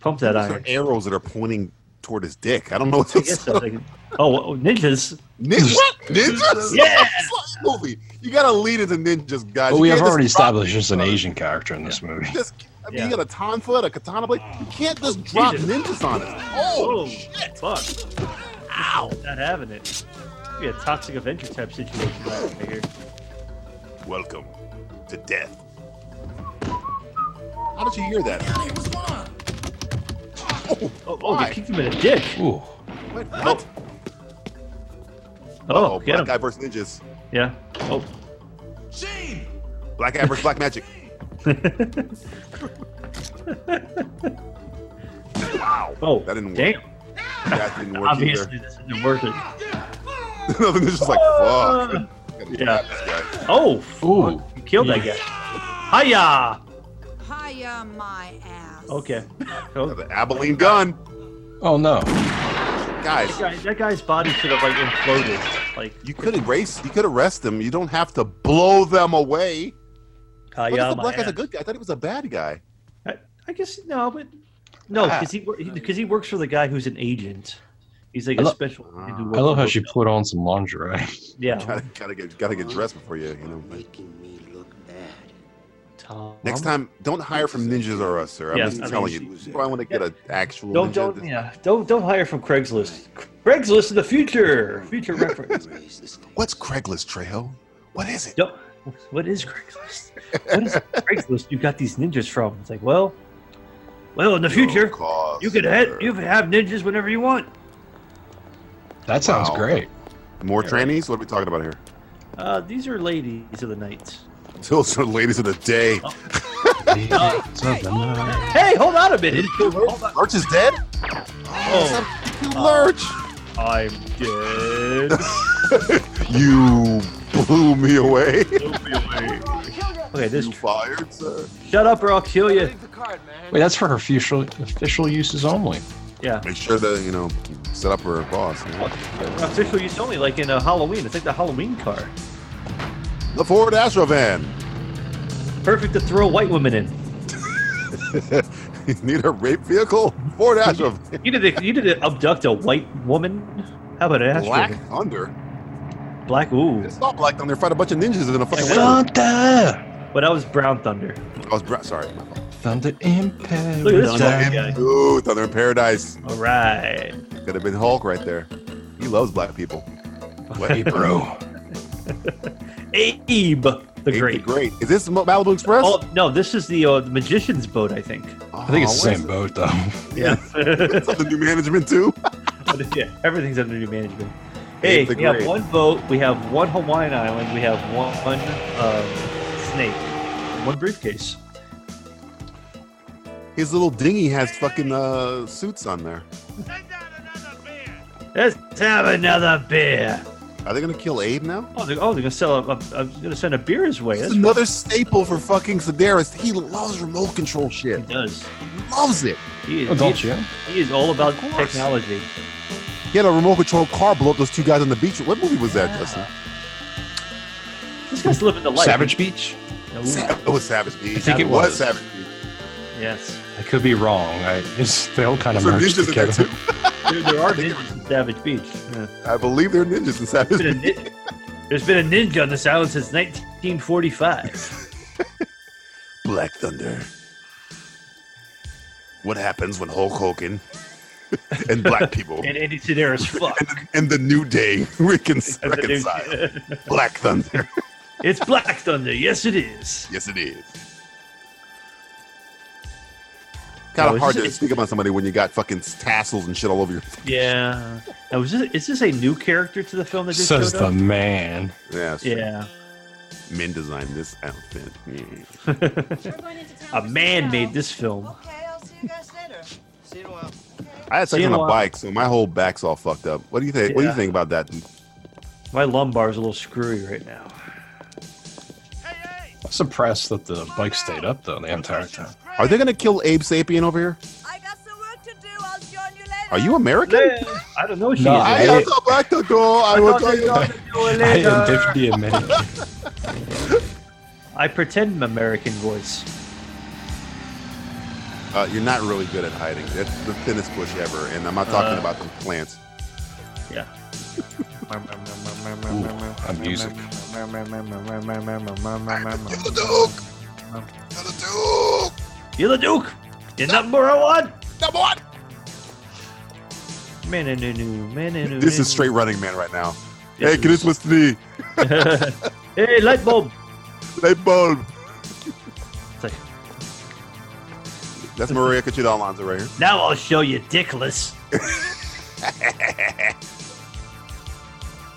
Speaker 2: Pump that
Speaker 1: Those are
Speaker 2: iron.
Speaker 1: arrows that are pointing toward his dick. I don't
Speaker 2: [laughs]
Speaker 1: know what
Speaker 2: I
Speaker 1: those
Speaker 2: guess so. They can- Oh, well, ninjas.
Speaker 1: Ninjas? What? Ninjas?
Speaker 2: Yeah.
Speaker 1: It's like a movie. You gotta lead into ninjas, guys.
Speaker 3: But
Speaker 1: You
Speaker 3: we
Speaker 1: can't
Speaker 3: have
Speaker 1: just drop-
Speaker 3: already established just an Asian character in this
Speaker 1: [laughs]
Speaker 3: movie.
Speaker 1: Just, I mean, you got a tonfa, a katana blade. You can't just drop ninjas on us.
Speaker 2: Oh, shit! Fuck. Ow! Not having it. Could Be a toxic Avenger type situation right here.
Speaker 1: Welcome to death. How did you hear that? Oh,
Speaker 2: oh, oh
Speaker 1: why?
Speaker 2: you kicked him in the dick.
Speaker 3: Ooh.
Speaker 1: What? what?
Speaker 2: Oh, get
Speaker 1: black
Speaker 2: him.
Speaker 1: guy versus ninjas.
Speaker 2: Yeah. Oh.
Speaker 1: Black guy versus black magic. Wow.
Speaker 2: Oh,
Speaker 1: that didn't work.
Speaker 2: damn.
Speaker 1: That didn't work [laughs]
Speaker 2: Obviously, this isn't worth it.
Speaker 1: either. no, the ninja's
Speaker 2: [laughs]
Speaker 1: just like, fuck.
Speaker 2: Yeah. Oh,
Speaker 3: Ooh.
Speaker 2: you killed that guy. Hiya!
Speaker 4: Hiya, my ass.
Speaker 2: Okay.
Speaker 1: The Abilene gun.
Speaker 3: Oh no.
Speaker 1: Guys,
Speaker 2: That, guy, that guy's body should have like imploded. Like,
Speaker 1: you could erase, you could arrest them. You don't have to blow them away. I
Speaker 2: hiya,
Speaker 1: thought the
Speaker 2: my
Speaker 1: black guy's a
Speaker 2: ass.
Speaker 1: good guy. I thought he was a bad guy. [laughs]
Speaker 2: I guess no, but no,
Speaker 1: Ah.
Speaker 2: because he because he works for the guy who's an agent. He's like
Speaker 3: I
Speaker 2: a
Speaker 3: lo-
Speaker 2: special.
Speaker 1: Ah.
Speaker 2: agent who
Speaker 3: I
Speaker 2: works for
Speaker 3: love how
Speaker 2: the-
Speaker 3: she put on some lingerie.
Speaker 2: Yeah,
Speaker 1: Gotta, gotta get, gotta get dressed before you, you know. like-
Speaker 2: Tom.
Speaker 1: Next time, don't hire from ninjas or us, sir. I'm
Speaker 2: Yeah,
Speaker 1: just
Speaker 2: I mean-
Speaker 1: telling you. I want to get an actual.
Speaker 2: Don't
Speaker 1: ninja.
Speaker 2: don't yeah don't don't hire from Craigslist. Craigslist in the future. Future reference.
Speaker 1: What's Craigslist, Trejo? What
Speaker 2: [laughs]
Speaker 1: is it?
Speaker 2: Don't, what is Craigslist? What is Craigslist? You got these ninjas from? It's like well, well in the future
Speaker 1: Cause
Speaker 2: you could
Speaker 1: murder.
Speaker 2: have you could have ninjas whenever you want.
Speaker 3: That sounds
Speaker 1: Wow.
Speaker 3: great.
Speaker 1: More trannies? What are we talking about here? [laughs]
Speaker 2: Uh, these are ladies of the night.
Speaker 1: Those are ladies of the day.
Speaker 2: Uh, Hey, hold on a minute.
Speaker 1: Lurch is dead?
Speaker 2: Oh,
Speaker 1: Lurch!
Speaker 2: I'm dead.
Speaker 1: You blew me away.
Speaker 2: [laughs] Okay, this
Speaker 1: you fired, sir.
Speaker 2: shut up or I'll kill you.
Speaker 3: Wait, that's for her official official uses only.
Speaker 2: Yeah.
Speaker 1: Make sure that, you know, set up her boss. You know?
Speaker 2: Official use only, like in a Halloween. It's like the Halloween car.
Speaker 1: The Ford Astrovan.
Speaker 2: Perfect to throw white women
Speaker 1: [laughs]
Speaker 2: in.
Speaker 1: you need a rape vehicle? Ford Astrovan.
Speaker 2: You did it. You did it. Abduct a white woman. How about an
Speaker 1: Black
Speaker 2: Black.
Speaker 1: Thunder.
Speaker 2: Black. Ooh.
Speaker 1: It's not Black Thunder. Fight a bunch of ninjas in a fucking way.
Speaker 3: Thunder,
Speaker 2: But that was Brown Thunder.
Speaker 1: I was bra- sorry. my fault.
Speaker 3: thunder in
Speaker 2: Look at this
Speaker 3: paradise.
Speaker 2: fucking guy.
Speaker 1: Ooh, Thunder in Paradise.
Speaker 2: All right.
Speaker 1: Could have been Hulk right there. He loves black people. What?
Speaker 3: Hey, bro.
Speaker 2: Abe the
Speaker 1: Ape
Speaker 2: Great.
Speaker 1: Great. Is this Mo- Malibu Express?
Speaker 2: Oh no, this is the uh, magician's boat, I think. [laughs]
Speaker 3: I think it's the
Speaker 1: Oh, what is
Speaker 3: same boat though.
Speaker 1: it? Yeah. It's up to new management too. [laughs]
Speaker 2: yeah, everything's under new management. Hey,
Speaker 1: Abe the
Speaker 2: we have
Speaker 1: Great.
Speaker 2: one boat. We have one Hawaiian island. We have one um, snake. And One briefcase.
Speaker 1: His little dinghy has fucking uh, suits on there.
Speaker 2: Let's have another beer.
Speaker 1: Are they gonna kill Abe now?
Speaker 2: Oh, they're, oh, they're gonna sell. A, a, a, gonna send a beer his way.
Speaker 1: It's
Speaker 2: That's
Speaker 1: another staple for fucking Sedaris. He loves remote control shit.
Speaker 2: He does.
Speaker 1: Loves it.
Speaker 2: He is,
Speaker 1: Oh, don't
Speaker 2: he,
Speaker 1: you?
Speaker 2: He is all about technology.
Speaker 1: He had a remote control car blow up those two guys on the beach. What movie was that, Justin?
Speaker 2: This guy's living the life.
Speaker 3: Savage Beach.
Speaker 1: Sa- it was Savage Beach.
Speaker 3: I think it was.
Speaker 1: Savage Beach.
Speaker 2: Yes.
Speaker 3: I could be wrong. I it's they all kind of
Speaker 1: Some
Speaker 3: merged
Speaker 1: ninjas in there,
Speaker 3: together.
Speaker 2: There, there are ninjas in Savage Beach.
Speaker 1: I believe there are ninjas in Savage
Speaker 3: [laughs]
Speaker 2: Beach. There's been a ninja on this island since 1945.
Speaker 1: Black Thunder. What happens when Hulk Hogan [laughs] and black
Speaker 3: [laughs]
Speaker 1: people
Speaker 2: and Andy Sedaris fuck.
Speaker 1: and the New Day [laughs] recon-
Speaker 2: And the New-
Speaker 1: reconcile? black Thunder.
Speaker 2: it's Black Thunder. Yes, it is.
Speaker 1: Yes, it is. Kind of hard to speak about somebody when you got fucking tassels and shit all over your. [laughs]
Speaker 2: Yeah. Now, is this, is this a new character to the film that just
Speaker 3: [laughs] Says
Speaker 2: showed up?
Speaker 3: the man.
Speaker 1: Yeah.
Speaker 2: Yeah.
Speaker 1: Men designed this outfit. Mm.
Speaker 2: a man made this film.
Speaker 10: See you in a while.
Speaker 1: I had sex
Speaker 2: See you
Speaker 1: on a
Speaker 2: in a while.
Speaker 1: bike, so my whole back's all fucked up. What do you think? What do you
Speaker 2: Yeah.
Speaker 1: think about that?
Speaker 2: My lumbar's a little screwy right now.
Speaker 3: I'm surprised that the bike stayed up though the entire time.
Speaker 1: Are they gonna kill Abe Sapien over here? Are you American?
Speaker 2: I don't know.
Speaker 3: she No, is. I
Speaker 1: I
Speaker 3: didn't-
Speaker 1: will go back to door. I will tell
Speaker 2: [laughs]
Speaker 1: you.
Speaker 3: I am definitely a man.
Speaker 2: I pretend an American voice.
Speaker 1: Uh, you're not really good at hiding. That's the thinnest bush ever, and I'm not talking
Speaker 2: Uh,
Speaker 1: about the plants.
Speaker 2: Yeah.
Speaker 3: A music.
Speaker 1: the Duke.
Speaker 2: You're the Duke. You're number one.
Speaker 1: Number one.
Speaker 2: Mananunu, mananunu.
Speaker 1: This is straight Running Man right now.
Speaker 2: Yes,
Speaker 1: hey,
Speaker 2: it
Speaker 1: can this
Speaker 2: is.
Speaker 1: was me?
Speaker 2: hey, light bulb.
Speaker 1: Light bulb.
Speaker 2: It's like,
Speaker 1: That's Maria Conchita Alonso right here.
Speaker 2: now I'll show you dickless.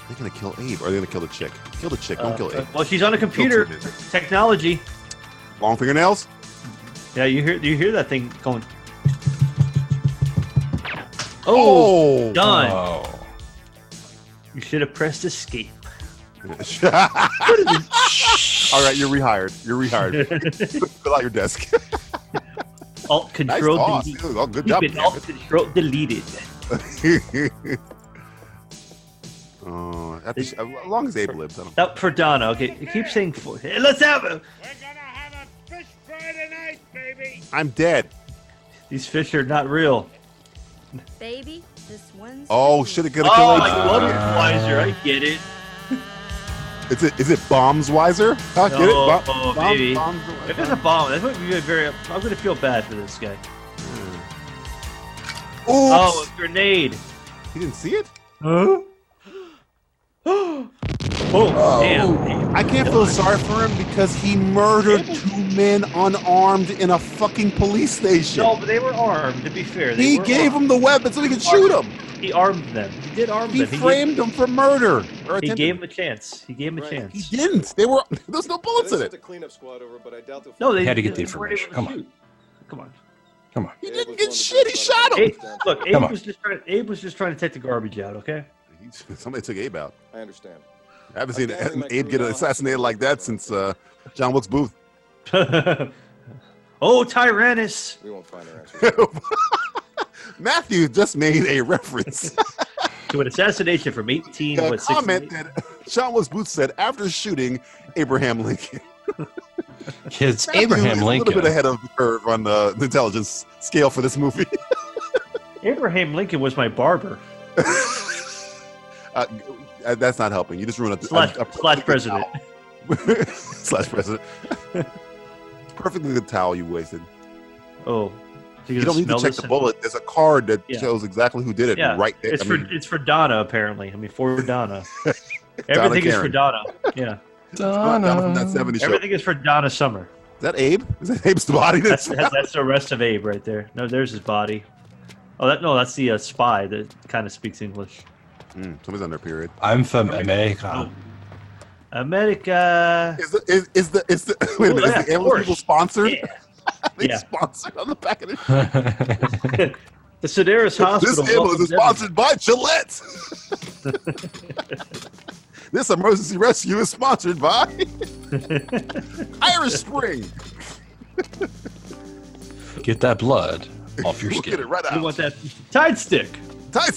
Speaker 1: They're gonna kill Abe, or they're gonna kill the chick. Kill the chick. Don't
Speaker 2: Uh,
Speaker 1: kill Abe.
Speaker 2: well, she's on a
Speaker 1: Don't
Speaker 2: computer.
Speaker 1: kill Abe.
Speaker 2: Technology.
Speaker 1: Long fingernails.
Speaker 2: Yeah, you hear you hear that thing going.
Speaker 1: Oh, [laughs]
Speaker 2: done.
Speaker 3: Oh.
Speaker 2: You should have pressed escape.
Speaker 1: [laughs] All right, you're rehired. You're
Speaker 2: [laughs]
Speaker 1: rehired. Fill out your desk.
Speaker 2: Alt
Speaker 1: [laughs] nice
Speaker 2: control
Speaker 1: toss.
Speaker 2: delete.
Speaker 1: Oh, good
Speaker 2: Keep
Speaker 1: job.
Speaker 2: it Alt control deleted.
Speaker 1: [laughs] David. oh, that'd be- as long as Abe lives, I don't.
Speaker 2: That for Donna. Okay, I keep saying for. Hey, let's have it.
Speaker 1: I'm dead.
Speaker 2: These fish are not real.
Speaker 21: Baby, [laughs] this one's.
Speaker 1: Oh, should it gonna
Speaker 2: oh,
Speaker 1: kill
Speaker 2: I love it, Wiser. I get it.
Speaker 1: Abe? Is it is it bombs wiser? Huh? Get it?
Speaker 2: Oh,
Speaker 1: Bomb-
Speaker 2: oh,
Speaker 1: bomb-
Speaker 2: baby.
Speaker 1: bombs-
Speaker 2: If it's a bomb, that's what we be very. I'm gonna feel bad for this guy. Oh,
Speaker 1: Oops.
Speaker 2: a grenade.
Speaker 1: You didn't see it?
Speaker 2: Huh?
Speaker 1: oh,
Speaker 2: Oh. damn.
Speaker 1: I can't feel sorry for him because he murdered two men unarmed in a fucking police station.
Speaker 2: No, but they were armed. To be fair, they
Speaker 1: he
Speaker 2: were
Speaker 1: gave
Speaker 2: armed.
Speaker 1: him the weapon so he could shoot him.
Speaker 2: He armed them. He did arm
Speaker 1: He
Speaker 2: them.
Speaker 1: framed him for murder. Or
Speaker 2: He
Speaker 1: attempted-
Speaker 2: gave him a chance. He gave him a chance.
Speaker 1: He didn't. They were. [laughs] There's no bullets in
Speaker 17: sent
Speaker 1: it.
Speaker 17: the cleanup squad over, but I doubt they'll
Speaker 2: No, they
Speaker 3: He had to get the
Speaker 2: they weren't
Speaker 3: information.
Speaker 2: able to
Speaker 3: Come on.
Speaker 2: shoot. Come on.
Speaker 3: Come on.
Speaker 1: He didn't get shit. He shot him.
Speaker 2: Abe, look,
Speaker 3: Come
Speaker 2: Abe
Speaker 3: on.
Speaker 2: was just trying. Abe was just trying to take the garbage out. Okay. [laughs]
Speaker 1: Somebody took Abe out.
Speaker 17: I understand.
Speaker 1: I haven't seen
Speaker 17: Apparently my
Speaker 1: Abe
Speaker 17: crew
Speaker 1: get
Speaker 17: now-
Speaker 1: assassinated like that since uh, John Wilkes Booth.
Speaker 2: oh, Tyrannus.
Speaker 17: We won't find her answer.
Speaker 1: Matthew just made a reference.
Speaker 2: to an assassination from
Speaker 1: [laughs]
Speaker 2: 18
Speaker 1: A
Speaker 2: what,
Speaker 1: comment
Speaker 2: 68?
Speaker 1: that John Wilkes Booth said after shooting Abraham Lincoln.
Speaker 3: It's
Speaker 1: Matthew is
Speaker 3: Abraham
Speaker 1: A little bit
Speaker 3: Lincoln.
Speaker 1: ahead of the curve on the, the intelligence scale for this movie. [laughs]
Speaker 2: Abraham Lincoln was my barber
Speaker 1: Uh, uh, that's not helping. You just ruined a,
Speaker 2: slash,
Speaker 1: a- a-
Speaker 2: slash president.
Speaker 1: [laughs] slash president. [laughs] Perfectly good towel you wasted.
Speaker 2: Oh, so
Speaker 1: You
Speaker 2: gonna
Speaker 1: don't need to
Speaker 2: smell
Speaker 1: check
Speaker 2: this
Speaker 1: the
Speaker 2: and-
Speaker 1: bullet. There's a card that
Speaker 2: Yeah.
Speaker 1: shows exactly who did it
Speaker 2: Yeah,
Speaker 1: right there.
Speaker 2: It's
Speaker 1: I
Speaker 2: for
Speaker 1: mean,
Speaker 2: it's for Donna apparently. I mean for Donna.
Speaker 1: [laughs] Donna
Speaker 2: Everything is for
Speaker 1: Karen.
Speaker 2: Donna. Yeah.
Speaker 1: [laughs] Donna. Donna from that 70s show.
Speaker 2: Everything is for Donna Summer.
Speaker 1: is that Abe? Is that Abe's body? [laughs]
Speaker 2: That's,
Speaker 1: That's,
Speaker 2: that's, that's the rest of Abe right there. No, there's his body. Oh, that no, that's the uh, spy that kind of speaks English.
Speaker 1: Hmm, Mm, somebody's on their period.
Speaker 3: I'm from America.
Speaker 2: America.
Speaker 1: Is the is, is the is the [laughs] wait a minute?
Speaker 2: yeah,
Speaker 1: Is the ambulance
Speaker 2: of
Speaker 1: people sponsored? [laughs]
Speaker 2: Yeah.
Speaker 1: they
Speaker 2: Yeah.
Speaker 1: sponsored on the back of the
Speaker 2: the Sedaris Hospital.
Speaker 1: This ambulance is
Speaker 2: welcomes
Speaker 1: sponsored by Gillette. this emergency rescue is sponsored by Irish Spring.
Speaker 3: Get that blood off
Speaker 1: [laughs]
Speaker 3: your skin.
Speaker 1: Get it right out.
Speaker 2: You want that Tide stick?
Speaker 1: Tide.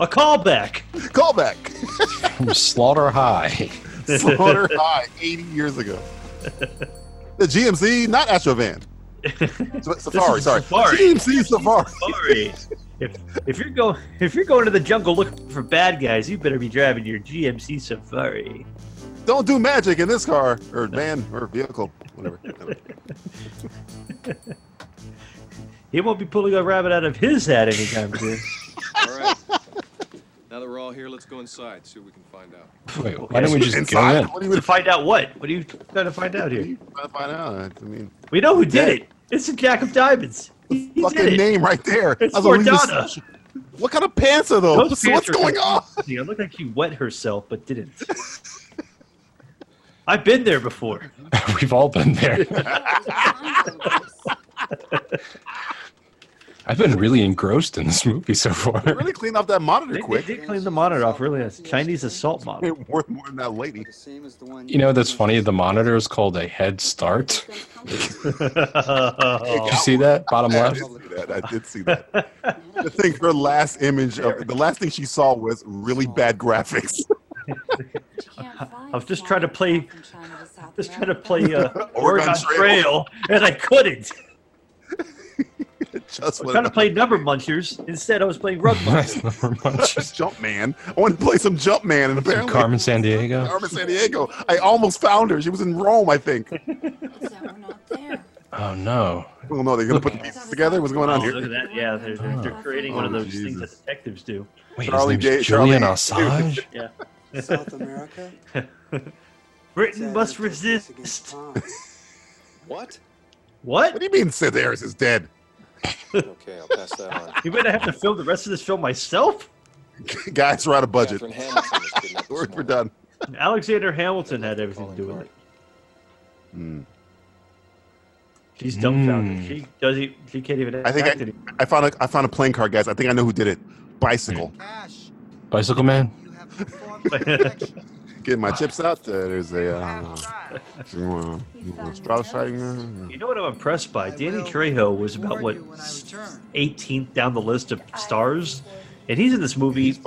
Speaker 2: A callback.
Speaker 1: Callback.
Speaker 3: From Slaughter High. [laughs]
Speaker 1: Slaughter High, 80 years ago. The GMC, not Astrovan. S- Safari,
Speaker 2: is
Speaker 1: sorry.
Speaker 2: Safari.
Speaker 1: GMC Safari.
Speaker 2: Sorry. If, if you're going if you're going to the jungle looking for bad guys, you better be driving your GMC Safari.
Speaker 1: Don't do magic in this car or van or vehicle, whatever.
Speaker 2: He won't be pulling a rabbit out of his hat anytime soon.
Speaker 17: All right. Now that we're all here, let's go inside, see what we can find out.
Speaker 3: Wait, why don't we just go in?
Speaker 1: What do you
Speaker 2: to find out? What? What are you trying to find out here?
Speaker 1: trying to find out? I mean,
Speaker 2: We know who did it. It's the Jack of Diamonds. He, he
Speaker 1: fucking
Speaker 2: did it.
Speaker 1: name right there.
Speaker 2: It's
Speaker 1: I was like, this-
Speaker 2: Gordana.
Speaker 1: What kind of pants are those?
Speaker 2: Those
Speaker 1: So what's
Speaker 2: pants are
Speaker 1: going on?
Speaker 2: crazy. It looked like she wet herself, but didn't. I've been there before.
Speaker 3: We've all
Speaker 1: [laughs]
Speaker 3: been there. I've been really engrossed in this movie so far.
Speaker 1: Really clean off that monitor
Speaker 2: They,
Speaker 1: quick. [laughs]
Speaker 2: they did clean the monitor off. Really, a Chinese assault model.
Speaker 1: Worth more than that lady.
Speaker 3: You know, that's funny. The
Speaker 9: [laughs]
Speaker 3: monitor is called a head start. Did you see that? Bottom
Speaker 1: I did
Speaker 3: left.
Speaker 1: see that. I did see that. I think her last image of the last thing she saw was really bad graphics. [laughs]
Speaker 2: I was just trying to play, just trying to play uh,
Speaker 1: Oregon
Speaker 2: Oregon
Speaker 1: Trail.
Speaker 2: Trail, and I couldn't.
Speaker 1: Just
Speaker 2: I was
Speaker 1: [laughs]
Speaker 2: trying to play number munchers. Instead, I was playing rug munchers.
Speaker 1: Jump Man. I wanted to play some Jump Man, and apparently
Speaker 3: [laughs] Carmen San Diego.
Speaker 1: Carmen San Diego. I almost found her. She was in Rome, I think.
Speaker 3: Oh no.
Speaker 1: Well, no, they're gonna put the pieces together. What's going
Speaker 2: Oh,
Speaker 1: on
Speaker 2: look
Speaker 1: here?
Speaker 2: at that! Yeah, they're, they're, they're creating one of
Speaker 1: Oh,
Speaker 2: those things that
Speaker 1: Jesus.
Speaker 2: detectives do.
Speaker 3: Wait, his
Speaker 1: Charlie
Speaker 3: name's
Speaker 1: J-
Speaker 3: Julian
Speaker 1: Charlie-
Speaker 3: Assange.
Speaker 2: Yeah. [laughs]
Speaker 9: South America?
Speaker 2: Britain must resist. [laughs]
Speaker 14: What?
Speaker 2: What?
Speaker 1: What do you mean Sedaris is dead? [laughs]
Speaker 14: okay, I'll pass that on.
Speaker 2: You better have to film the rest of this film myself. [laughs]
Speaker 1: Guys, we're out of budget.
Speaker 14: Catherine Hamilton was kidnapped
Speaker 1: We're,
Speaker 14: this
Speaker 1: we're
Speaker 14: morning.
Speaker 1: done.
Speaker 2: Alexander Hamilton had everything to do with it.
Speaker 1: Hmm.
Speaker 2: She's dumbfounded. She doesn't. She can't even.
Speaker 1: I
Speaker 2: act
Speaker 1: think
Speaker 2: anymore.
Speaker 1: I, I found a, I found a plane card, guys. I think I know who did it. Bicycle.
Speaker 2: Hmm.
Speaker 3: Bicycle Man.
Speaker 9: [laughs]
Speaker 1: Getting my chips out. Uh, there's a. Uh, you wanna- you wanna Strauss sighting, uh,
Speaker 2: You know what I'm impressed by? Danny Trejo was about what 18th down the list of stars, and he's in this movie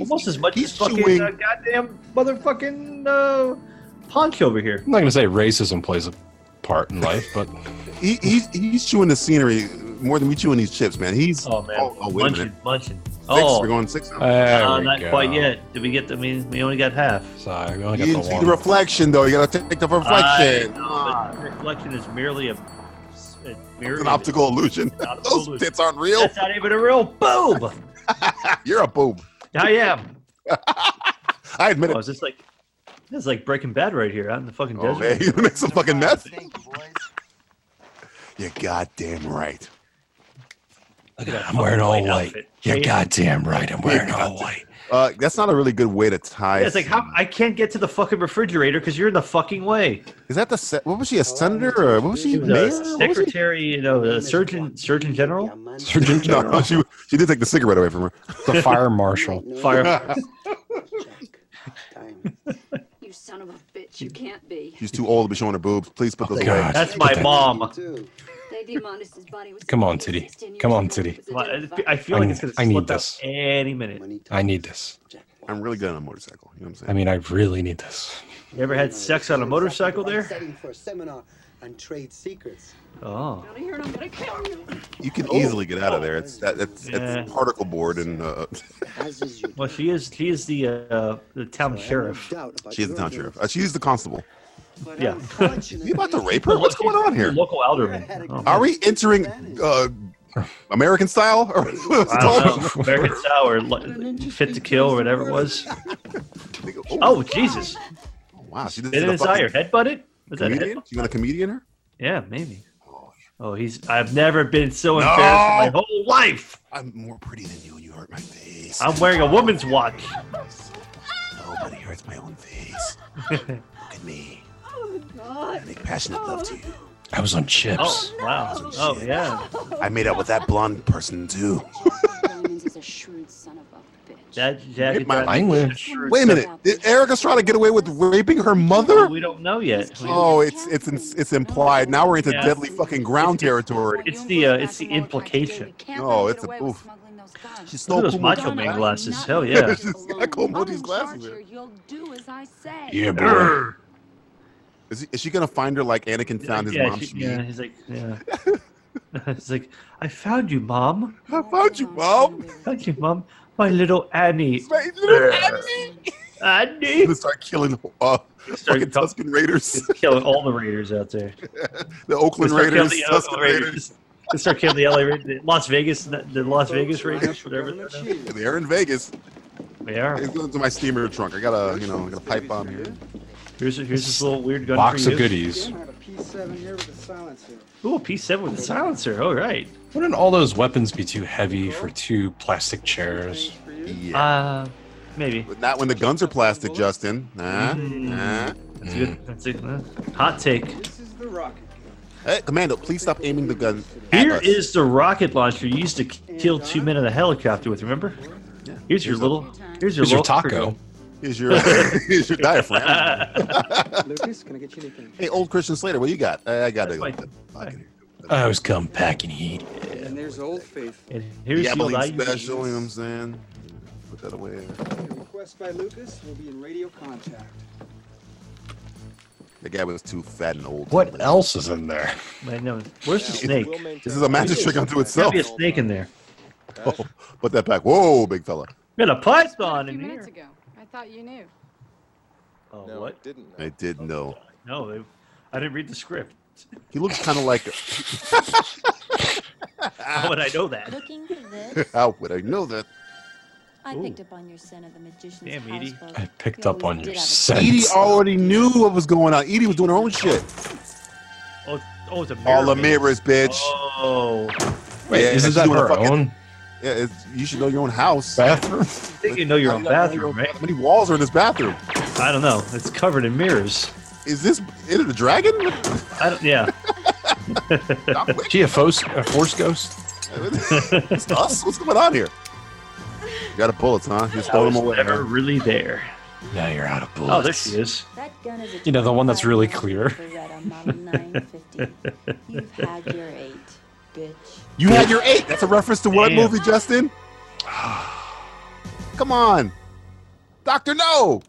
Speaker 2: almost as much as fucking
Speaker 1: chewing-
Speaker 2: uh, goddamn motherfucking uh, Poncho over here.
Speaker 3: I'm not gonna say racism plays a part in life, but
Speaker 1: He, he, he's chewing the scenery more than we chewing these chips, man. He's
Speaker 2: Oh man,
Speaker 1: Oh, oh, wait a
Speaker 2: munching,
Speaker 1: minute.
Speaker 2: munching. Oh, Six,
Speaker 1: we're going six now.
Speaker 3: There
Speaker 2: uh,
Speaker 3: we
Speaker 2: not
Speaker 3: go.
Speaker 2: quite yet. Did we get? The, I mean, we only got half.
Speaker 3: sorry, we
Speaker 1: You
Speaker 3: only got
Speaker 1: didn't
Speaker 3: the
Speaker 1: see the
Speaker 3: one.
Speaker 1: reflection though. You gotta take the reflection.
Speaker 2: I know, but reflection is merely a, a
Speaker 1: Ah. It's
Speaker 2: mirror.
Speaker 1: an optical
Speaker 2: [laughs]
Speaker 1: illusion. Those tits aren't real.
Speaker 2: That's not even a real boob.
Speaker 1: You're a boob.
Speaker 2: I am.
Speaker 1: I admit it.
Speaker 2: Oh, is this like this is like Breaking Bad right here out in the fucking
Speaker 1: Oh man, [laughs]
Speaker 2: desert?
Speaker 1: you make some fucking meth. You're goddamn right.
Speaker 2: Look at that
Speaker 3: I'm wearing
Speaker 2: fucking
Speaker 3: all white.
Speaker 2: outfit.
Speaker 3: You're
Speaker 2: Yeah.
Speaker 3: goddamn right. I'm wearing all
Speaker 1: goddamn-
Speaker 3: white.
Speaker 1: Uh, that's not a really good way to tie.
Speaker 2: Yeah, it's like how I can't get to the fucking refrigerator because you're in the fucking way.
Speaker 1: Is that the se- what
Speaker 2: Oh,
Speaker 1: was she a senator or what was she
Speaker 2: She was
Speaker 1: mayor?
Speaker 2: a
Speaker 1: What was she?
Speaker 2: secretary, you know, the surgeon, surgeon general,
Speaker 1: No, [laughs]
Speaker 3: Surgeon
Speaker 1: no,
Speaker 3: General.
Speaker 1: she she did take the cigarette away from her.
Speaker 3: The fire marshal.
Speaker 2: fire.
Speaker 19: You son of a bitch, you can't be.
Speaker 1: She's too old to be showing her boobs. Please put those away.
Speaker 3: Oh, God.
Speaker 2: That's my
Speaker 3: Put
Speaker 2: mom.
Speaker 21: [laughs]
Speaker 19: Lady Mondes' body was
Speaker 3: Come on, titty. Come on, titty.
Speaker 2: Well, I I feel
Speaker 3: I
Speaker 2: like
Speaker 3: need-
Speaker 2: it's gonna
Speaker 3: I need
Speaker 2: slip
Speaker 3: this.
Speaker 2: out any minute.
Speaker 3: I need this.
Speaker 1: I'm really good on a motorcycle. You know what I'm
Speaker 3: I
Speaker 1: saying?
Speaker 3: mean, I really need this.
Speaker 2: You ever had sex on a motorcycle there?
Speaker 9: Setting for a seminar on trade secrets.
Speaker 2: Oh,
Speaker 1: you can easily get out of there. It's that it's,
Speaker 2: Yeah.
Speaker 1: it's particle board and uh, [laughs]
Speaker 9: As is your
Speaker 2: well, she is. She is the uh, the town sheriff.
Speaker 9: doubt about
Speaker 1: she's the
Speaker 9: your
Speaker 1: town
Speaker 9: guilt.
Speaker 1: sheriff. Uh, she's the constable.
Speaker 2: Yeah.
Speaker 1: Are you about to rape her? What's going on here?
Speaker 2: Local
Speaker 8: [laughs]
Speaker 2: alderman. Oh,
Speaker 1: Are we entering uh, American style [laughs] or what's
Speaker 2: I
Speaker 1: it
Speaker 2: don't
Speaker 1: called?
Speaker 2: know. American Sour, li- Fit to Kill, or whatever it was. Oh Jesus!
Speaker 1: Wow, she just
Speaker 2: Bit
Speaker 1: did
Speaker 2: in
Speaker 1: a
Speaker 2: his eye
Speaker 1: fucking
Speaker 2: or headbutt it? Was that a
Speaker 1: comedian.
Speaker 2: headbutt?
Speaker 1: You want a comedian her?
Speaker 2: Yeah, maybe. Oh, he's. I've never been so embarrassed in my whole life.
Speaker 1: I'm more pretty than you, and you hurt my face.
Speaker 2: I'm wearing a woman's watch.
Speaker 7: nobody hurts my own face.
Speaker 2: [laughs]
Speaker 7: Look at me.
Speaker 19: Oh, God.
Speaker 7: I make passionate love to you.
Speaker 3: I was on chips.
Speaker 2: Oh, wow.
Speaker 7: I was on
Speaker 2: Oh,
Speaker 7: chips.
Speaker 2: yeah.
Speaker 7: I made out with that blonde person too.
Speaker 19: Diamonds is a shrewd son of a bitch.
Speaker 2: That, that,
Speaker 1: Read my
Speaker 2: that-
Speaker 1: language. Wait a minute. Did Erica's trying to get away with raping her mother?
Speaker 2: We don't know yet. We-
Speaker 1: Oh, it's it's it's, it's implied. Now we're into
Speaker 2: Yeah.
Speaker 1: deadly fucking ground territory.
Speaker 2: It's the uh, it's the implication.
Speaker 1: No, it's a oof. She
Speaker 2: Look
Speaker 1: stole
Speaker 2: at those
Speaker 1: Kumo-
Speaker 2: Macho Man glasses. Hell yeah.
Speaker 1: She's [laughs] got Komodi's glasses. there.
Speaker 4: You'll do as I say.
Speaker 1: Yeah, boy. Is, he- is she gonna find her like Anakin found his
Speaker 2: yeah,
Speaker 1: mom?
Speaker 2: she-
Speaker 1: She,
Speaker 2: yeah, he's like, yeah. [laughs] It's like, I found you, mom.
Speaker 1: I found you, mom.
Speaker 2: Found you, mom. My little Annie.
Speaker 1: My little
Speaker 2: Annie.
Speaker 1: Gonna start killing uh, fucking Tuscan Raiders,
Speaker 2: [laughs] killing all the Raiders out there.
Speaker 1: the Oakland
Speaker 2: Let's start killing
Speaker 1: Raiders,
Speaker 2: the
Speaker 1: Tuscan
Speaker 2: Oakland
Speaker 1: Raiders.
Speaker 2: Raiders. Let's start killing the LA Raiders, the Las Vegas, the Las Vegas Raiders, whatever. they're now.
Speaker 1: Yeah, They are in Vegas.
Speaker 2: They are.
Speaker 1: It's going to my steamer trunk. I got a you know I got a pipe bomb here.
Speaker 2: Here's a, here's this little weird gun.
Speaker 3: Box
Speaker 2: for you.
Speaker 3: of goodies.
Speaker 8: I have a P7 here with a silencer.
Speaker 2: Ooh, P7 with a silencer. All right.
Speaker 3: Wouldn't all those weapons be too heavy for two plastic chairs?
Speaker 1: Yeah.
Speaker 2: Uh, maybe.
Speaker 1: But not when the guns are plastic, Justin. Nah,
Speaker 2: Mm.
Speaker 1: nah.
Speaker 2: That's good. That's it. Uh, Hot take.
Speaker 1: [laughs] Hey, Commando, please stop aiming the gun. at
Speaker 2: Here
Speaker 1: us. [laughs]
Speaker 2: is the rocket launcher you used to kill two men in a helicopter with. Remember? Here's your little. Here's your
Speaker 3: Here's your
Speaker 2: little
Speaker 3: taco.
Speaker 1: Here's your [laughs] here's your
Speaker 2: [laughs]
Speaker 1: diaphragm.
Speaker 8: Lucas, can I get you anything?
Speaker 1: hey, old Christian Slater, what you got? I, I got it.
Speaker 3: I always come packing heat.
Speaker 8: And there's Old Faithful.
Speaker 2: And
Speaker 1: Here's
Speaker 2: here's
Speaker 1: the
Speaker 2: the old IUD.
Speaker 1: special. You know what I'm saying? Put that away.
Speaker 8: A request by Lucas will be in radio contact.
Speaker 1: The guy was too fat and old.
Speaker 3: What else is in there?
Speaker 2: I know. Where's the snake?
Speaker 1: This is a magic trick unto
Speaker 2: There'll
Speaker 1: itself.
Speaker 2: be a snake in there.
Speaker 1: Oh, put that back. Whoa, big fella.
Speaker 2: Got a python
Speaker 5: A few
Speaker 2: in
Speaker 5: minutes
Speaker 2: here.
Speaker 5: ago, I thought you knew.
Speaker 2: Oh, what? Didn't.
Speaker 1: I did know.
Speaker 2: No, they, I didn't read the script.
Speaker 1: He looks kind of like.
Speaker 2: How would I know that?
Speaker 21: Looking for
Speaker 1: [laughs]
Speaker 21: this?
Speaker 1: How would I know that?
Speaker 21: I
Speaker 1: Ooh.
Speaker 21: picked up on your sin of the magician's
Speaker 2: Damn, Edie.
Speaker 21: houseboat.
Speaker 3: I picked up on your scent.
Speaker 1: Edie already knew what was going on. Edie was doing her own shit.
Speaker 2: Oh, oh, it's a mirror.
Speaker 1: All the mirrors, bitch.
Speaker 2: Oh.
Speaker 3: Wait,
Speaker 1: Yeah,
Speaker 3: isn't
Speaker 1: she's
Speaker 3: that
Speaker 1: doing
Speaker 3: her
Speaker 1: fucking-
Speaker 3: own?
Speaker 1: Yeah, it's, you should know your own house.
Speaker 3: Bathroom?
Speaker 2: I think [laughs] you know your own bathroom, right?
Speaker 1: How many walls are in this bathroom?
Speaker 2: I don't know. It's covered in mirrors.
Speaker 1: Is this is it a
Speaker 2: [laughs]
Speaker 1: dragon?
Speaker 2: I
Speaker 1: [laughs]
Speaker 2: don't. Yeah.
Speaker 3: Is she a, fos- a force ghost?
Speaker 1: it's us? What's going on here? You got a bullets, huh? You stole them away.
Speaker 2: Never really there.
Speaker 3: Now you're out of bullets.
Speaker 2: Oh, there she is.
Speaker 21: That gun is a
Speaker 3: You know, the one that's
Speaker 21: 25
Speaker 3: really
Speaker 21: round
Speaker 3: clear.
Speaker 21: Beretta Model
Speaker 8: [laughs]
Speaker 21: 950. You've had your eight, bitch.
Speaker 1: You had your eight. That's a reference to what
Speaker 2: Damn.
Speaker 1: movie, Justin? [sighs] Come on, Doctor No.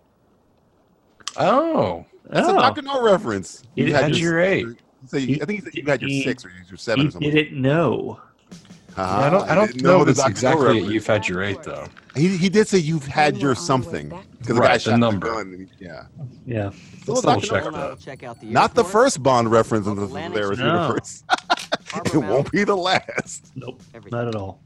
Speaker 3: Oh.
Speaker 1: That's a
Speaker 2: Oh.
Speaker 1: Doctor No reference.
Speaker 3: You had your eight.
Speaker 1: you say- I think you, said you had your
Speaker 2: he-
Speaker 1: six or your seven or
Speaker 2: he
Speaker 1: something.
Speaker 2: didn't know.
Speaker 1: Ah,
Speaker 3: I
Speaker 1: you
Speaker 3: don't, I don't
Speaker 1: didn't
Speaker 3: know if
Speaker 1: the
Speaker 3: it's
Speaker 1: Dr. No
Speaker 3: exactly
Speaker 1: reference.
Speaker 3: you've had your eight, though.
Speaker 1: He, he did say you've had your something because the guy
Speaker 3: Right, the
Speaker 1: shot
Speaker 3: number.
Speaker 1: The gun and he- yeah.
Speaker 2: Yeah.
Speaker 1: Well, Dr.
Speaker 3: Let's double check
Speaker 1: No-
Speaker 3: that.
Speaker 10: Check out the
Speaker 1: Not the first Bond reference in the Ferris
Speaker 2: No.
Speaker 1: universe. it won't be the last.
Speaker 2: Nope. Not at all.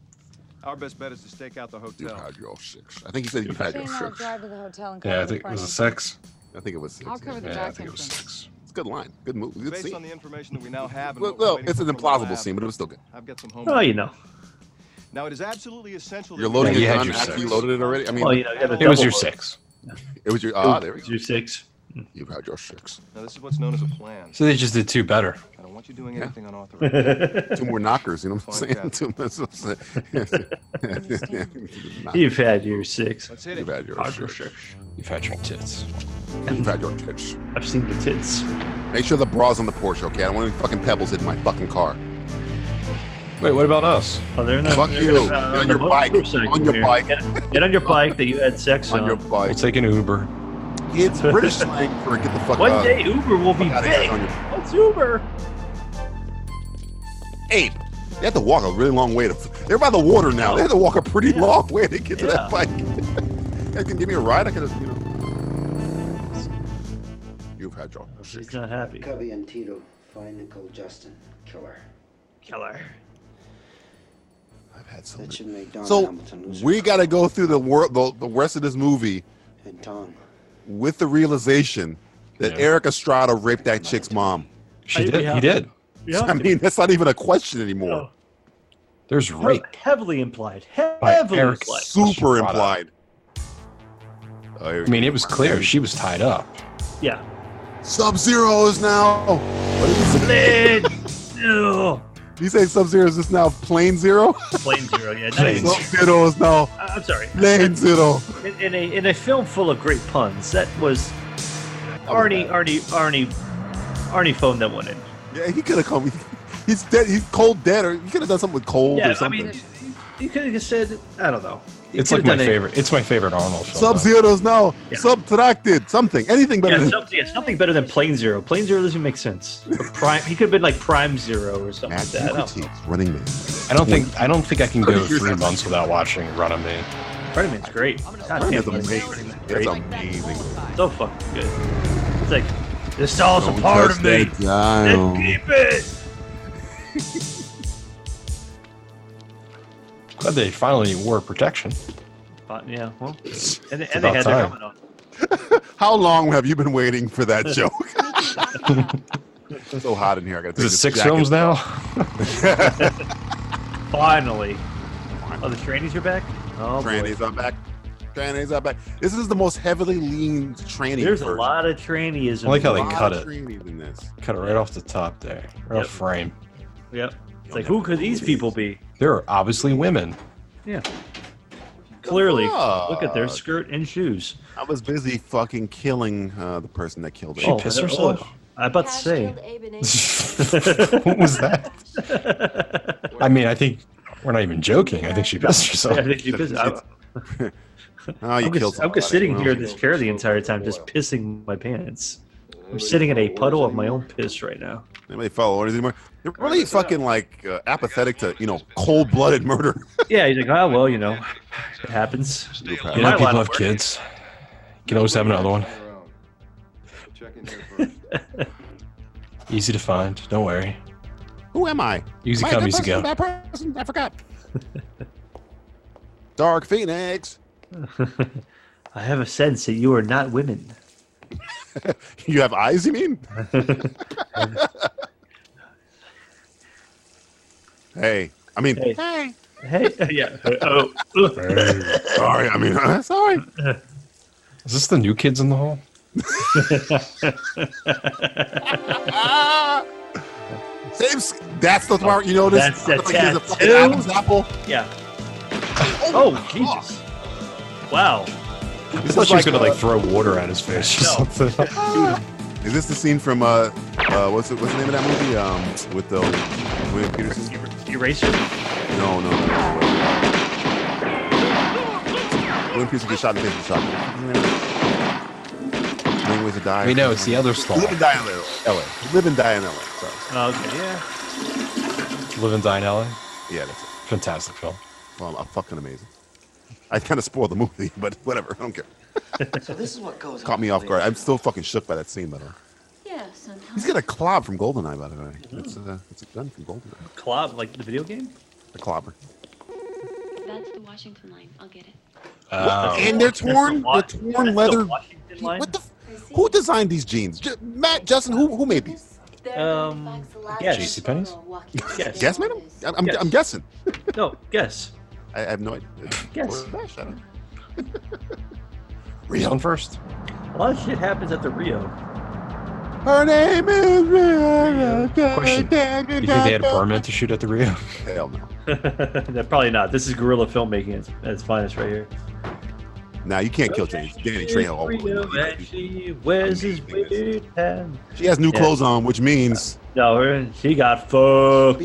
Speaker 17: Our best bet is to stake out the hotel.
Speaker 1: Had your six. I think he said you had your
Speaker 4: Shane, I'll
Speaker 1: six.
Speaker 4: drive to the hotel and
Speaker 3: Yeah, I
Speaker 4: call
Speaker 3: think it
Speaker 4: the
Speaker 3: was a
Speaker 4: party.
Speaker 3: six.
Speaker 1: I think it was six.
Speaker 5: I'll cover the
Speaker 3: Yeah, I
Speaker 5: back
Speaker 3: think it was
Speaker 5: entrance.
Speaker 3: six.
Speaker 1: It's a good line. Good move. Good
Speaker 17: Based on
Speaker 1: scene.
Speaker 17: the information that we now have, and
Speaker 1: Well,
Speaker 17: what we're
Speaker 1: well,
Speaker 17: waiting
Speaker 1: it's an
Speaker 17: for from the
Speaker 1: implausible
Speaker 17: lab,
Speaker 1: scene, but it was still good.
Speaker 17: I've got some homework.
Speaker 2: Oh, you know.
Speaker 17: Now it is absolutely essential.
Speaker 1: You're
Speaker 17: that
Speaker 1: loading
Speaker 3: Yeah, you
Speaker 1: your
Speaker 3: had
Speaker 1: gun
Speaker 3: your
Speaker 1: after you
Speaker 3: six.
Speaker 1: loaded it already. I mean,
Speaker 2: Well, you know, you gotta
Speaker 3: It
Speaker 2: double
Speaker 3: was
Speaker 2: Oh,
Speaker 3: your
Speaker 2: load.
Speaker 3: six.
Speaker 1: it was your. Ah,
Speaker 2: It
Speaker 1: there we
Speaker 2: was
Speaker 1: go.
Speaker 2: Your six.
Speaker 1: You've had your six.
Speaker 17: Now this is what's known as a plan.
Speaker 3: So they just did two better.
Speaker 17: I don't want you doing
Speaker 1: Yeah. [laughs]
Speaker 17: anything unauthorized.
Speaker 1: Two more knockers. You know what I'm saying?
Speaker 17: Fine,
Speaker 1: Two more. so- so-
Speaker 2: You've had your six.
Speaker 17: Let's hit
Speaker 1: You've had
Speaker 17: it.
Speaker 1: your six.
Speaker 3: You've had your tits.
Speaker 1: You've had your tits.
Speaker 2: I've seen the tits.
Speaker 1: Make sure the bra's on the Porsche, okay? I don't want any fucking pebbles in my fucking car.
Speaker 3: Wait, what about us?
Speaker 2: Oh, they're in the,
Speaker 1: Fuck
Speaker 2: they're
Speaker 1: you.
Speaker 2: in the-
Speaker 1: Get on
Speaker 2: the
Speaker 1: your
Speaker 2: motor-
Speaker 1: bike.
Speaker 2: motorcycle
Speaker 1: On your
Speaker 2: here.
Speaker 1: bike.
Speaker 2: Get, get on your bike that you had sex on.
Speaker 1: On your
Speaker 3: We'll
Speaker 1: bike.
Speaker 3: take an Uber.
Speaker 1: It's
Speaker 2: [laughs]
Speaker 1: British slang for get the fuck
Speaker 2: One
Speaker 1: out.
Speaker 2: day Uber will be
Speaker 1: uh, outta here,
Speaker 2: big.
Speaker 1: on your-
Speaker 2: What's Uber?
Speaker 1: Ape. They have to walk a really long way to. They're by the water now. They have to walk a pretty long way to get to that
Speaker 2: Yeah.
Speaker 1: bike. [laughs] Guys can give me a ride. I could have, you know. You've had your.
Speaker 2: She's not happy.
Speaker 9: Cubby and Tito find Nicole Justin, kill her.
Speaker 2: Killer.
Speaker 1: I've had so
Speaker 9: That
Speaker 1: many.
Speaker 9: should make Don
Speaker 1: So
Speaker 9: Hamilton lose her
Speaker 1: we got to go through the, wor- the the rest of this movie
Speaker 9: and Don.
Speaker 1: with the realization that
Speaker 3: Yeah.
Speaker 1: Eric Estrada raped that chick's mom.
Speaker 3: She
Speaker 2: I-
Speaker 3: did.
Speaker 2: yeah.
Speaker 3: He did.
Speaker 2: Yeah.
Speaker 1: I mean, that's not even a question anymore.
Speaker 2: No.
Speaker 3: There's rape.
Speaker 2: Heavily implied.
Speaker 3: By
Speaker 2: Heavily
Speaker 3: Eric
Speaker 2: implied.
Speaker 1: Super
Speaker 3: Estrada.
Speaker 1: implied. Oh, here
Speaker 3: I mean, it was clear she was tied up.
Speaker 2: Yeah.
Speaker 1: Sub Zero is now. What
Speaker 2: did he say? Ugh.
Speaker 1: Did he say Sub Zero is just now Plane Zero?
Speaker 2: Plane zero, yeah. not
Speaker 1: Plane [laughs]
Speaker 2: even-
Speaker 1: Zero is now
Speaker 2: I- I'm sorry.
Speaker 1: Plane Zero.
Speaker 2: In, in a in a film full of great puns, that was Arnie, Arnie, Arnie, Arnie phoned that one in.
Speaker 1: Yeah, he could have come. He's dead. He's cold dead, or he could have done something with cold
Speaker 2: Yeah,
Speaker 1: or
Speaker 2: I
Speaker 1: something.
Speaker 2: mean, you could have said, I don't know. You
Speaker 3: It's like
Speaker 2: could've
Speaker 3: my
Speaker 2: done it-
Speaker 3: favorite. It's my favorite Arnold film.
Speaker 1: Sub Zero's now subtracted something, anything better
Speaker 2: Yeah,
Speaker 1: than
Speaker 2: something, it's nothing better than Plane Zero. Plane Zero doesn't make sense. Or prime, he could have been like Prime Zero or something like that. oh. I don't know.
Speaker 1: Running Man.
Speaker 3: I don't think I don't think I can go
Speaker 2: Thirty years
Speaker 3: three
Speaker 2: after-
Speaker 3: months without watching Running Man.
Speaker 2: Running Man's great. God damn,
Speaker 1: Running
Speaker 2: Running
Speaker 1: Man's
Speaker 2: Man's
Speaker 1: amazing. It's
Speaker 2: great.
Speaker 1: amazing.
Speaker 2: So fucking good. It's like this doll's a part of me.
Speaker 1: dial.
Speaker 2: And keep it.
Speaker 3: Glad they finally wore protection.
Speaker 2: But, yeah, well, and,
Speaker 3: It's
Speaker 2: and they
Speaker 3: about
Speaker 2: had
Speaker 3: time.
Speaker 2: their helmet on.
Speaker 1: How long have you been waiting for
Speaker 2: [laughs]
Speaker 1: that joke? so hot in here. I got to
Speaker 3: Is it six films now?
Speaker 2: Finally. Oh, the trannies are back. Oh, boy.
Speaker 1: Trannies are back. Trannies are back. This is the most heavily leaned tranny.
Speaker 2: There's a
Speaker 1: version.
Speaker 2: lot of trannyism.
Speaker 3: I like how they
Speaker 1: A lot
Speaker 3: cut
Speaker 1: of
Speaker 3: it.
Speaker 1: trannies in this.
Speaker 3: Cut it right off the top there, right
Speaker 2: Yep.
Speaker 3: off frame.
Speaker 2: Yep. It's like who could these people be?
Speaker 3: There are obviously women. [laughs]
Speaker 2: Yeah. Clearly,
Speaker 1: Fuck.
Speaker 2: look at their skirt and shoes.
Speaker 1: I was busy fucking killing uh, the person that killed her.
Speaker 3: She pissed
Speaker 2: oh,
Speaker 3: herself.
Speaker 2: I about to say.
Speaker 3: what was that? I mean, I think we're not even joking. I think she pissed herself.
Speaker 2: Yeah, [laughs] I think she pissed- I-
Speaker 1: Oh, you
Speaker 2: I'm,
Speaker 1: killed
Speaker 2: just, I'm just
Speaker 1: somebody.
Speaker 2: sitting here in
Speaker 1: Well,
Speaker 2: this chair the entire time, just pissing my pants. I'm sitting in a puddle of my own piss right now.
Speaker 1: Anybody follow orders anymore? They're really fucking like uh, apathetic to you know cold blooded murder. [laughs]
Speaker 2: Yeah, he's like, oh well, you know, it happens.
Speaker 3: You
Speaker 2: My
Speaker 3: know,
Speaker 2: line
Speaker 3: people
Speaker 2: of
Speaker 3: have
Speaker 2: work-
Speaker 3: kids. You can always have another one.
Speaker 17: Check in here first.
Speaker 3: Easy to find. Don't worry.
Speaker 1: Who am I?
Speaker 3: Easy
Speaker 1: Am I a
Speaker 3: come,
Speaker 1: good
Speaker 3: easy
Speaker 1: person,
Speaker 3: go.
Speaker 1: Bad person. I forgot. [laughs] Dark Phoenix. [laughs]
Speaker 2: I have a sense that you are not women.
Speaker 1: You have eyes, you mean? [laughs] hey, I mean,
Speaker 2: Hey. Hey. [laughs] Yeah. Oh.
Speaker 1: sorry, I mean, [laughs] huh? sorry.
Speaker 3: Is this the new kids in the hall?
Speaker 1: [laughs] Same, s- that's the part you notice.
Speaker 2: That's the
Speaker 1: Like, there's a fucking
Speaker 2: tattoo.
Speaker 1: Adam's apple.
Speaker 2: Yeah. Oh, Jesus. Wow.
Speaker 3: I
Speaker 1: This
Speaker 3: thought
Speaker 1: is
Speaker 3: she was
Speaker 1: like,
Speaker 3: gonna
Speaker 1: uh,
Speaker 3: like throw water at his face or [laughs] something.
Speaker 1: Is this the scene from uh, uh what's it, what's the name of that movie? Um, with the William Peterson.
Speaker 2: Eraser.
Speaker 1: No, no, no. no. William Peterson gets shot in the face with a shotgun. Many ways to die.
Speaker 3: We know it's the other stall.
Speaker 1: Live and die in LA. LA. Live and die in LA. Sorry.
Speaker 2: Oh, Okay. Yeah.
Speaker 3: Live and Die in LA.
Speaker 1: Yeah, that's it.
Speaker 3: Fantastic film.
Speaker 1: Well, I'm fucking amazing. I kind of spoiled the movie, [laughs] but whatever. I don't care.
Speaker 13: So this is what goes
Speaker 1: Caught me off guard. I'm still fucking shook by that scene, by the way.
Speaker 19: Yeah, sometimes.
Speaker 1: He's got a clob from Goldeneye, by the way. It's a, it's a gun from Goldeneye.
Speaker 2: Clob, like the video game?
Speaker 1: The clobber.
Speaker 19: That's the Washington line. I'll get it.
Speaker 3: Oh.
Speaker 1: and they're torn.
Speaker 2: wa-
Speaker 1: They're torn
Speaker 2: that's the
Speaker 1: leather.
Speaker 2: Washington line?
Speaker 1: What the? F- who designed these jeans? J- Matt, Justin, who who made these?
Speaker 2: Um, guess.
Speaker 3: JC Penney's.
Speaker 2: [laughs] Yes.
Speaker 1: Guess, madam. I'm, I'm, I'm guessing.
Speaker 2: No, guess.
Speaker 1: I, I have no idea.
Speaker 2: Guess.
Speaker 1: Or- I don't know.
Speaker 3: Who's on first?
Speaker 2: A lot of shit happens at the Rio. [laughs]
Speaker 1: Her name is.
Speaker 3: Question. Do you think they had a permit to shoot at the [laughs] Rio?
Speaker 1: Hell no.
Speaker 2: They're probably not. This is guerrilla filmmaking at, at its finest right here.
Speaker 1: Nah, you can't kill James. Danny Trejo. all over.
Speaker 2: Rio, and she wears his weird hat.
Speaker 1: She has new
Speaker 2: Yeah.
Speaker 1: clothes on, which means.
Speaker 2: No, her- she got fucked.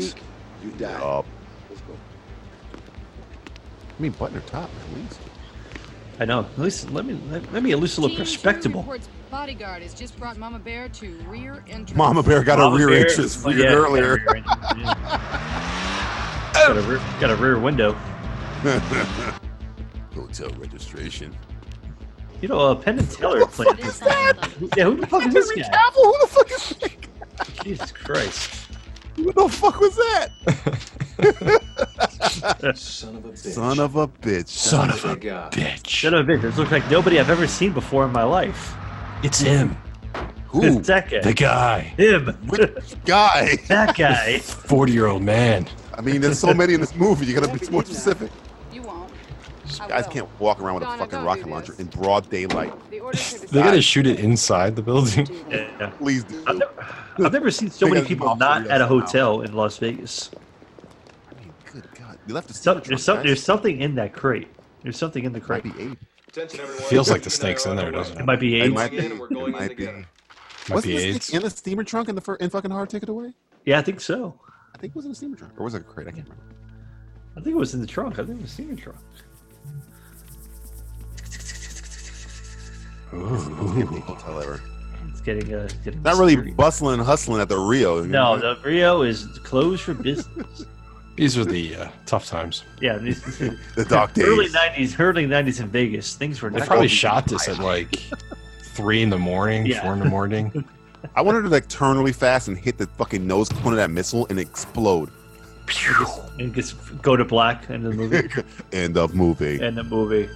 Speaker 22: You die.
Speaker 1: Uh, I mean, button her top, at least.
Speaker 2: I know. At least let me let, let me at least look respectable.
Speaker 11: Bodyguard has just brought Mama Bear to rear entrance.
Speaker 1: Mama Bear got
Speaker 2: Mama
Speaker 1: a rear
Speaker 2: Bear-
Speaker 1: entrance
Speaker 2: oh,
Speaker 1: for
Speaker 2: yeah, got a
Speaker 1: earlier.
Speaker 2: rear entrance, yeah. got, a rear, got a rear window.
Speaker 1: Hotel registration.
Speaker 2: You know, uh, Penn and Teller played this. Yeah, who the fuck is this
Speaker 1: Henry
Speaker 2: guy?
Speaker 1: Cavill, who the fuck is that?
Speaker 2: Jesus Christ.
Speaker 1: What the fuck was that?
Speaker 7: Son of a bitch.
Speaker 1: Son of a bitch.
Speaker 7: Son of a God.
Speaker 2: Son of a bitch. This looks like nobody I've ever seen before in my life.
Speaker 3: It's him.
Speaker 1: Who?
Speaker 2: It's that guy.
Speaker 3: The guy.
Speaker 1: [laughs]
Speaker 2: Him.
Speaker 1: guy. [laughs]
Speaker 2: that guy.
Speaker 3: 40 year old man.
Speaker 1: I mean, there's so many in this movie. You gotta be more specific.
Speaker 11: You won't.
Speaker 1: These guys can't walk around with a fucking rocket launcher in broad daylight.
Speaker 3: [laughs] They gotta shoot it inside the building. [laughs]
Speaker 2: Yeah. Please do. I've never, I've never seen so many people not at a hotel in Las Vegas.
Speaker 1: You left a
Speaker 2: Some- there's, some, there's something in that crate. There's something in the crate.
Speaker 3: Feels like the snake's in there, doesn't it?
Speaker 2: It might be AIDS.
Speaker 1: It might be. It might be. Was
Speaker 3: be
Speaker 1: this
Speaker 3: AIDS.
Speaker 1: in a steamer trunk in the fir- in fucking hard ticket away?
Speaker 2: Yeah, I think so.
Speaker 1: I think it was in a steamer trunk, or was it a crate? I can't remember.
Speaker 2: I think it was in the trunk. I think it was in the trunk.
Speaker 1: Hotel ever.
Speaker 2: It's getting uh, getting
Speaker 1: Not really bustling and hustling at the Rio. you
Speaker 2: No,
Speaker 1: know?
Speaker 2: the Rio is closed for
Speaker 1: [laughs]
Speaker 2: business.
Speaker 3: These are the uh, tough times.
Speaker 2: yeah, this-
Speaker 1: the [laughs] dark days.
Speaker 2: [laughs] Early '90s, early '90s in Vegas, things were
Speaker 3: They
Speaker 2: not
Speaker 3: probably shot this at like three in the morning,
Speaker 2: Yeah.
Speaker 3: four in the morning.
Speaker 1: I wanted to like turn really fast and hit the fucking nose cone of that missile and explode.
Speaker 2: and gets go to black in the movie.
Speaker 1: End of movie.
Speaker 2: in the movie.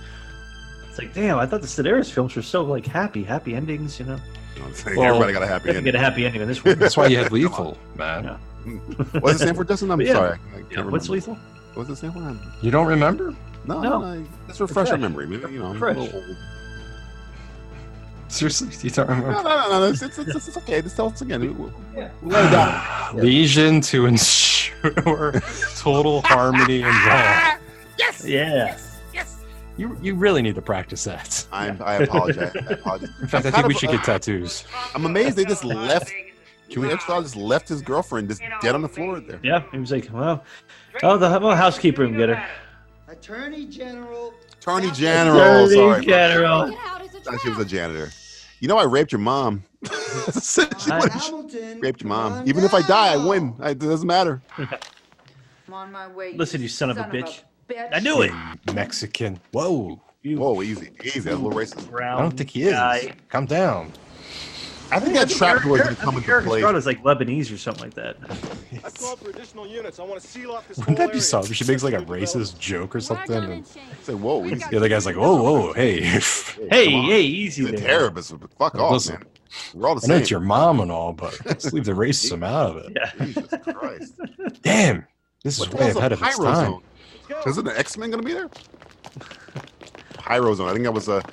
Speaker 2: It's like, damn, I thought the Sedaris films were so like happy, happy endings, you know.
Speaker 1: I'm saying everybody got a happy
Speaker 2: definitely
Speaker 1: ending.
Speaker 2: Get a happy ending in this one.
Speaker 3: That's why you had lethal, man.
Speaker 2: Yeah.
Speaker 1: What's it stand for, Justin? I'm
Speaker 2: But [laughs] yeah.
Speaker 1: sorry. I [laughs] can't
Speaker 2: Yeah, what's
Speaker 1: remember.
Speaker 2: lethal?
Speaker 1: What's it stand for? I'm-
Speaker 3: You don't remember?
Speaker 1: No,
Speaker 2: No.
Speaker 1: no. let's refresh our
Speaker 2: Refresh.
Speaker 1: memory. Maybe you know. I'm a
Speaker 2: Refresh.
Speaker 1: little old.
Speaker 3: Seriously, you don't
Speaker 1: No, no,
Speaker 3: remember?
Speaker 1: no, no. It's, it's, it's, it's okay. Just tell us again. We- we- we-
Speaker 3: [sighs] Lesion to ensure [laughs] total harmony and law.
Speaker 2: Yes. Yeah.
Speaker 3: You you really need to practice that.
Speaker 1: I'm, I apologize. I apologize.
Speaker 3: In fact, I think we should get tattoos.
Speaker 1: I'm amazed they just left. Julian Epstein just left his girlfriend just dead on the floor there.
Speaker 2: Yeah. He was like, well, oh, the well, housekeeper can get her.
Speaker 13: Attorney General.
Speaker 1: Attorney General.
Speaker 2: Attorney
Speaker 1: Oh, sorry,
Speaker 2: General.
Speaker 1: bro. Thought She was a janitor. You know, I raped your mom. [laughs] She would've
Speaker 13: Hamilton.
Speaker 1: raped your mom. Even if I die, I win. I, it doesn't matter.
Speaker 4: I'm on my way.
Speaker 2: Listen, you son of a bitch.
Speaker 4: bitch.
Speaker 2: I knew it.
Speaker 3: Mexican. Whoa.
Speaker 1: Whoa, easy, easy. That's a little racist.
Speaker 3: I don't think he is. Calm down.
Speaker 1: I think that trapdoor is going to come into play.
Speaker 2: Estrada is like Lebanese or something like that.
Speaker 6: I called for additional units. I want to seal off this
Speaker 3: Wouldn't
Speaker 6: whole
Speaker 3: that be something? She makes like a racist joke or something. And
Speaker 1: Say, whoa, easy.
Speaker 3: the other guy's like, whoa, whoa, hey. [laughs]
Speaker 2: Hey, hey, easy
Speaker 1: The
Speaker 2: there.
Speaker 1: terrorists, fuck off,
Speaker 3: Listen.
Speaker 1: man. We're all the
Speaker 3: I know
Speaker 1: same.
Speaker 3: it's your mom and all, but let's leave the racism out of it.
Speaker 1: Jesus
Speaker 3: [laughs]
Speaker 1: Christ.
Speaker 3: Damn, this is
Speaker 1: What the
Speaker 3: way
Speaker 1: hell's a
Speaker 3: ahead of its
Speaker 1: pyro
Speaker 3: time.
Speaker 1: zone? Isn't the X Men going to be there? Pyro zone. I think that was a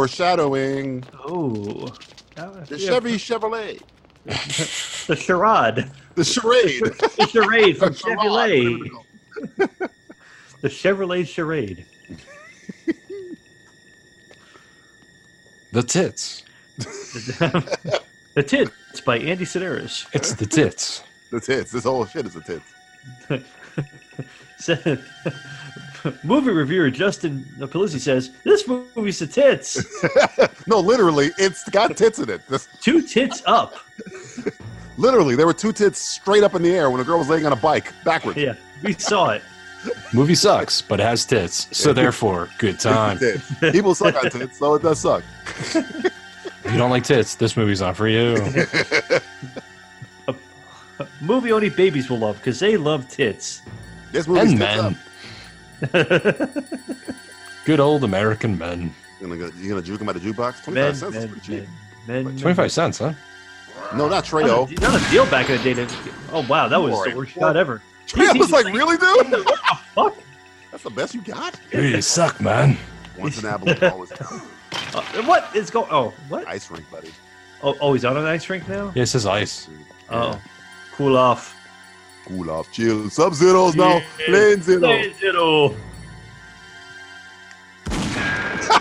Speaker 1: foreshadowing.
Speaker 2: Oh.
Speaker 1: The Chevy Chevrolet.
Speaker 2: The charade.
Speaker 1: The charade.
Speaker 2: The charade
Speaker 1: [laughs]
Speaker 2: from Chevrolet. [laughs] the Chevrolet charade. [laughs]
Speaker 3: The tits.
Speaker 2: the Tits by Andy Sedaris.
Speaker 3: It's the tits.
Speaker 1: the tits. This whole shit is the tits.
Speaker 2: So- [laughs] movie reviewer Justin Pelisi says, This movie's the tits.
Speaker 1: No, literally, it's got tits in it. This,
Speaker 2: Two tits up.
Speaker 1: literally, there were two tits straight up in the air when a girl was laying on a bike backwards.
Speaker 2: [laughs] Yeah, we saw it.
Speaker 3: Movie sucks, but it has tits, so therefore, good time.
Speaker 1: [laughs] Tits. People suck on tits, so it does suck.
Speaker 3: If you don't like tits, this movie's not for you.
Speaker 2: Movie only babies will love because they love tits.
Speaker 1: This movie's
Speaker 3: and
Speaker 1: tits up. [laughs]
Speaker 3: men. good old American men.
Speaker 1: You're gonna, go- you're gonna juke him at a jukebox? 25
Speaker 2: Men,
Speaker 1: cents is
Speaker 2: men,
Speaker 1: pretty cheap.
Speaker 2: men, men.
Speaker 3: 25 cents, huh?
Speaker 1: No, not
Speaker 2: Not
Speaker 1: [laughs] Trejo.
Speaker 2: a, not a deal back in the day. To, oh, wow, that was
Speaker 1: Right.
Speaker 2: the worst shot ever.
Speaker 1: Trejo was like, really, dude?
Speaker 2: Fuck.
Speaker 1: That's the best you got?
Speaker 2: [laughs]
Speaker 3: You really suck, man.
Speaker 1: Once an apple, always [laughs] an apple.
Speaker 2: Uh, what is going Oh, what?
Speaker 1: Ice rink, buddy.
Speaker 2: Oh, oh, he's on an ice rink now?
Speaker 3: Yeah, This is ice.
Speaker 2: Oh, cool off.
Speaker 1: Cool off, chill. Sub zeros now. Plain zero.
Speaker 2: Zero.
Speaker 1: [laughs]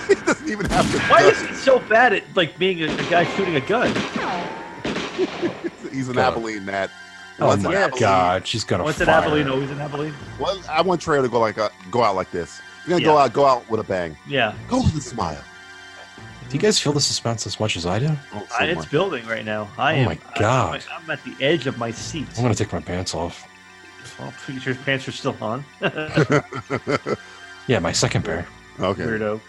Speaker 1: he doesn't even have to.
Speaker 2: Why is he so bad at like being a, a guy shooting a gun?
Speaker 1: He's an
Speaker 3: God.
Speaker 1: Abilene, Matt.
Speaker 3: Oh
Speaker 1: Once an
Speaker 3: my
Speaker 1: Abilene-
Speaker 3: god, she's gonna
Speaker 2: What's an
Speaker 3: fire.
Speaker 2: Abilene? Oh, he's an Abilene.
Speaker 1: Well, I want Trejo to go like a, go out like this. If You're gonna go
Speaker 2: Yeah.
Speaker 1: out, go out with a bang.
Speaker 2: Yeah,
Speaker 1: Go with a smile.
Speaker 3: Do you guys feel the suspense as much as I do? I'm
Speaker 1: Oh, so
Speaker 2: I, it's
Speaker 1: much.
Speaker 2: building right now. I
Speaker 3: Oh
Speaker 2: am.
Speaker 3: my
Speaker 2: I-
Speaker 3: God.
Speaker 2: I'm, at the edge of my seat.
Speaker 3: gonna take my pants off.
Speaker 2: Oh, your pants are still on. [laughs]
Speaker 3: Yeah, my second pair.
Speaker 1: okay.
Speaker 3: [laughs]
Speaker 2: Weirdo.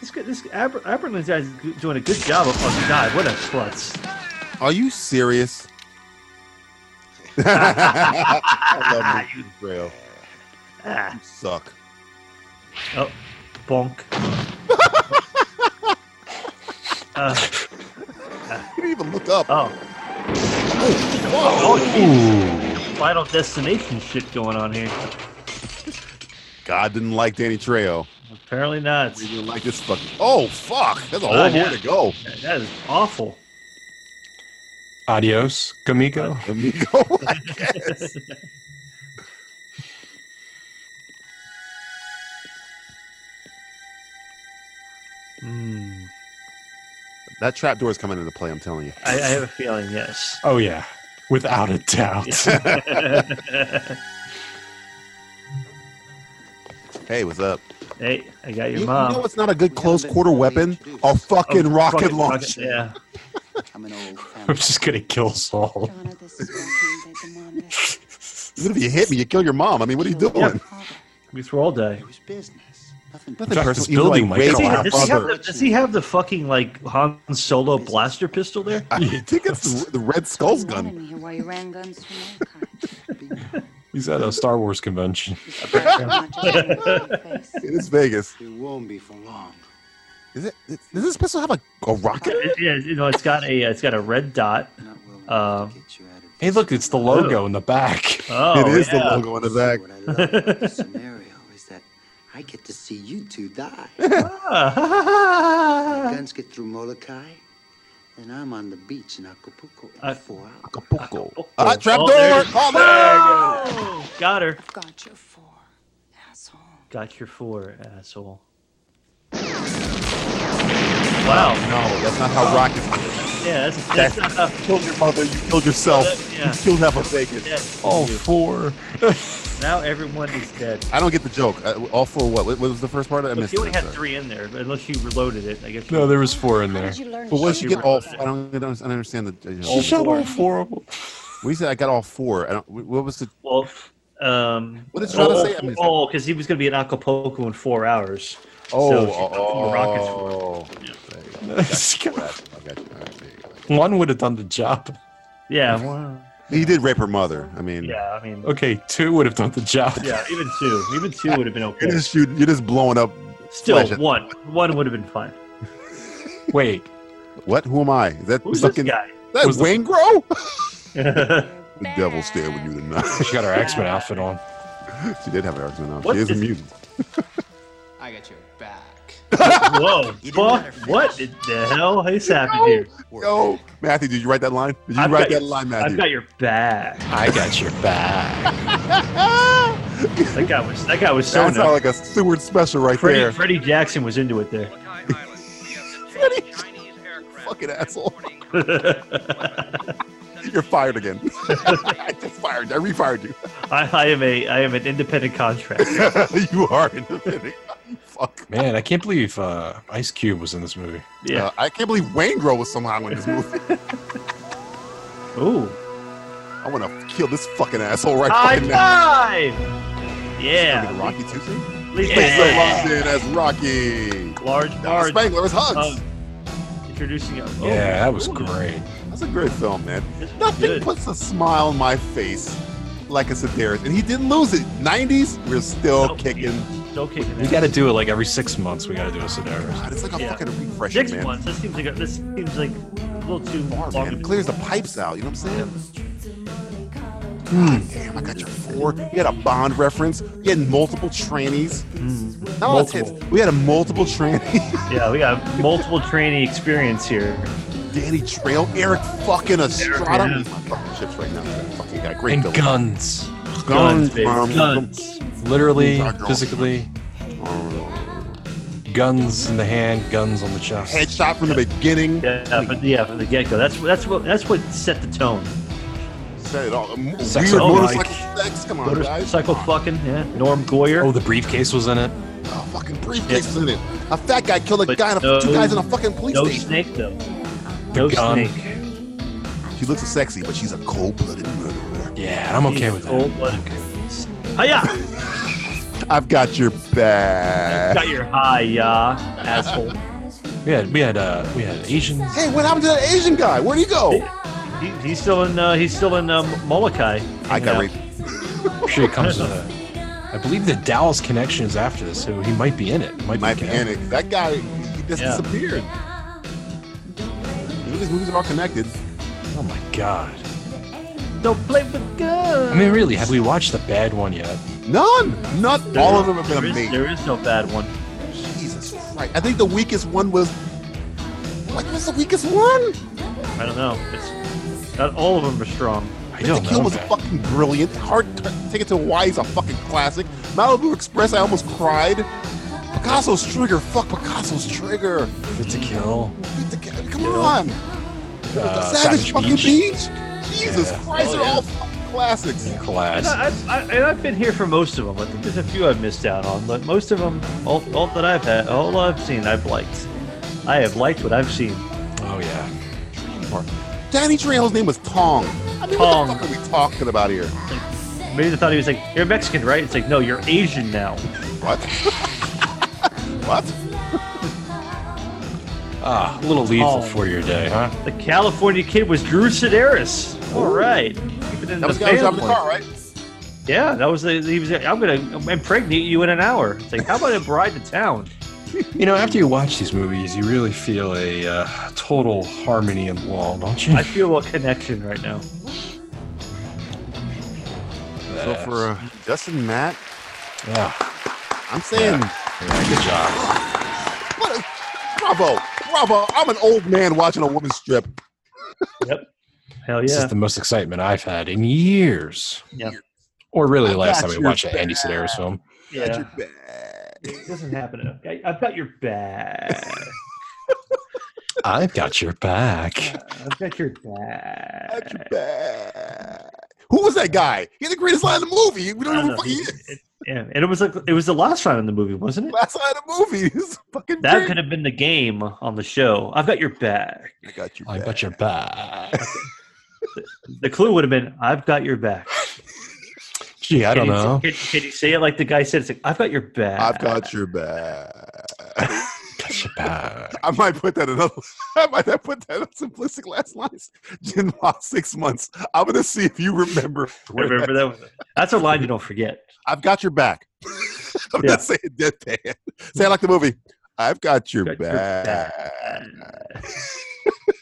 Speaker 2: This guy, this Aber, Aberlin guy's doing a good job of. Oh God, what a klutz!
Speaker 1: Are you serious? I love you, Trejo.
Speaker 2: Ah,
Speaker 1: You suck.
Speaker 2: oh, bonk. Uh,
Speaker 1: You didn't even look up.
Speaker 2: oh,
Speaker 1: Oh,
Speaker 3: Ooh.
Speaker 2: Final Destination shit going on here.
Speaker 1: God didn't like Danny Trejo.
Speaker 2: Apparently not.
Speaker 1: We didn't like this fucking. Oh fuck! That's a whole uh, yeah. way to go.
Speaker 2: That is awful.
Speaker 3: Adios, Kamiko.
Speaker 1: Uh, Kamiko, I guess.
Speaker 2: mm.
Speaker 1: [laughs] That trap door is coming into play. I'm telling you.
Speaker 2: I, I have a feeling. Yes.
Speaker 3: Oh yeah, without a doubt.
Speaker 1: hey, what's up?
Speaker 2: Hey, I got your
Speaker 1: you,
Speaker 2: mom.
Speaker 1: You know it's not a good close quarter weapon? A fucking oh, rocket fucking launcher.
Speaker 2: yeah.
Speaker 3: I'm an
Speaker 9: [laughs]
Speaker 3: old. [laughs] I'm just gonna kill Saul.
Speaker 1: Even if you hit me, you kill your mom. I mean, what are you doing? Yeah.
Speaker 2: We throw all day. It
Speaker 9: was business.
Speaker 1: Nothing, Nothing personal. Building like,
Speaker 2: does, he, does, he have the, does he have the fucking like Han Solo blaster pistol there?
Speaker 1: I think it's the, the Red Skull's [laughs] gun.
Speaker 3: He's at a Star Wars convention.
Speaker 9: [laughs]
Speaker 1: it is Vegas.
Speaker 9: It won't be for long.
Speaker 1: Is it? Does this pistol have a, a rocket?
Speaker 2: Yeah, you know, it's got a it's got a red dot. Um,
Speaker 3: hey, look, it's the logo oh. in the back.
Speaker 2: Oh,
Speaker 1: it is
Speaker 2: yeah.
Speaker 1: the logo in the back. What I love about this
Speaker 9: scenario is that I get to see you two die.
Speaker 2: Ah.
Speaker 9: guns get through Molokai, and I'm on the beach in Acapulco in
Speaker 2: uh,
Speaker 9: four hours.
Speaker 1: Acapulco. Acapulco. Uh, trap door. Oh,
Speaker 2: there you go. Oh, Got her.
Speaker 4: I've got your four, asshole.
Speaker 2: Got your four, asshole.
Speaker 1: Wow. No, that's not how oh. rockets.
Speaker 2: Yeah, that's, that's, that's not how.
Speaker 1: Killed your mother. You killed yourself.
Speaker 2: Uh, yeah.
Speaker 1: You killed half of Vegas.
Speaker 2: Yeah,
Speaker 3: all you. Oh, four.
Speaker 2: now everyone is dead.
Speaker 1: I don't get the joke. I, all four. What? What was the first part? I missed.
Speaker 2: You only had three in there, unless you reloaded it. I guess.
Speaker 3: No, there was four in there.
Speaker 1: But once you get all, I don't, I don't understand the. You know,
Speaker 3: she shot all four of them.
Speaker 1: We said I got all four. I don't. What was the?
Speaker 2: Well, um.
Speaker 1: What is trying
Speaker 2: oh,
Speaker 1: to say? I mean,
Speaker 2: oh, because he was going to be in Acapulco in four hours.
Speaker 1: Oh,
Speaker 2: so
Speaker 1: oh,
Speaker 2: four rockets for
Speaker 3: [laughs]
Speaker 1: Oh,
Speaker 3: one would have done the job.
Speaker 2: Yeah. Well,
Speaker 1: he did rape her mother. I mean.
Speaker 2: Yeah, I mean.
Speaker 3: Okay, two would have done the job.
Speaker 2: Yeah, even two, even two would have been
Speaker 1: [laughs]
Speaker 2: okay.
Speaker 1: You're just, you're just blowing up.
Speaker 2: Still, one, one would have been fine.
Speaker 3: [laughs] Wait,
Speaker 1: what? Who am I? Is that
Speaker 2: Who's
Speaker 1: fucking,
Speaker 2: this guy?
Speaker 1: That was Wayne the...
Speaker 2: [laughs]
Speaker 1: Grow? the devil stare with you tonight.
Speaker 3: She got her X Men outfit on.
Speaker 1: [laughs] She did have her X Men outfit. What she is this... a mutant.
Speaker 12: I got your back.
Speaker 2: Whoa! Fuck! What the hell is happening here?
Speaker 1: No, Matthew, did you write that line? Did you
Speaker 2: I've
Speaker 1: write that
Speaker 2: your,
Speaker 1: line, Matthew?
Speaker 2: I've got your back.
Speaker 3: I got your back.
Speaker 2: that guy was that guy was so.
Speaker 1: That sounded like a Seward special right
Speaker 2: Freddie,
Speaker 1: there.
Speaker 2: Freddie Jackson was into it there. [laughs]
Speaker 1: Freddie, fucking asshole. [laughs] You're fired again. [laughs] I just fired. I refired you.
Speaker 2: I, I am a I am an independent contractor.
Speaker 1: [laughs] you are [laughs] independent. Fuck.
Speaker 3: Man, I can't believe uh, Ice Cube was in this movie.
Speaker 2: Yeah, uh,
Speaker 1: I can't believe Wayne Grow was somehow in this movie.
Speaker 2: Ooh,
Speaker 1: I want to kill this fucking asshole right
Speaker 2: High
Speaker 1: fucking
Speaker 2: five!
Speaker 1: now.
Speaker 2: Yeah,
Speaker 1: Rocky too soon.
Speaker 2: Please,
Speaker 1: yeah. Please as Rocky.
Speaker 2: Large, large.
Speaker 1: Spangler was hugs.
Speaker 2: Uh, introducing us.
Speaker 3: Oh, yeah, that was ooh. great.
Speaker 1: That's a great film, man. It's Nothing good. puts a smile on my face like a Sedaris, and he didn't lose it. '90s, we're still
Speaker 2: Nope.
Speaker 1: kicking.
Speaker 2: Oh, Still kicking.
Speaker 3: We
Speaker 2: ass.
Speaker 3: got to do it like every six months. We got to do a Sedaris.
Speaker 1: God, it's like a
Speaker 2: Yeah.
Speaker 1: fucking refresh,
Speaker 2: Six
Speaker 1: man.
Speaker 2: months. That seems like a, this seems like a little too
Speaker 1: Far,
Speaker 2: long.
Speaker 1: man. It clears the pipes out. You know what I'm saying? God damn, I got your four. We had a Bond reference. We had multiple trannies. Now let's hit-
Speaker 3: Multiple.
Speaker 1: We had a multiple tranny. [laughs]
Speaker 2: [laughs] Yeah, we got multiple training experience here.
Speaker 1: Danny Trail, Eric fucking Estrada.
Speaker 2: yeah.
Speaker 1: My fucking chips right now. That fucking guy. Great
Speaker 3: And
Speaker 1: film.
Speaker 3: guns,
Speaker 2: Guns,
Speaker 1: Guns,
Speaker 2: baby.
Speaker 1: mom.
Speaker 2: Guns.
Speaker 3: literally,
Speaker 1: These are girls.
Speaker 3: physically,
Speaker 1: Oh,
Speaker 3: guns in the hand, guns on the chest.
Speaker 1: Headshot from the beginning.
Speaker 2: Yeah, but yeah, from the get go. That's that's what that's what set the tone.
Speaker 1: Set it all. Weird
Speaker 3: Sex
Speaker 1: motorcycle
Speaker 3: on
Speaker 1: sex. Come on, guys.
Speaker 2: Motorcycle fucking, yeah. Norm Goyer.
Speaker 3: Oh, the briefcase was in it.
Speaker 1: Oh, fucking briefcase is in it. A fat guy killed a
Speaker 2: But
Speaker 1: guy, in a,
Speaker 2: no-
Speaker 1: two guys in a fucking police
Speaker 2: no
Speaker 1: station.
Speaker 2: snake though. No
Speaker 3: gun.
Speaker 2: snake.
Speaker 1: She looks sexy, but she's a cold-blooded murderer.
Speaker 3: Yeah, I'm okay with that.
Speaker 2: Cold-blooded. Hiya!
Speaker 1: I've got your back.
Speaker 2: [laughs] Got your hiya, asshole.
Speaker 3: We had we had uh we had Asians.
Speaker 1: Hey, what happened to that Asian guy? Where'd he go?
Speaker 2: He, he's still in. Uh, he's still in um, Molokai. Uh,
Speaker 1: I got raped.
Speaker 3: Sure, it comes. Uh, I believe the Dallas connection is after this, so he might be in it. Might,
Speaker 1: Might
Speaker 3: be
Speaker 1: be
Speaker 3: connected.
Speaker 1: panic. That guy, he just
Speaker 2: Yeah.
Speaker 1: disappeared. You know, These movies are all connected.
Speaker 3: Oh my god!
Speaker 2: Don't play with guns.
Speaker 3: I mean, really, have we watched the bad one yet?
Speaker 1: None. Not
Speaker 2: There-
Speaker 1: all of them have been
Speaker 2: there is-
Speaker 1: amazing.
Speaker 2: there is no bad one.
Speaker 1: Jesus Christ! I think the weakest one was. What was the weakest one?
Speaker 2: I don't know. It's not all of them are strong.
Speaker 1: I don't Kill was fucking brilliant. Hard t- Take It to Hawaii is a fucking classic. Malibu Express, I almost cried. Picasso's Trigger, fuck Picasso's Trigger.
Speaker 3: Fit to Kill.
Speaker 1: Come on.
Speaker 3: Uh,
Speaker 1: Savage,
Speaker 3: Savage
Speaker 1: fucking
Speaker 3: Beach.
Speaker 1: Beach. Jesus
Speaker 3: Yeah.
Speaker 1: Christ,
Speaker 2: Oh,
Speaker 1: they're
Speaker 2: yeah.
Speaker 1: all fucking classics. [laughs]
Speaker 2: And,
Speaker 3: Class.
Speaker 2: I, I, I, and I've been here for most of them. I think there's a few I've missed out on, but most of them, all, all that I've had, all I've seen, I've liked. I have liked what I've seen.
Speaker 3: Oh yeah.
Speaker 1: Danny Trejo's name was Tong. I mean,
Speaker 2: Tong.
Speaker 1: what the fuck are we talking about here?
Speaker 2: Maybe they thought he was like, "You're Mexican, right?" It's like, "No, you're Asian now."
Speaker 1: What? [laughs] what?
Speaker 3: Ah, a little lethal
Speaker 2: Oh.
Speaker 3: for your day, huh?
Speaker 2: The California kid was Drew Sedaris. All right. Keep it in
Speaker 1: That was the
Speaker 2: the
Speaker 1: guy who driving the
Speaker 2: family.
Speaker 1: car, right?
Speaker 2: Yeah, that was the he was. like, I'm gonna impregnate you in an hour. It's like, how about a bride to town?
Speaker 3: You know, after you watch these movies, you really feel a uh, total harmony and law, don't you?
Speaker 2: I feel a connection right now.
Speaker 1: So for uh, Justin Matt,
Speaker 3: yeah.
Speaker 1: I'm saying,
Speaker 3: good job.
Speaker 1: what a, bravo, bravo. I'm an old man watching a woman strip.
Speaker 2: Hell
Speaker 3: This
Speaker 2: yeah.
Speaker 3: is the most excitement I've had in years.
Speaker 2: Yeah.
Speaker 3: Or really,
Speaker 2: I
Speaker 3: last
Speaker 2: got
Speaker 3: time we
Speaker 2: your
Speaker 3: watched an Andy Sedaris film.
Speaker 1: Got
Speaker 2: yeah.
Speaker 1: your back.
Speaker 2: It doesn't happen. enough. I, I've got your back.
Speaker 3: I've got your back.
Speaker 2: I've got your back.
Speaker 1: Got your back. Who was that guy? He had the greatest line in the movie. We don't know who the fuck he is. [laughs]
Speaker 2: Yeah, and it was like it was the last line in the movie, wasn't it?
Speaker 1: Last line of the movie. [laughs] He's fucking
Speaker 2: That
Speaker 1: great.
Speaker 2: could have been the game on the show. I've got your back.
Speaker 1: I got you.
Speaker 3: I've got your back.
Speaker 2: The clue would have been, "I've got your back."
Speaker 3: Gee, I
Speaker 2: Can
Speaker 3: don't
Speaker 2: you-
Speaker 3: know.
Speaker 2: Can, can you say it like the guy said? It's like, "I've got your back."
Speaker 1: I've got your back. [laughs]
Speaker 3: Got your back.
Speaker 1: I might put that in. other- [laughs] I might have put that on simplistic last lines. Jin lost six months. I'm gonna see if you remember.
Speaker 2: I
Speaker 1: where
Speaker 2: remember
Speaker 1: that-
Speaker 2: that. One. That's a line you don't forget.
Speaker 1: I've got your back. [laughs] I'm
Speaker 2: Yeah.
Speaker 1: not saying deadpan. Say it like the movie. I've got your
Speaker 2: Got your
Speaker 1: back.